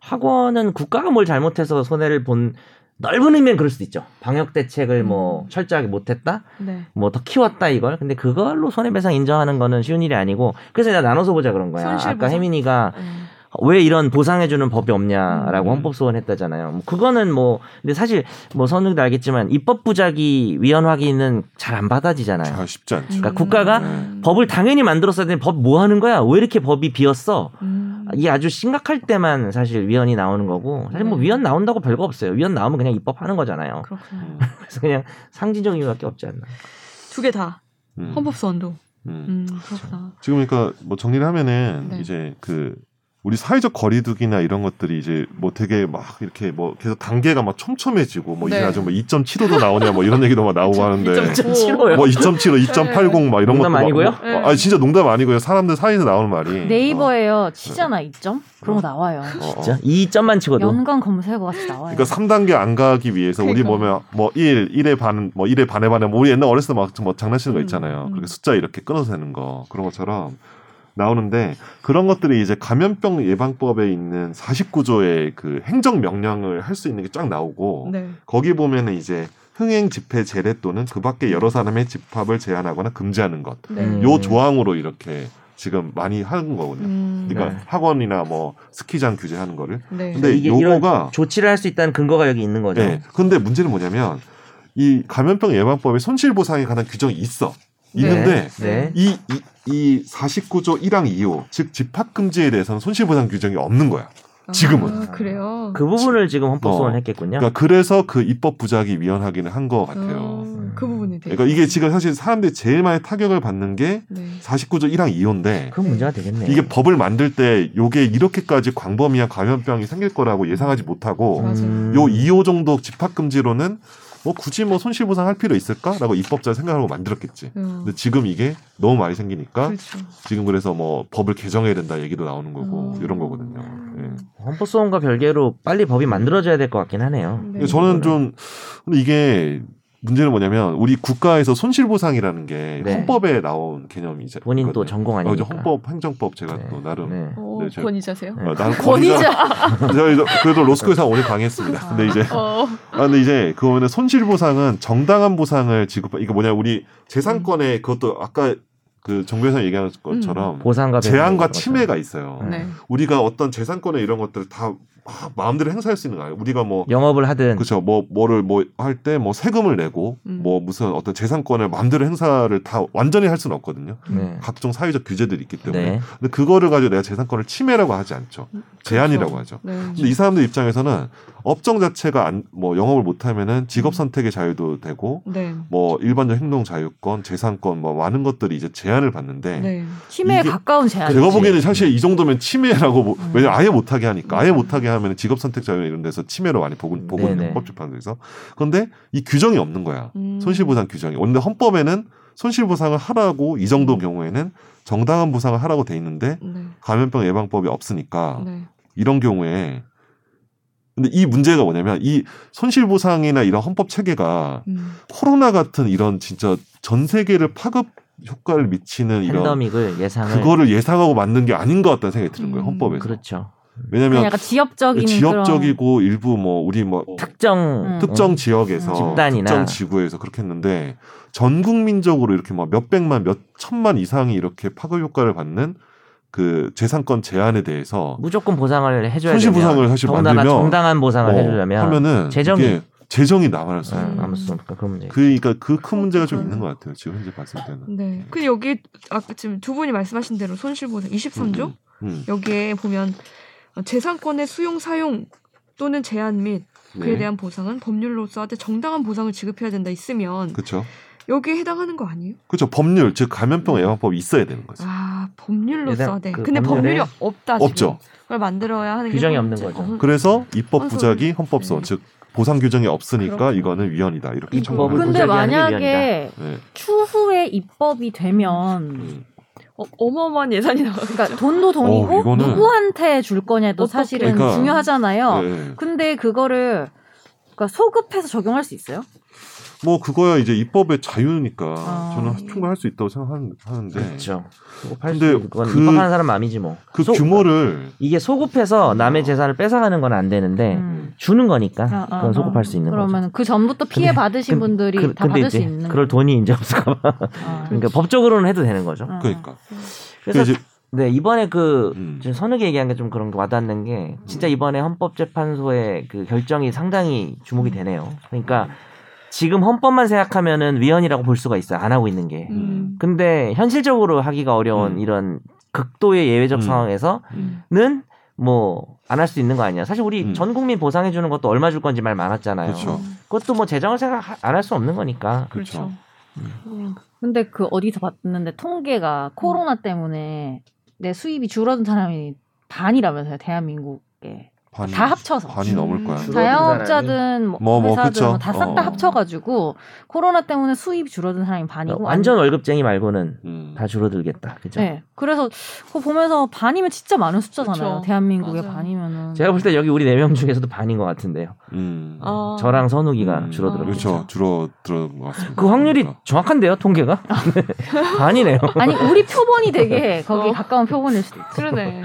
[SPEAKER 4] 학원은 국가가 뭘 잘못해서 손해를 본 넓은 의미는 그럴 수도 있죠. 방역 대책을 뭐
[SPEAKER 1] 음.
[SPEAKER 4] 철저하게 못했다,
[SPEAKER 1] 네.
[SPEAKER 4] 뭐 더 키웠다 이걸. 근데 그걸로 손해배상 인정하는 거는 쉬운 일이 아니고 그래서 내가 나눠서 보자 그런 거야.
[SPEAKER 1] 손실보상?
[SPEAKER 4] 아까 혜민이가
[SPEAKER 1] 음.
[SPEAKER 4] 왜 이런 보상해주는 법이 없냐라고
[SPEAKER 2] 음.
[SPEAKER 4] 헌법소원했다잖아요. 뭐 그거는 뭐 근데 사실 뭐 선우도 알겠지만 입법 부작위 위헌 확인은 잘 안 받아지잖아요.
[SPEAKER 2] 아, 쉽지 않죠.
[SPEAKER 4] 그러니까 국가가
[SPEAKER 1] 음.
[SPEAKER 4] 법을 당연히 만들었어야 되는데 법 뭐 하는 거야? 왜 이렇게 법이 비었어?
[SPEAKER 1] 음.
[SPEAKER 4] 이게 아주 심각할 때만 사실 위헌이 나오는 거고 사실 뭐
[SPEAKER 1] 네.
[SPEAKER 4] 위헌 나온다고 별거 없어요. 위헌 나오면 그냥 입법하는 거잖아요.
[SPEAKER 1] 그렇구나.
[SPEAKER 2] 음,
[SPEAKER 4] 그래서 그냥 상징적인 이유밖에 없지 않나.
[SPEAKER 1] 두 개 다.
[SPEAKER 2] 음,
[SPEAKER 1] 헌법소원도.
[SPEAKER 2] 음.
[SPEAKER 1] 음, 그렇구나.
[SPEAKER 2] 지금 그러니까 뭐 정리를 하면은
[SPEAKER 1] 네.
[SPEAKER 2] 이제 그 우리 사회적 거리두기나 이런 것들이 이제 뭐 되게 막 이렇게 뭐 계속 단계가 막 촘촘해지고 뭐 이제
[SPEAKER 1] 네.
[SPEAKER 2] 아주 뭐 2.75도 나오냐 뭐 이런 얘기도 막 나오고 하는데
[SPEAKER 1] 2.75요?
[SPEAKER 2] 뭐 2.75, 2.80 막 이런
[SPEAKER 4] 농담
[SPEAKER 2] 것도
[SPEAKER 4] 아니고요?
[SPEAKER 2] 막, 뭐, 아 진짜 농담 아니고요. 사람들 사이에서 나오는 말이
[SPEAKER 3] 네이버에요. 치잖아 이점 그런 거 나와요.
[SPEAKER 2] 어, 어, 어.
[SPEAKER 4] 진짜 이 점만 치고도
[SPEAKER 3] 연관 검색어 같이 나와요.
[SPEAKER 2] 그러니까 3단계 안 가기 위해서 우리 몸에 뭐 1, 1에 반, 뭐 1에 반에 반에 뭐 우리 옛날 어렸을 때 막 뭐 장난치는 거
[SPEAKER 1] 음,
[SPEAKER 2] 있잖아요.
[SPEAKER 1] 음.
[SPEAKER 2] 그렇게 숫자 이렇게 끊어서 되는 거 그런 것처럼 나오는데 그런 것들이 이제 감염병 예방법에 있는 49조의 그 행정 명령을 할 수 있는 게 쫙 나오고
[SPEAKER 1] 네.
[SPEAKER 2] 거기 보면은 이제 흥행 집회 제례 또는 그 밖에 여러 사람의 집합을 제한하거나 금지하는 것.
[SPEAKER 1] 네.
[SPEAKER 4] 음.
[SPEAKER 2] 요 조항으로 이렇게 지금 많이 하는 거거든요.
[SPEAKER 1] 음.
[SPEAKER 2] 그러니까
[SPEAKER 4] 네.
[SPEAKER 2] 학원이나 뭐 스키장 규제하는 거를.
[SPEAKER 1] 네.
[SPEAKER 2] 근데
[SPEAKER 4] 이게
[SPEAKER 2] 요거가
[SPEAKER 4] 조치를 할 수 있다는 근거가 여기 있는 거죠.
[SPEAKER 2] 네. 근데 문제는 뭐냐면 이 감염병 예방법에 손실 보상에 관한 규정이 있어. 있는데
[SPEAKER 4] 네.
[SPEAKER 2] 이, 이, 이 49조 1항 2호 즉 집합 금지에 대해서는 손실 보상 규정이 없는 거야. 지금은.
[SPEAKER 1] 아, 그래요.
[SPEAKER 4] 그 부분을 지금 헌법소원
[SPEAKER 2] 어.
[SPEAKER 4] 했겠군요.
[SPEAKER 2] 그러니까 그래서 그 입법 부작위 위헌 하기는 한 거 같아요.
[SPEAKER 4] 음.
[SPEAKER 1] 어, 그 부분에 대해.
[SPEAKER 2] 그러니까 이게 지금 사실 사람들이 제일 많이 타격을 받는 게
[SPEAKER 1] 네.
[SPEAKER 2] 49조 1항 2호인데
[SPEAKER 4] 그 문제가 되겠네요.
[SPEAKER 2] 이게 법을 만들 때 요게 이렇게까지 광범위한 감염병이 생길 거라고 예상하지 못하고
[SPEAKER 4] 음.
[SPEAKER 1] 맞아요.
[SPEAKER 2] 요 2호 정도 집합 금지로는 뭐 굳이 뭐 손실 보상할 필요 있을까라고 입법자 생각하고 만들었겠지.
[SPEAKER 1] 어,
[SPEAKER 2] 네. 근데 지금 이게 너무 많이 생기니까
[SPEAKER 1] 그렇죠.
[SPEAKER 2] 지금 그래서 뭐 법을 개정해야 된다 얘기도 나오는 거고
[SPEAKER 1] 어.
[SPEAKER 4] 음.
[SPEAKER 2] 이런 거거든요. 예.
[SPEAKER 4] 네. 헌법소원과 별개로 빨리 법이 만들어져야 될 것 같긴 하네요.
[SPEAKER 1] 네.
[SPEAKER 2] 근데 저는 좀 근데 이게 문제는 뭐냐면 우리 국가에서 손실 보상이라는 게
[SPEAKER 4] 네.
[SPEAKER 2] 헌법에 나온 개념이죠.
[SPEAKER 4] 본인 또 전공
[SPEAKER 2] 어, 이제
[SPEAKER 4] 아니니까.
[SPEAKER 2] 헌법 행정법 제가 또 나름
[SPEAKER 4] 네.
[SPEAKER 1] 어,
[SPEAKER 2] 네, 저-
[SPEAKER 1] 권위자세요?
[SPEAKER 2] 어, 나름 권위자. 제가 이제 그래도 로스쿨에서 오늘 강의했습니다. 근데 이제
[SPEAKER 4] 네.
[SPEAKER 1] 어.
[SPEAKER 2] 아, 근데 이제 그거는 손실 보상은 정당한 보상을 지급. 이거 뭐냐 우리 재산권에 그것도 아까 그 정부에서 얘기하는 것처럼
[SPEAKER 4] 음. 보상과
[SPEAKER 2] 제한과
[SPEAKER 4] 배상이
[SPEAKER 2] 침해가 있어요.
[SPEAKER 4] 네.
[SPEAKER 1] 네.
[SPEAKER 2] 우리가 어떤 재산권에 이런 것들을 다 막 마음대로 행사할 수 있는 거예요. 우리가 뭐
[SPEAKER 4] 영업을 하든
[SPEAKER 2] 그렇죠. 뭐 뭐를 뭐 할 때 뭐 세금을 내고
[SPEAKER 1] 음.
[SPEAKER 2] 뭐 무슨 어떤 재산권을 마음대로 행사를 다 완전히 할 수는 없거든요.
[SPEAKER 4] 네.
[SPEAKER 2] 각종 사회적 규제들이 있기 그 때문에.
[SPEAKER 4] 네.
[SPEAKER 2] 근데 그거를 가지고 내가 재산권을 침해라고 하지 않죠. 제한이라고
[SPEAKER 1] 그렇죠.
[SPEAKER 2] 하죠.
[SPEAKER 1] 네.
[SPEAKER 2] 근데 이 사람들 입장에서는 업종 자체가 안, 뭐 영업을 못하면은
[SPEAKER 1] 음.
[SPEAKER 2] 직업 선택의 자유도 되고
[SPEAKER 1] 네.
[SPEAKER 2] 뭐 일반적 행동 자유권, 재산권 뭐 많은 것들이 이제 제한을 받는데
[SPEAKER 1] 네.
[SPEAKER 3] 힘에
[SPEAKER 2] 이게- 그러니까
[SPEAKER 3] 가까운 제안.
[SPEAKER 2] 제가 보기에는 사실 이 정도면 침해라고 뭐-
[SPEAKER 3] 음.
[SPEAKER 2] 왜냐면 아예 못하게 하니까 아예
[SPEAKER 1] 음.
[SPEAKER 2] 못하게 하면 직업 선택 자유 이런 데서 침해로 많이 보고 보고 있는
[SPEAKER 4] 네네.
[SPEAKER 2] 헌법재판소에서 그런데 이 규정이 없는 거야
[SPEAKER 1] 음.
[SPEAKER 2] 손실보상 규정이 그런데 헌법에는 손실보상을 하라고 이
[SPEAKER 1] 음.
[SPEAKER 2] 정도 경우에는 정당한 보상을 하라고 돼 있는데
[SPEAKER 1] 네.
[SPEAKER 2] 감염병 예방법이 없으니까
[SPEAKER 1] 네.
[SPEAKER 2] 이런 경우에 근데 이 문제가 뭐냐면 이 손실보상이나 이런 헌법 체계가
[SPEAKER 1] 음.
[SPEAKER 2] 코로나 같은 이런 진짜 전 세계를 파급 효과를 미치는 이런
[SPEAKER 4] 팬더믹을 예상을
[SPEAKER 2] 그거를 예상하고 만든 게 아닌 것 같다는 생각이 드는 거예요
[SPEAKER 1] 음.
[SPEAKER 2] 헌법에서
[SPEAKER 4] 그렇죠.
[SPEAKER 3] 그냥
[SPEAKER 2] 왜냐하면
[SPEAKER 3] 약간 지역적인
[SPEAKER 2] 지역적이고 일부 뭐 우리 뭐 특,
[SPEAKER 4] 특정 어,
[SPEAKER 3] 음.
[SPEAKER 2] 정 지역에서
[SPEAKER 3] 음.
[SPEAKER 4] 집단이나.
[SPEAKER 2] 특정 지구에서 그렇게 했는데 전 국민적으로 이렇게 막 몇백만 몇천만 이상이 이렇게 파급 효과를 받는 그 재산권 제한에 대해서
[SPEAKER 4] 무조건 보상을 해줘야
[SPEAKER 2] 손실
[SPEAKER 4] 되면
[SPEAKER 2] 보상을 사실
[SPEAKER 4] 정당한
[SPEAKER 2] 만들면,
[SPEAKER 4] 정당한 보상을
[SPEAKER 2] 어,
[SPEAKER 4] 해주려면
[SPEAKER 2] 하면은
[SPEAKER 4] 재정이-
[SPEAKER 2] 이게 재정이 남아날 수 있어요.
[SPEAKER 1] 음.
[SPEAKER 4] 아, 아무튼 그런 문제.
[SPEAKER 2] 그러니까 그 큰 문제가 좀
[SPEAKER 1] 그렇구나.
[SPEAKER 2] 있는 것 같아요. 지금 현재 봤을 때는.
[SPEAKER 1] 네. 근데 여기 아까 그 지금 두 분이 말씀하신 대로 손실보상 23조
[SPEAKER 2] 음,
[SPEAKER 1] 여기에 보면 재산권의 수용 사용 또는 제한 및 그에
[SPEAKER 2] 네.
[SPEAKER 1] 대한 보상은 법률로서 정당한 보상을 지급해야 된다 있으면
[SPEAKER 2] 그렇죠.
[SPEAKER 1] 여기에 해당하는 거 아니에요?
[SPEAKER 2] 그렇죠. 법률 즉 감염병 예방법이 있어야 되는 거죠.
[SPEAKER 1] 아 법률로서
[SPEAKER 4] 일단
[SPEAKER 1] 네.
[SPEAKER 4] 그
[SPEAKER 1] 근데
[SPEAKER 4] 법률에
[SPEAKER 1] 법률이 없다 지금.
[SPEAKER 2] 없죠.
[SPEAKER 1] 그걸 만들어야 하는
[SPEAKER 4] 규정이
[SPEAKER 1] 게
[SPEAKER 4] 없는
[SPEAKER 1] 문제-
[SPEAKER 4] 거죠.
[SPEAKER 1] 어,
[SPEAKER 2] 그래서 입법 부작이 헌법소
[SPEAKER 4] 네.
[SPEAKER 2] 즉 보상 규정이 없으니까
[SPEAKER 1] 그렇구나.
[SPEAKER 2] 이거는 위헌이다 이렇게
[SPEAKER 4] 이
[SPEAKER 2] 청구하는 거죠.
[SPEAKER 4] 법을
[SPEAKER 3] 근데
[SPEAKER 4] 무작위하는
[SPEAKER 3] 만약에
[SPEAKER 2] 네.
[SPEAKER 3] 추후에 입법이 되면
[SPEAKER 2] 음.
[SPEAKER 1] 어, 어마어마한 예산이 나가.
[SPEAKER 3] 그러니까 돈도 돈이고
[SPEAKER 2] 어, 이거는-
[SPEAKER 3] 누구한테 줄 거냐도
[SPEAKER 1] 어떻게-
[SPEAKER 3] 사실은
[SPEAKER 2] 그러니까-
[SPEAKER 3] 중요하잖아요.
[SPEAKER 2] 네.
[SPEAKER 3] 근데 그거를 그러니까 소급해서 적용할 수 있어요?
[SPEAKER 2] 뭐 그거야 이제 입법의 자유니까
[SPEAKER 3] 아.
[SPEAKER 2] 저는 충분히 할 수 있다고 생각하는데
[SPEAKER 4] 그렇죠. 소급할
[SPEAKER 2] 네. 근데
[SPEAKER 4] 수 그건
[SPEAKER 2] 그-
[SPEAKER 4] 입법하는 사람 마음이지 뭐.
[SPEAKER 2] 그
[SPEAKER 4] 소-
[SPEAKER 2] 규모를
[SPEAKER 4] 이게 소급해서 남의 재산을 뺏어가는 건 안 되는데
[SPEAKER 3] 음.
[SPEAKER 4] 주는 거니까
[SPEAKER 3] 아, 아,
[SPEAKER 4] 그건 소급할 수 있는 거죠.
[SPEAKER 3] 그러면 그 전부터 피해
[SPEAKER 4] 근데-
[SPEAKER 3] 받으신
[SPEAKER 4] 근-
[SPEAKER 3] 분들이
[SPEAKER 4] 그-
[SPEAKER 3] 다 받을 수 있는.
[SPEAKER 4] 그럴 돈이 이제 없을까 봐.
[SPEAKER 3] 아.
[SPEAKER 4] 그러니까 법적으로는 해도 되는 거죠.
[SPEAKER 3] 아, 아.
[SPEAKER 2] 그러니까
[SPEAKER 4] 그래서
[SPEAKER 2] 이제-
[SPEAKER 4] 네 이번에 그
[SPEAKER 2] 음.
[SPEAKER 4] 지금 선욱이 얘기한 게 좀 그런 게 와닿는 게 진짜 이번에 헌법재판소의 그 결정이 상당히 주목이 되네요. 그러니까 지금 헌법만 생각하면은 위헌이라고 볼 수가 있어요. 안 하고 있는 게.
[SPEAKER 1] 음.
[SPEAKER 4] 근데 현실적으로 하기가 어려운
[SPEAKER 2] 음.
[SPEAKER 4] 이런 극도의 예외적
[SPEAKER 2] 음.
[SPEAKER 4] 상황에서는
[SPEAKER 1] 음.
[SPEAKER 4] 뭐 안 할 수 있는 거 아니야. 사실 우리
[SPEAKER 2] 음.
[SPEAKER 4] 전 국민 보상해 주는 것도 얼마 줄 건지 말 많았잖아요.
[SPEAKER 2] 그렇죠.
[SPEAKER 4] 것도뭐 재정을 생각 안 할 수 없는 거니까.
[SPEAKER 1] 그렇죠.
[SPEAKER 2] 그렇죠.
[SPEAKER 1] 음.
[SPEAKER 3] 근데 그 어디서 봤는데 통계가
[SPEAKER 4] 음.
[SPEAKER 3] 코로나 때문에 내 수입이 줄어든 사람이 반이라면서요 대한민국에
[SPEAKER 2] 반이
[SPEAKER 3] 다 합쳐서.
[SPEAKER 2] 반이
[SPEAKER 1] 음.
[SPEAKER 2] 넘을 거야.
[SPEAKER 4] 줄어든
[SPEAKER 3] 자영업자든 뭐
[SPEAKER 2] 뭐, 뭐,
[SPEAKER 3] 회사든
[SPEAKER 2] 그쵸.
[SPEAKER 3] 뭐 다 싹 다
[SPEAKER 2] 어.
[SPEAKER 3] 합쳐가지고 코로나 때문에 수입이 줄어든 사람이 반이고
[SPEAKER 4] 완전 월급쟁이 말고는
[SPEAKER 2] 음.
[SPEAKER 4] 다 줄어들겠다. 그죠?
[SPEAKER 3] 네 그래서 그거 보면서 반이면 진짜 많은 숫자잖아요
[SPEAKER 1] 그쵸.
[SPEAKER 3] 대한민국의
[SPEAKER 1] 맞아요.
[SPEAKER 3] 반이면은
[SPEAKER 4] 제가 볼 때 여기 우리 네 명 중에서도 반인 것 같은데요.
[SPEAKER 2] 음.
[SPEAKER 1] 아.
[SPEAKER 4] 저랑 선욱이가
[SPEAKER 2] 음.
[SPEAKER 4] 줄어들었죠.
[SPEAKER 2] 그렇죠. 줄어 들은 것 같습니다.
[SPEAKER 4] 그 확률이
[SPEAKER 2] 그러니까.
[SPEAKER 4] 정확한데요, 통계가?
[SPEAKER 3] 아.
[SPEAKER 4] 반이네요.
[SPEAKER 3] 아니 우리 표본이 되게 거기
[SPEAKER 1] 어.
[SPEAKER 3] 가까운 표본일 수도 있어
[SPEAKER 1] 그렇죠. 그러네.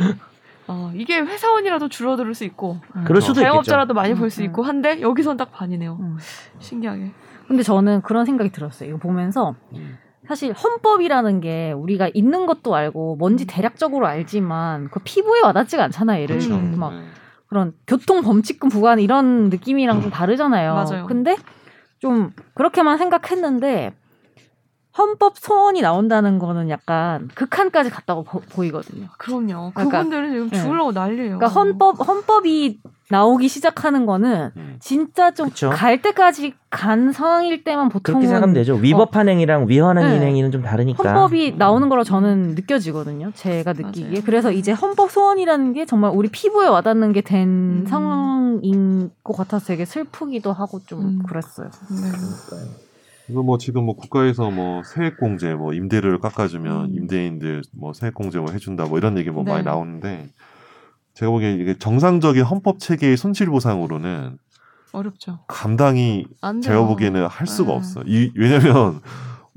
[SPEAKER 1] 어, 이게 회사원이라도 줄어들 수 있고
[SPEAKER 4] 그럴 수도 있겠죠.
[SPEAKER 1] 자영업자라도 많이
[SPEAKER 3] 음,
[SPEAKER 1] 벌 수
[SPEAKER 3] 음.
[SPEAKER 1] 있고 한데 여기선 딱 반이네요.
[SPEAKER 3] 음.
[SPEAKER 1] 신기하게.
[SPEAKER 3] 근데 저는 그런 생각이 들었어요 이거 보면서
[SPEAKER 2] 음.
[SPEAKER 3] 사실 헌법이라는 게 우리가 있는 것도 알고 뭔지
[SPEAKER 1] 음.
[SPEAKER 3] 대략적으로 알지만 그 피부에 와닿지가 않잖아요. 예를
[SPEAKER 2] 그렇죠.
[SPEAKER 3] 들면
[SPEAKER 1] 음,
[SPEAKER 3] 막
[SPEAKER 2] 네.
[SPEAKER 3] 그런 교통 범칙금 부관 이런 느낌이랑 좀 다르잖아요.
[SPEAKER 1] 맞아요.
[SPEAKER 3] 근데 좀 그렇게만 생각했는데 헌법 소원이 나온다는 거는 약간 극한까지 갔다고 보, 이거든요
[SPEAKER 1] 그럼요. 그
[SPEAKER 3] 그러니까-
[SPEAKER 1] 분들은 지금
[SPEAKER 3] 네.
[SPEAKER 1] 죽으려고 난리예요.
[SPEAKER 3] 그러니까 헌법 헌법이 나오기 시작하는 거는
[SPEAKER 2] 음.
[SPEAKER 3] 진짜 좀
[SPEAKER 4] 그쵸.
[SPEAKER 3] 갈 때까지 간 상황일 때만 보통은
[SPEAKER 4] 그렇게 생각하면 되죠. 위법한 행위랑
[SPEAKER 3] 네.
[SPEAKER 4] 위헌한 행위는 좀 다르니까.
[SPEAKER 3] 헌법이 나오는 거로 저는 느껴지거든요. 제가 느끼기에.
[SPEAKER 1] 맞아요.
[SPEAKER 3] 그래서 이제 헌법 소원이라는 게 정말 우리 피부에 와닿는 게 된
[SPEAKER 1] 음.
[SPEAKER 3] 상황인 것 같아서 되게 슬프기도 하고 좀
[SPEAKER 1] 음.
[SPEAKER 3] 그랬어요.
[SPEAKER 1] 네.
[SPEAKER 2] 이거 뭐 지금 뭐 국가에서 뭐 세액공제 뭐 임대료를 깎아주면
[SPEAKER 1] 음.
[SPEAKER 2] 임대인들 뭐 세액공제 뭐 해준다 뭐 이런 얘기 뭐
[SPEAKER 1] 네.
[SPEAKER 2] 많이 나오는데 제가 보기엔 이게 정상적인 헌법 체계의 손실 보상으로는
[SPEAKER 1] 어렵죠.
[SPEAKER 2] 감당이
[SPEAKER 1] 안 돼요.
[SPEAKER 2] 제가 보기에는 할 수가
[SPEAKER 1] 네.
[SPEAKER 2] 없어. 이 왜냐면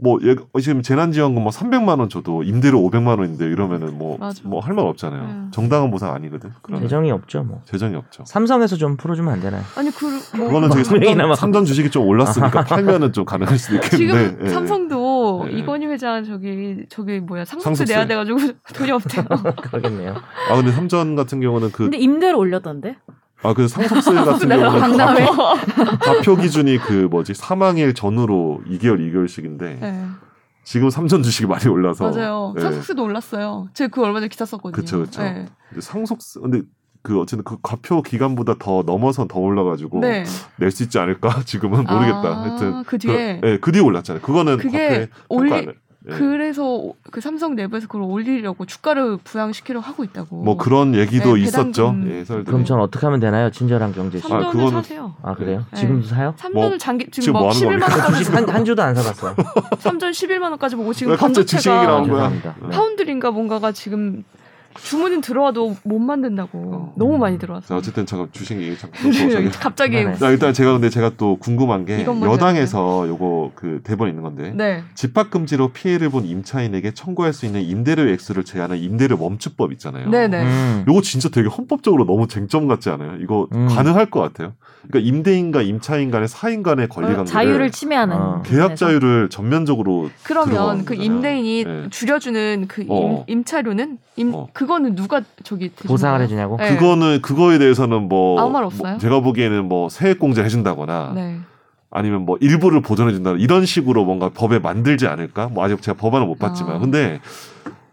[SPEAKER 2] 뭐 예- 지금 재난지원금 뭐 300만 원 줘도 임대료 500만 원인데 이러면은 뭐
[SPEAKER 1] 맞아.
[SPEAKER 2] 뭐 할 말 없잖아요.
[SPEAKER 1] 네.
[SPEAKER 2] 정당한 보상 아니거든. 그러면
[SPEAKER 4] 재정이 없죠, 뭐.
[SPEAKER 2] 재정이 없죠.
[SPEAKER 4] 삼성에서 좀 풀어주면 안 되나요?
[SPEAKER 1] 아니 그 뭐,
[SPEAKER 2] 그거는 되게
[SPEAKER 4] 삼성이나 막-
[SPEAKER 2] 3단, 주식이 좀 올랐으니까 팔면은 좀 가능할 수도 있겠는데.
[SPEAKER 1] 지금
[SPEAKER 2] 예.
[SPEAKER 1] 삼성도 해가지고
[SPEAKER 2] 네.
[SPEAKER 1] 이건희 회장 저기 저기 뭐야 상속세
[SPEAKER 2] 상속세.
[SPEAKER 1] 내야 돼가지고 돈이 없대요.
[SPEAKER 4] 그러겠네요.
[SPEAKER 2] 아 근데 삼전 같은 경우는 그
[SPEAKER 3] 근데 임대를 올렸던데.
[SPEAKER 2] 아, 그 상속세 같은 경우는
[SPEAKER 3] 강남에.
[SPEAKER 2] 가- 가표 기준이 그 뭐지 사망일 전후로 2개월 2개월씩인데
[SPEAKER 1] 네.
[SPEAKER 2] 지금 삼전 주식이 많이 올라서
[SPEAKER 1] 맞아요.
[SPEAKER 2] 예.
[SPEAKER 1] 상속세도 올랐어요. 제가 그 얼마 전에 기사 썼거든요.
[SPEAKER 2] 그쵸, 그쵸.
[SPEAKER 1] 네.
[SPEAKER 2] 근데 상속세 근데 그 어쨌든 그 가표 기간보다 더 넘어선 더 올라가지고
[SPEAKER 1] 네.
[SPEAKER 2] 낼 수 있지 않을까 지금은 뭐, 모르겠다.
[SPEAKER 1] 아,
[SPEAKER 2] 하여튼
[SPEAKER 1] 그 뒤에
[SPEAKER 2] 그, 예, 그 뒤에 올랐잖아요. 그거는
[SPEAKER 1] 그게
[SPEAKER 2] 과표에
[SPEAKER 1] 올리-
[SPEAKER 2] 평가를. 예.
[SPEAKER 1] 그래서 오- 그 삼성 내부에서 그걸 올리려고 주가를 부양시키려고 하고 있다고.
[SPEAKER 2] 뭐 그런 얘기도
[SPEAKER 1] 네,
[SPEAKER 2] 있었죠.
[SPEAKER 1] 배당금.
[SPEAKER 2] 예설들.
[SPEAKER 4] 그럼 전 어떻게 하면 되나요? 친절한 경제 씨.
[SPEAKER 2] 아,
[SPEAKER 1] 3년을
[SPEAKER 2] 그거는-
[SPEAKER 1] 사세요.
[SPEAKER 4] 아 그래요?
[SPEAKER 1] 네.
[SPEAKER 4] 지금도 사요?
[SPEAKER 1] 3년을
[SPEAKER 2] 뭐,
[SPEAKER 1] 장기 지금,
[SPEAKER 2] 지금
[SPEAKER 1] 막
[SPEAKER 2] 뭐 하는
[SPEAKER 1] 11만
[SPEAKER 2] 겁니까?
[SPEAKER 3] 네.
[SPEAKER 1] 원까지
[SPEAKER 4] 주식 한, 한 주도 안 사봤어요.
[SPEAKER 1] 3전 11만원까지 보고 지금
[SPEAKER 2] 왜 갑자기
[SPEAKER 1] 반도체가
[SPEAKER 2] 주식이
[SPEAKER 4] 아,
[SPEAKER 2] 나온 거야?
[SPEAKER 4] 죄송합니다. 네.
[SPEAKER 1] 파운드린가 뭔가가 지금 주문은 들어와도 못 만든다고
[SPEAKER 2] 어.
[SPEAKER 1] 너무 많이 들어와서
[SPEAKER 2] 자, 어쨌든 잠깐 주식 얘기 잠깐 또뭐 저기-
[SPEAKER 1] 갑자기
[SPEAKER 4] 그만해.
[SPEAKER 2] 자, 아, 일단 제가 근데 제가 또 궁금한 게
[SPEAKER 1] 이건 먼저
[SPEAKER 2] 여당에서 요거 그 대본 있는 건데
[SPEAKER 1] 네
[SPEAKER 2] 집합 금지로 피해를 본 임차인에게 청구할 수 있는 임대료 액수를 제한한 임대료 멈춤법 있잖아요.
[SPEAKER 1] 네네
[SPEAKER 4] 음.
[SPEAKER 2] 요거 진짜 되게 헌법적으로 너무 쟁점 같지 않아요? 이거
[SPEAKER 4] 음.
[SPEAKER 2] 가능할 것 같아요. 그러니까 임대인과 임차인 간의 사인
[SPEAKER 1] 어,
[SPEAKER 2] 간의 권리 관계를 아.
[SPEAKER 3] 자유를 침해하는.
[SPEAKER 4] 어.
[SPEAKER 2] 계약 자유를 전면적으로
[SPEAKER 1] 그러면
[SPEAKER 2] 들어가는
[SPEAKER 1] 그
[SPEAKER 2] 거잖아요.
[SPEAKER 1] 임대인이
[SPEAKER 2] 네.
[SPEAKER 1] 줄여주는 그
[SPEAKER 2] 어.
[SPEAKER 1] 임, 차료는 임,
[SPEAKER 2] 어.
[SPEAKER 1] 그거는 누가 저기 대신
[SPEAKER 4] 보상을
[SPEAKER 1] 거예요?
[SPEAKER 4] 해주냐고?
[SPEAKER 1] 네.
[SPEAKER 2] 그거는 그거에 대해서는 뭐,
[SPEAKER 1] 아무 말 없어요?
[SPEAKER 2] 뭐 제가 보기에는 뭐 세액 공제 해준다거나
[SPEAKER 1] 네.
[SPEAKER 2] 아니면 뭐 일부를 보전해 준다 이런 식으로 뭔가 법에 만들지 않을까? 뭐 아직 제가 법안을 못 봤지만
[SPEAKER 1] 아.
[SPEAKER 2] 근데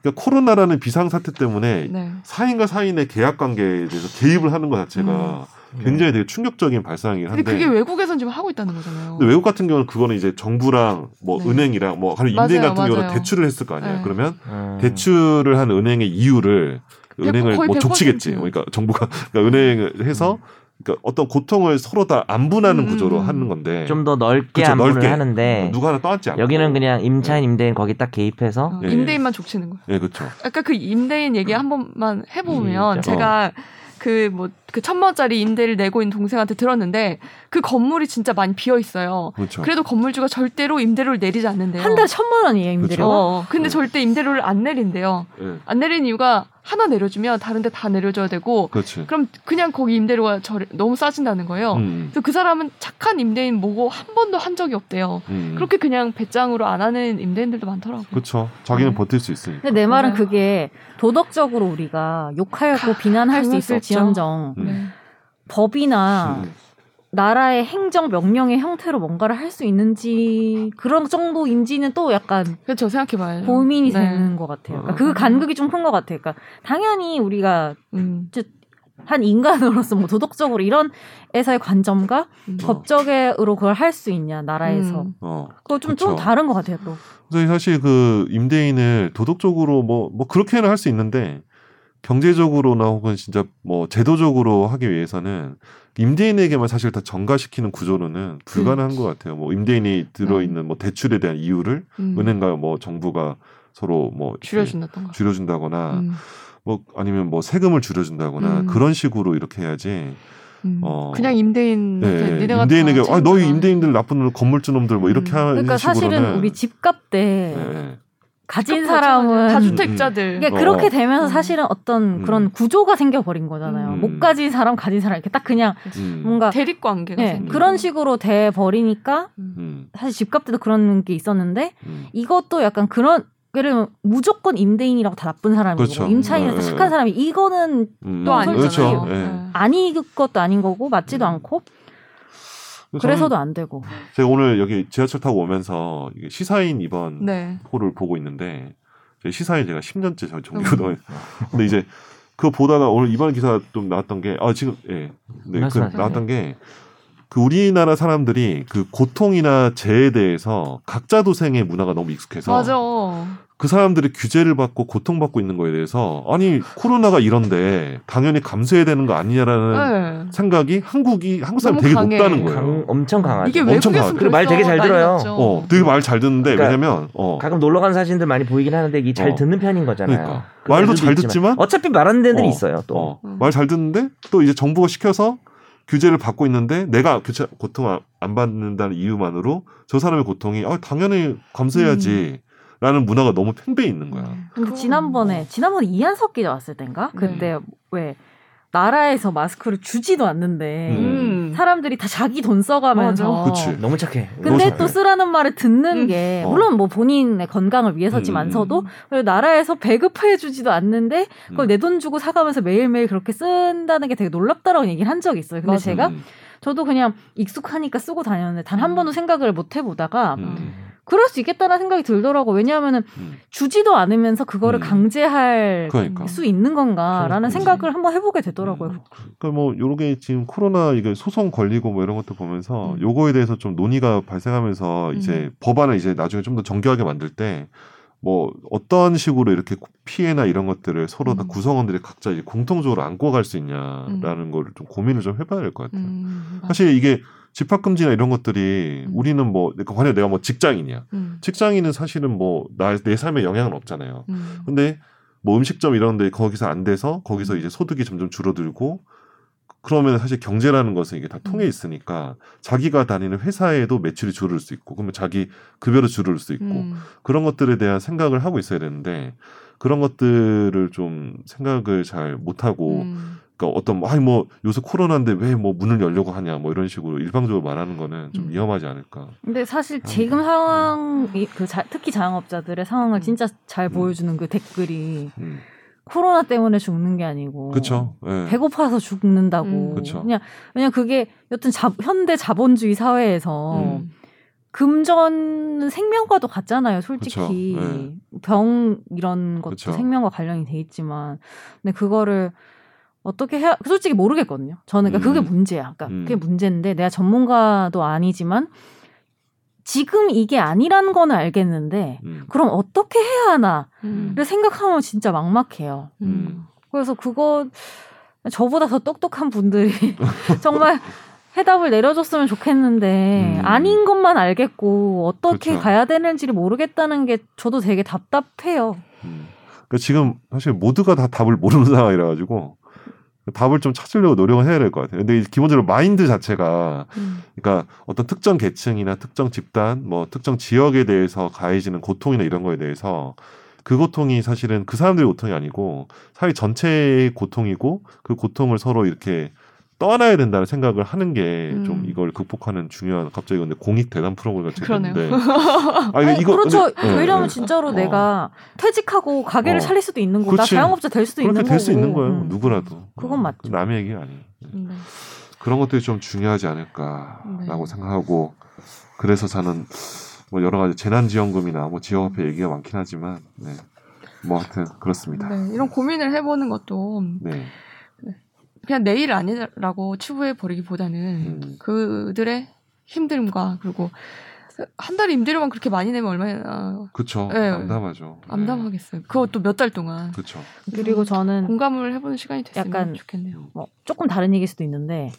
[SPEAKER 2] 그러니까 코로나라는 비상 사태 때문에
[SPEAKER 1] 네.
[SPEAKER 2] 사인과 사인의 계약 관계에 대해서 개입을 하는 것 자체가 굉장히 되게 충격적인 발상이긴
[SPEAKER 1] 음. 근데
[SPEAKER 2] 한데
[SPEAKER 1] 그게 외국에선 지금 하고 있다는 거잖아요.
[SPEAKER 2] 근데 외국 같은 경우는 그거는 이제 정부랑 뭐
[SPEAKER 1] 네.
[SPEAKER 2] 은행이랑 뭐 가령 임대인
[SPEAKER 1] 맞아요,
[SPEAKER 2] 같은 경우는
[SPEAKER 1] 맞아요.
[SPEAKER 2] 대출을 했을 거 아니에요.
[SPEAKER 1] 네.
[SPEAKER 2] 그러면
[SPEAKER 4] 음.
[SPEAKER 2] 대출을 한 은행의 이유를
[SPEAKER 1] 백-
[SPEAKER 2] 은행을
[SPEAKER 1] 거의
[SPEAKER 2] 뭐
[SPEAKER 1] 100%
[SPEAKER 2] 족치겠지. 그러니까 정부가 그러니까 은행을
[SPEAKER 4] 음.
[SPEAKER 2] 해서 그러니까 어떤 고통을 서로 다 안분하는
[SPEAKER 1] 음,
[SPEAKER 2] 구조로
[SPEAKER 1] 음, 음.
[SPEAKER 2] 하는 건데
[SPEAKER 4] 좀 더 넓게
[SPEAKER 2] 그쵸,
[SPEAKER 4] 안분을
[SPEAKER 2] 넓게. 음, 어,
[SPEAKER 4] 하는데
[SPEAKER 2] 누가 하나 떠났지 네. 않고
[SPEAKER 4] 여기는 그냥 임차인 임대인 거기 딱 개입해서
[SPEAKER 1] 어,
[SPEAKER 2] 예.
[SPEAKER 1] 임대인만 족치는 거예요.
[SPEAKER 2] 예 그렇죠.
[SPEAKER 1] 아까 그 임대인 얘기
[SPEAKER 2] 음.
[SPEAKER 1] 한 번만 해보면
[SPEAKER 4] 음,
[SPEAKER 1] 제가 그 뭐 그 천만 원짜리 임대를 내고 있는 동생한테 들었는데 그 건물이 진짜 많이 비어 있어요.
[SPEAKER 2] 그렇죠.
[SPEAKER 1] 그래도 건물주가 절대로 임대료를 내리지 않는데요.
[SPEAKER 3] 한 달에 천만 원이에요, 임대료. 가
[SPEAKER 1] 어, 근데
[SPEAKER 2] 네.
[SPEAKER 1] 절대 임대료를 안 내린대요.
[SPEAKER 2] 예,
[SPEAKER 1] 안 내린 이유가 하나 내려주면 다른 데 다 내려줘야 되고
[SPEAKER 2] 그렇지.
[SPEAKER 1] 그럼 그냥 거기 임대료가 저 너무 싸진다는 거예요.
[SPEAKER 2] 음,
[SPEAKER 1] 그래서 그 사람은 착한 임대인 뭐고 한 번도 한 적이 없대요.
[SPEAKER 2] 음.
[SPEAKER 1] 그렇게 그냥 배짱으로 안 하는 임대인들도 많더라고요.
[SPEAKER 2] 그렇죠. 자기는
[SPEAKER 1] 네.
[SPEAKER 2] 버틸 수 있으니까.
[SPEAKER 3] 근데 내 말은
[SPEAKER 1] 맞아요.
[SPEAKER 3] 그게 도덕적으로 우리가 욕하고
[SPEAKER 1] 당할
[SPEAKER 3] 비난할 수
[SPEAKER 1] 수
[SPEAKER 3] 있을
[SPEAKER 1] 없죠.
[SPEAKER 3] 지언정
[SPEAKER 2] 음.
[SPEAKER 1] 네.
[SPEAKER 4] 아,
[SPEAKER 3] 법이나
[SPEAKER 2] 음.
[SPEAKER 3] 나라의 행정 명령의 형태로 뭔가를 할 수 있는지 그런 정도인지는 또 약간
[SPEAKER 1] 그래서 저 생각해봐요.
[SPEAKER 3] 고민이
[SPEAKER 1] 네.
[SPEAKER 3] 되는 것 같아요. 그러니까
[SPEAKER 2] 음.
[SPEAKER 3] 그 간극이 좀 큰 것 같아요. 그러니까 당연히 우리가
[SPEAKER 1] 음,
[SPEAKER 3] 한 인간으로서 뭐 도덕적으로 이런 에서의 관점과
[SPEAKER 1] 음.
[SPEAKER 3] 법적으로 그걸 할 수 있냐 나라에서
[SPEAKER 1] 음.
[SPEAKER 2] 어.
[SPEAKER 3] 그거 좀 좀
[SPEAKER 2] 그쵸.
[SPEAKER 3] 다른 것 같아요 또.
[SPEAKER 2] 그래서 사실 그 임대인을 도덕적으로 뭐 뭐 그렇게는 할 수 있는데 경제적으로나 혹은 진짜 뭐 제도적으로 하기 위해서는 임대인에게만 사실 다 전가시키는 구조로는 불가능한 것 같아요. 뭐 임대인이 들어있는
[SPEAKER 4] 음.
[SPEAKER 2] 뭐 대출에 대한 이유를
[SPEAKER 1] 음.
[SPEAKER 2] 은행과 뭐 정부가 서로 뭐 이렇게
[SPEAKER 1] 줄여준다던가.
[SPEAKER 2] 줄여준다거나
[SPEAKER 1] 음,
[SPEAKER 2] 뭐 아니면 뭐 세금을 줄여준다거나
[SPEAKER 1] 음.
[SPEAKER 2] 그런 식으로 이렇게 해야지
[SPEAKER 1] 음.
[SPEAKER 2] 어.
[SPEAKER 1] 그냥 그러니까 임대인
[SPEAKER 2] 네,
[SPEAKER 1] 네가
[SPEAKER 2] 임대인에게
[SPEAKER 1] 다
[SPEAKER 2] 아 너희
[SPEAKER 1] 책임져라.
[SPEAKER 2] 임대인들 나쁜 놈 건물주 놈들 뭐 이렇게
[SPEAKER 1] 음.
[SPEAKER 2] 하는
[SPEAKER 3] 그러니까
[SPEAKER 2] 식으로는
[SPEAKER 3] 사실은 우리 집값 때
[SPEAKER 2] 네, 네.
[SPEAKER 3] 가진
[SPEAKER 1] 똑같잖아요.
[SPEAKER 3] 사람은
[SPEAKER 1] 그 다주택자들.
[SPEAKER 3] 그러니까
[SPEAKER 2] 어.
[SPEAKER 3] 그렇게 되면서
[SPEAKER 1] 음.
[SPEAKER 3] 사실은
[SPEAKER 2] 음.
[SPEAKER 3] 어떤 그런 구조가 생겨버린 거잖아요.
[SPEAKER 2] 음.
[SPEAKER 3] 못 가진 사람 가진 사람 이렇게 딱 그냥
[SPEAKER 2] 음,
[SPEAKER 3] 뭔가
[SPEAKER 1] 대립 관계가
[SPEAKER 3] 예,
[SPEAKER 1] 생기고.
[SPEAKER 3] 그런 식으로 돼 버리니까
[SPEAKER 2] 음,
[SPEAKER 3] 사실 집값 때도 그런 게 있었는데
[SPEAKER 2] 음.
[SPEAKER 3] 이것도 약간 그런 예를 들면 무조건 임대인이라고 다 나쁜 사람이고
[SPEAKER 2] 그렇죠.
[SPEAKER 3] 임차인이라서
[SPEAKER 2] 네,
[SPEAKER 3] 착한
[SPEAKER 2] 네.
[SPEAKER 3] 사람이 이거는
[SPEAKER 2] 음,
[SPEAKER 1] 또 아니잖아요.
[SPEAKER 2] 그렇죠. 예.
[SPEAKER 1] 네.
[SPEAKER 3] 아니 것도 아닌 거고 맞지도
[SPEAKER 2] 음.
[SPEAKER 3] 않고
[SPEAKER 2] 저는
[SPEAKER 3] 그래서도 안 되고
[SPEAKER 2] 제가 오늘 여기 지하철 타고 오면서 이게 시사인 이번
[SPEAKER 1] 네.
[SPEAKER 2] 호를 보고 있는데 제 시사인 제가 10년째 저
[SPEAKER 1] 음.
[SPEAKER 2] 종교동에 근데 이제 그거 보다가 오늘 이번 기사 좀 나왔던 게 아 지금 예 네, 그
[SPEAKER 4] 말씀하세요.
[SPEAKER 2] 나왔던 게 그 우리나라 사람들이 그 고통이나 재에 대해서 각자 도생의 문화가 너무 익숙해서
[SPEAKER 1] 맞아.
[SPEAKER 2] 그 사람들이 규제를 받고 고통받고 있는 거에 대해서 아니 코로나가 이런데 당연히 감수해야 되는 거 아니냐라는
[SPEAKER 1] 네.
[SPEAKER 2] 생각이 한국이 한국 사람
[SPEAKER 1] 너무
[SPEAKER 2] 되게
[SPEAKER 1] 강해.
[SPEAKER 2] 높다는 거예요.
[SPEAKER 4] 강, 엄청 강하죠.
[SPEAKER 1] 이게
[SPEAKER 2] 엄청
[SPEAKER 1] 외국에서 그렇죠?
[SPEAKER 2] 강하죠.
[SPEAKER 4] 말 되게 잘 들어요.
[SPEAKER 2] 어, 되게 말 잘 듣는데
[SPEAKER 4] 그러니까
[SPEAKER 2] 왜냐면 어,
[SPEAKER 4] 가끔 놀러 간 사진들 많이 보이긴 하는데 이게 잘
[SPEAKER 2] 어.
[SPEAKER 4] 듣는 편인 거잖아요.
[SPEAKER 2] 그러니까.
[SPEAKER 4] 그런
[SPEAKER 2] 말도
[SPEAKER 4] 애들도
[SPEAKER 2] 잘
[SPEAKER 4] 있지만
[SPEAKER 2] 듣지만
[SPEAKER 4] 어차피 말하는 애들이
[SPEAKER 2] 어,
[SPEAKER 4] 있어요. 또
[SPEAKER 1] 음.
[SPEAKER 2] 말 잘 듣는데 또 이제 정부가 시켜서 규제를 받고 있는데 내가 교체, 고통 안- 안 받는다는 이유만으로 저 사람의 고통이 아, 당연히
[SPEAKER 3] 음.
[SPEAKER 2] 감수해야지라는 문화가 너무
[SPEAKER 3] 그
[SPEAKER 2] 팽배해 있는 거야. 음.
[SPEAKER 3] 근데 지난번에 지난번에 이한석 기자 왔을
[SPEAKER 1] 네.
[SPEAKER 3] 땐가 그때 왜 나라에서 마스크를 주지도 않는데
[SPEAKER 1] 음.
[SPEAKER 3] 사람들이 다 자기 돈 써가면서
[SPEAKER 2] 그치.
[SPEAKER 4] 너무 착해.
[SPEAKER 2] 너무
[SPEAKER 3] 근데
[SPEAKER 2] 잘해.
[SPEAKER 3] 또 쓰라는 말을 듣는
[SPEAKER 1] 음.
[SPEAKER 3] 게
[SPEAKER 2] 어.
[SPEAKER 3] 물론 뭐 본인의 건강을 위해서지만서도 그리고 나라에서 배급해 주지도 않는데 그걸
[SPEAKER 2] 음.
[SPEAKER 3] 내 돈 주고 사가면서 매일매일 그렇게 쓴다는 게 되게 놀랍다라고 얘기를 한 적이 있어요. 근데
[SPEAKER 1] 맞아.
[SPEAKER 3] 제가
[SPEAKER 2] 음,
[SPEAKER 3] 저도 그냥 익숙하니까 쓰고 다녔는데 단
[SPEAKER 1] 음.
[SPEAKER 3] 한 번도 생각을 못 해보다가
[SPEAKER 2] 음,
[SPEAKER 3] 그럴 수 있겠다라는 생각이 들더라고. 왜냐하면은
[SPEAKER 2] 음.
[SPEAKER 3] 주지도 않으면서 그거를
[SPEAKER 2] 음.
[SPEAKER 3] 강제할
[SPEAKER 2] 그러니까.
[SPEAKER 3] 수 있는 건가라는
[SPEAKER 2] 그렇지.
[SPEAKER 3] 생각을 한번 해보게 되더라고요.
[SPEAKER 2] 음. 그러니까 뭐 요렇게 지금 코로나 이게 소송 걸리고 뭐 이런 것도 보면서
[SPEAKER 3] 음.
[SPEAKER 2] 요거에 대해서 좀 논의가 발생하면서
[SPEAKER 1] 음.
[SPEAKER 2] 이제 법안을 이제 나중에 좀 더 정교하게 만들 때 뭐 어떤 식으로 이렇게 피해나 이런 것들을 서로 다
[SPEAKER 1] 음.
[SPEAKER 2] 구성원들이 각자 이제 공통적으로 안고 갈 수 있냐라는 거를 좀 고민을 좀 해봐야 될 것 같아요.
[SPEAKER 1] 음, 맞아.
[SPEAKER 2] 사실 이게 집합 금지나 이런 것들이
[SPEAKER 1] 음.
[SPEAKER 2] 우리는 뭐 그러니까 만약 내가 뭐 직장인이야.
[SPEAKER 1] 음,
[SPEAKER 2] 직장인은 사실은 뭐 나 내 삶에 영향은 없잖아요.
[SPEAKER 1] 음.
[SPEAKER 2] 근데 뭐 음식점 이런데 거기서 안 돼서 거기서 이제 소득이 점점 줄어들고 그러면 사실 경제라는 것은
[SPEAKER 1] 음.
[SPEAKER 2] 이게 다 통해 있으니까 자기가 다니는 회사에도 매출이 줄을 수 있고 그러면 자기 급여도 줄을 수 있고
[SPEAKER 1] 음.
[SPEAKER 2] 그런 것들에 대한 생각을 하고 있어야 되는데 그런 것들을 좀 생각을 잘 못하고
[SPEAKER 1] 음.
[SPEAKER 2] 그러니까 어떤 뭐, 아니 뭐 요새 코로나인데 왜 뭐 문을 열려고 하냐 뭐 이런 식으로 일방적으로 말하는 거는 좀
[SPEAKER 1] 음.
[SPEAKER 2] 위험하지 않을까.
[SPEAKER 3] 근데 사실
[SPEAKER 2] 아,
[SPEAKER 3] 지금
[SPEAKER 2] 네.
[SPEAKER 3] 상황이 그 자- 특히 자영업자들의 상황을
[SPEAKER 1] 음.
[SPEAKER 3] 진짜 잘
[SPEAKER 2] 음.
[SPEAKER 3] 보여주는 그 댓글이
[SPEAKER 2] 음.
[SPEAKER 3] 코로나 때문에 죽는 게 아니고
[SPEAKER 2] 그렇죠. 예.
[SPEAKER 3] 배고파서 죽는다고
[SPEAKER 1] 음.
[SPEAKER 2] 그쵸.
[SPEAKER 3] 그냥 그냥 그게 여튼 자- 현대 자본주의 사회에서
[SPEAKER 1] 음.
[SPEAKER 3] 금전은 생명과도 같잖아요, 솔직히.
[SPEAKER 2] 그쵸, 네.
[SPEAKER 3] 병 이런 것도
[SPEAKER 2] 그쵸.
[SPEAKER 3] 생명과 관련이 돼 있지만. 근데 그거를 어떻게 해야, 솔직히 모르겠거든요. 저는 그러니까
[SPEAKER 2] 음.
[SPEAKER 3] 그게 문제야. 그러니까
[SPEAKER 2] 음.
[SPEAKER 3] 그게 문제인데 내가 전문가도 아니지만 지금 이게 아니라는 건 알겠는데
[SPEAKER 2] 음.
[SPEAKER 3] 그럼 어떻게 해야 하나를
[SPEAKER 1] 음.
[SPEAKER 3] 생각하면 진짜 막막해요.
[SPEAKER 2] 음.
[SPEAKER 3] 그래서 그거 저보다 더 똑똑한 분들이 정말 해답을 내려줬으면 좋겠는데
[SPEAKER 2] 음.
[SPEAKER 3] 아닌 것만 알겠고 어떻게
[SPEAKER 2] 그렇죠.
[SPEAKER 3] 가야 되는지를 모르겠다는 게 저도 되게 답답해요.
[SPEAKER 2] 음. 그러니까 지금 사실 모두가 다 답을 모르는 상황이라 가지고 답을 좀 찾으려고 노력을 해야 될 것 같아요. 근데 이 기본적으로 마인드 자체가
[SPEAKER 1] 음.
[SPEAKER 2] 그러니까 어떤 특정 계층이나 특정 집단, 뭐 특정 지역에 대해서 가해지는 고통이나 이런 거에 대해서 그 고통이 사실은 그 사람들의 고통이 아니고 사회 전체의 고통이고 그 고통을 서로 이렇게 떠나야 된다는 생각을 하는 게 좀
[SPEAKER 1] 음.
[SPEAKER 2] 이걸 극복하는 중요한 갑자기 근데 공익 대담 프로그램 같이
[SPEAKER 1] 그러네요.
[SPEAKER 2] 됐는데 아 이거-
[SPEAKER 3] 아니,
[SPEAKER 2] 이거
[SPEAKER 3] 그렇죠.
[SPEAKER 2] 근데- 예,
[SPEAKER 3] 왜냐하면
[SPEAKER 2] 예.
[SPEAKER 3] 진짜로
[SPEAKER 2] 어.
[SPEAKER 3] 내가 퇴직하고 가게를
[SPEAKER 2] 어.
[SPEAKER 3] 차릴 수도 있는 거고 나
[SPEAKER 2] 그치.
[SPEAKER 3] 자영업자 될 수도
[SPEAKER 2] 그렇게
[SPEAKER 3] 있는 거고.
[SPEAKER 2] 될 수 있는 거예요.
[SPEAKER 3] 음.
[SPEAKER 2] 누구라도.
[SPEAKER 3] 그건
[SPEAKER 2] 어,
[SPEAKER 3] 맞죠.
[SPEAKER 2] 남의 얘기 아니에요.
[SPEAKER 1] 네.
[SPEAKER 2] 그런 것들이 좀 중요하지 않을까라고
[SPEAKER 1] 네.
[SPEAKER 2] 생각하고 그래서 저는 뭐 여러 가지 재난지원금이나 뭐 지역화폐 얘기가 많긴 하지만 네. 뭐 하여튼 그렇습니다.
[SPEAKER 1] 네, 이런 고민을 해보는 것도
[SPEAKER 2] 네.
[SPEAKER 1] 그냥 내일 아니라고 치부해 버리기보다는
[SPEAKER 2] 음.
[SPEAKER 1] 그들의 힘듦과 그리고 한 달에 임대료만 그렇게 많이 내면 얼마나
[SPEAKER 2] 그쵸.
[SPEAKER 1] 네.
[SPEAKER 2] 암담하죠. 네.
[SPEAKER 1] 암담하겠어요. 그것도 몇 달 동안
[SPEAKER 2] 그쵸.
[SPEAKER 3] 그리고 저는
[SPEAKER 1] 공감을 해보는 시간이 됐으면
[SPEAKER 3] 음. 약간
[SPEAKER 1] 좋겠네요.
[SPEAKER 3] 뭐 조금 다른 얘기일 수도 있는데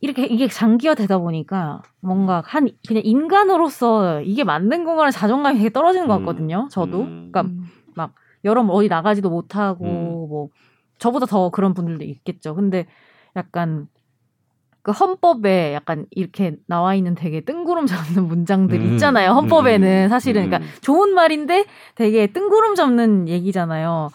[SPEAKER 3] 이렇게 이게 장기화되다 보니까 뭔가 한 그냥 인간으로서 이게 맞는 건가라는 자존감이 되게 떨어지는 것
[SPEAKER 2] 음.
[SPEAKER 3] 같거든요. 저도.
[SPEAKER 2] 음.
[SPEAKER 3] 그러니까
[SPEAKER 1] 음.
[SPEAKER 3] 여러 어디 나가지도 못하고
[SPEAKER 2] 음.
[SPEAKER 3] 뭐 저보다 더 그런 분들도 있겠죠. 근데 약간 그 헌법에 약간 이렇게 나와 있는 되게 뜬구름 잡는 문장들
[SPEAKER 2] 음.
[SPEAKER 3] 있잖아요. 헌법에는
[SPEAKER 2] 음.
[SPEAKER 3] 사실은
[SPEAKER 2] 음.
[SPEAKER 3] 그러니까 좋은 말인데 되게 뜬구름 잡는 얘기잖아요.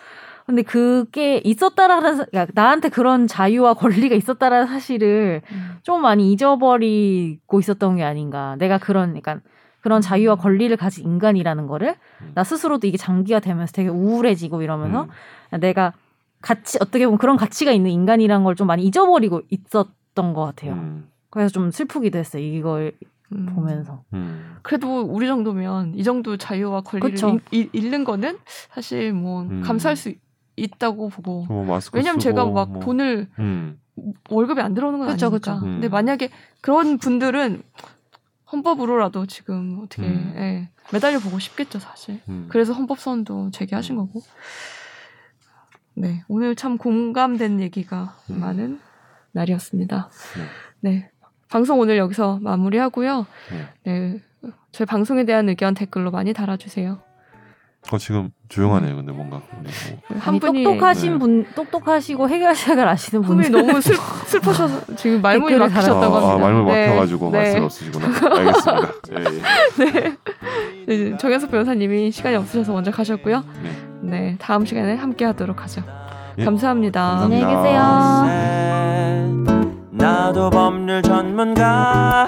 [SPEAKER 3] 근데 그게 있었다라는 그러니까 나한테 그런 자유와 권리가 있었다라는 사실을
[SPEAKER 1] 음.
[SPEAKER 3] 좀 많이 잊어버리고 있었던 게 아닌가. 내가 그런 그러니까 그런 자유와 권리를 가진 인간이라는 거를 나 스스로도 이게 장기화 되면서 되게 우울해지고 이러면서
[SPEAKER 2] 음.
[SPEAKER 3] 내가 가치 어떻게 보면 그런 가치가 있는 인간이란 걸 좀 많이 잊어버리고 있었던 것 같아요.
[SPEAKER 2] 음.
[SPEAKER 3] 그래서 좀 슬프기도 했어요. 이걸
[SPEAKER 1] 음.
[SPEAKER 3] 보면서.
[SPEAKER 2] 음.
[SPEAKER 1] 그래도 우리 정도면 이 정도 자유와 권리를
[SPEAKER 3] 그쵸.
[SPEAKER 1] 잃- 잃는 거는 사실 뭐
[SPEAKER 2] 음.
[SPEAKER 1] 감사할 수 있다고 보고
[SPEAKER 2] 뭐 마스크
[SPEAKER 1] 왜냐면 제가
[SPEAKER 2] 쓰고
[SPEAKER 1] 막
[SPEAKER 2] 뭐.
[SPEAKER 1] 돈을
[SPEAKER 2] 음.
[SPEAKER 1] 월급이 안 들어오는 건
[SPEAKER 3] 그쵸,
[SPEAKER 1] 아니니까.
[SPEAKER 2] 그쵸.
[SPEAKER 1] 근데
[SPEAKER 2] 음.
[SPEAKER 1] 만약에 그런 분들은 헌법으로라도 지금 어떻게
[SPEAKER 2] 음.
[SPEAKER 1] 예, 매달려 보고 싶겠죠 사실.
[SPEAKER 2] 음.
[SPEAKER 1] 그래서 헌법소원도 제기하신 거고. 네 오늘 참 공감된 얘기가
[SPEAKER 2] 음.
[SPEAKER 1] 많은 날이었습니다.
[SPEAKER 2] 네.
[SPEAKER 1] 네 방송 오늘 여기서 마무리하고요.
[SPEAKER 2] 네.
[SPEAKER 1] 네 저희 방송에 대한 의견 댓글로 많이 달아주세요.
[SPEAKER 2] 어, 지금 조용하네요. 근데 뭔가. 근데 뭐.
[SPEAKER 1] 한
[SPEAKER 3] 아니,
[SPEAKER 1] 분이
[SPEAKER 3] 똑똑하신
[SPEAKER 2] 네.
[SPEAKER 3] 분, 똑똑하시고 해결책을 아시는
[SPEAKER 1] 한 분이
[SPEAKER 3] 분들.
[SPEAKER 1] 너무 슬, 슬퍼셔서 지금 말문이
[SPEAKER 3] 댓글을
[SPEAKER 1] 막히셨다고
[SPEAKER 2] 아,
[SPEAKER 1] 합니다.
[SPEAKER 2] 아, 말을 막혀가지고
[SPEAKER 1] 네.
[SPEAKER 2] 말씀 없으시구나. 알겠습니다. 예, 예.
[SPEAKER 1] 네, 정현석 변호사님이 시간이 없으셔서 먼저 가셨고요.
[SPEAKER 2] 네.
[SPEAKER 1] 네, 다음 시간에 함께 하도록 하죠.
[SPEAKER 2] 예.
[SPEAKER 1] 감사합니다.
[SPEAKER 2] 감사합니다.
[SPEAKER 3] 안녕히 계세요.
[SPEAKER 6] 나도 법률 전문가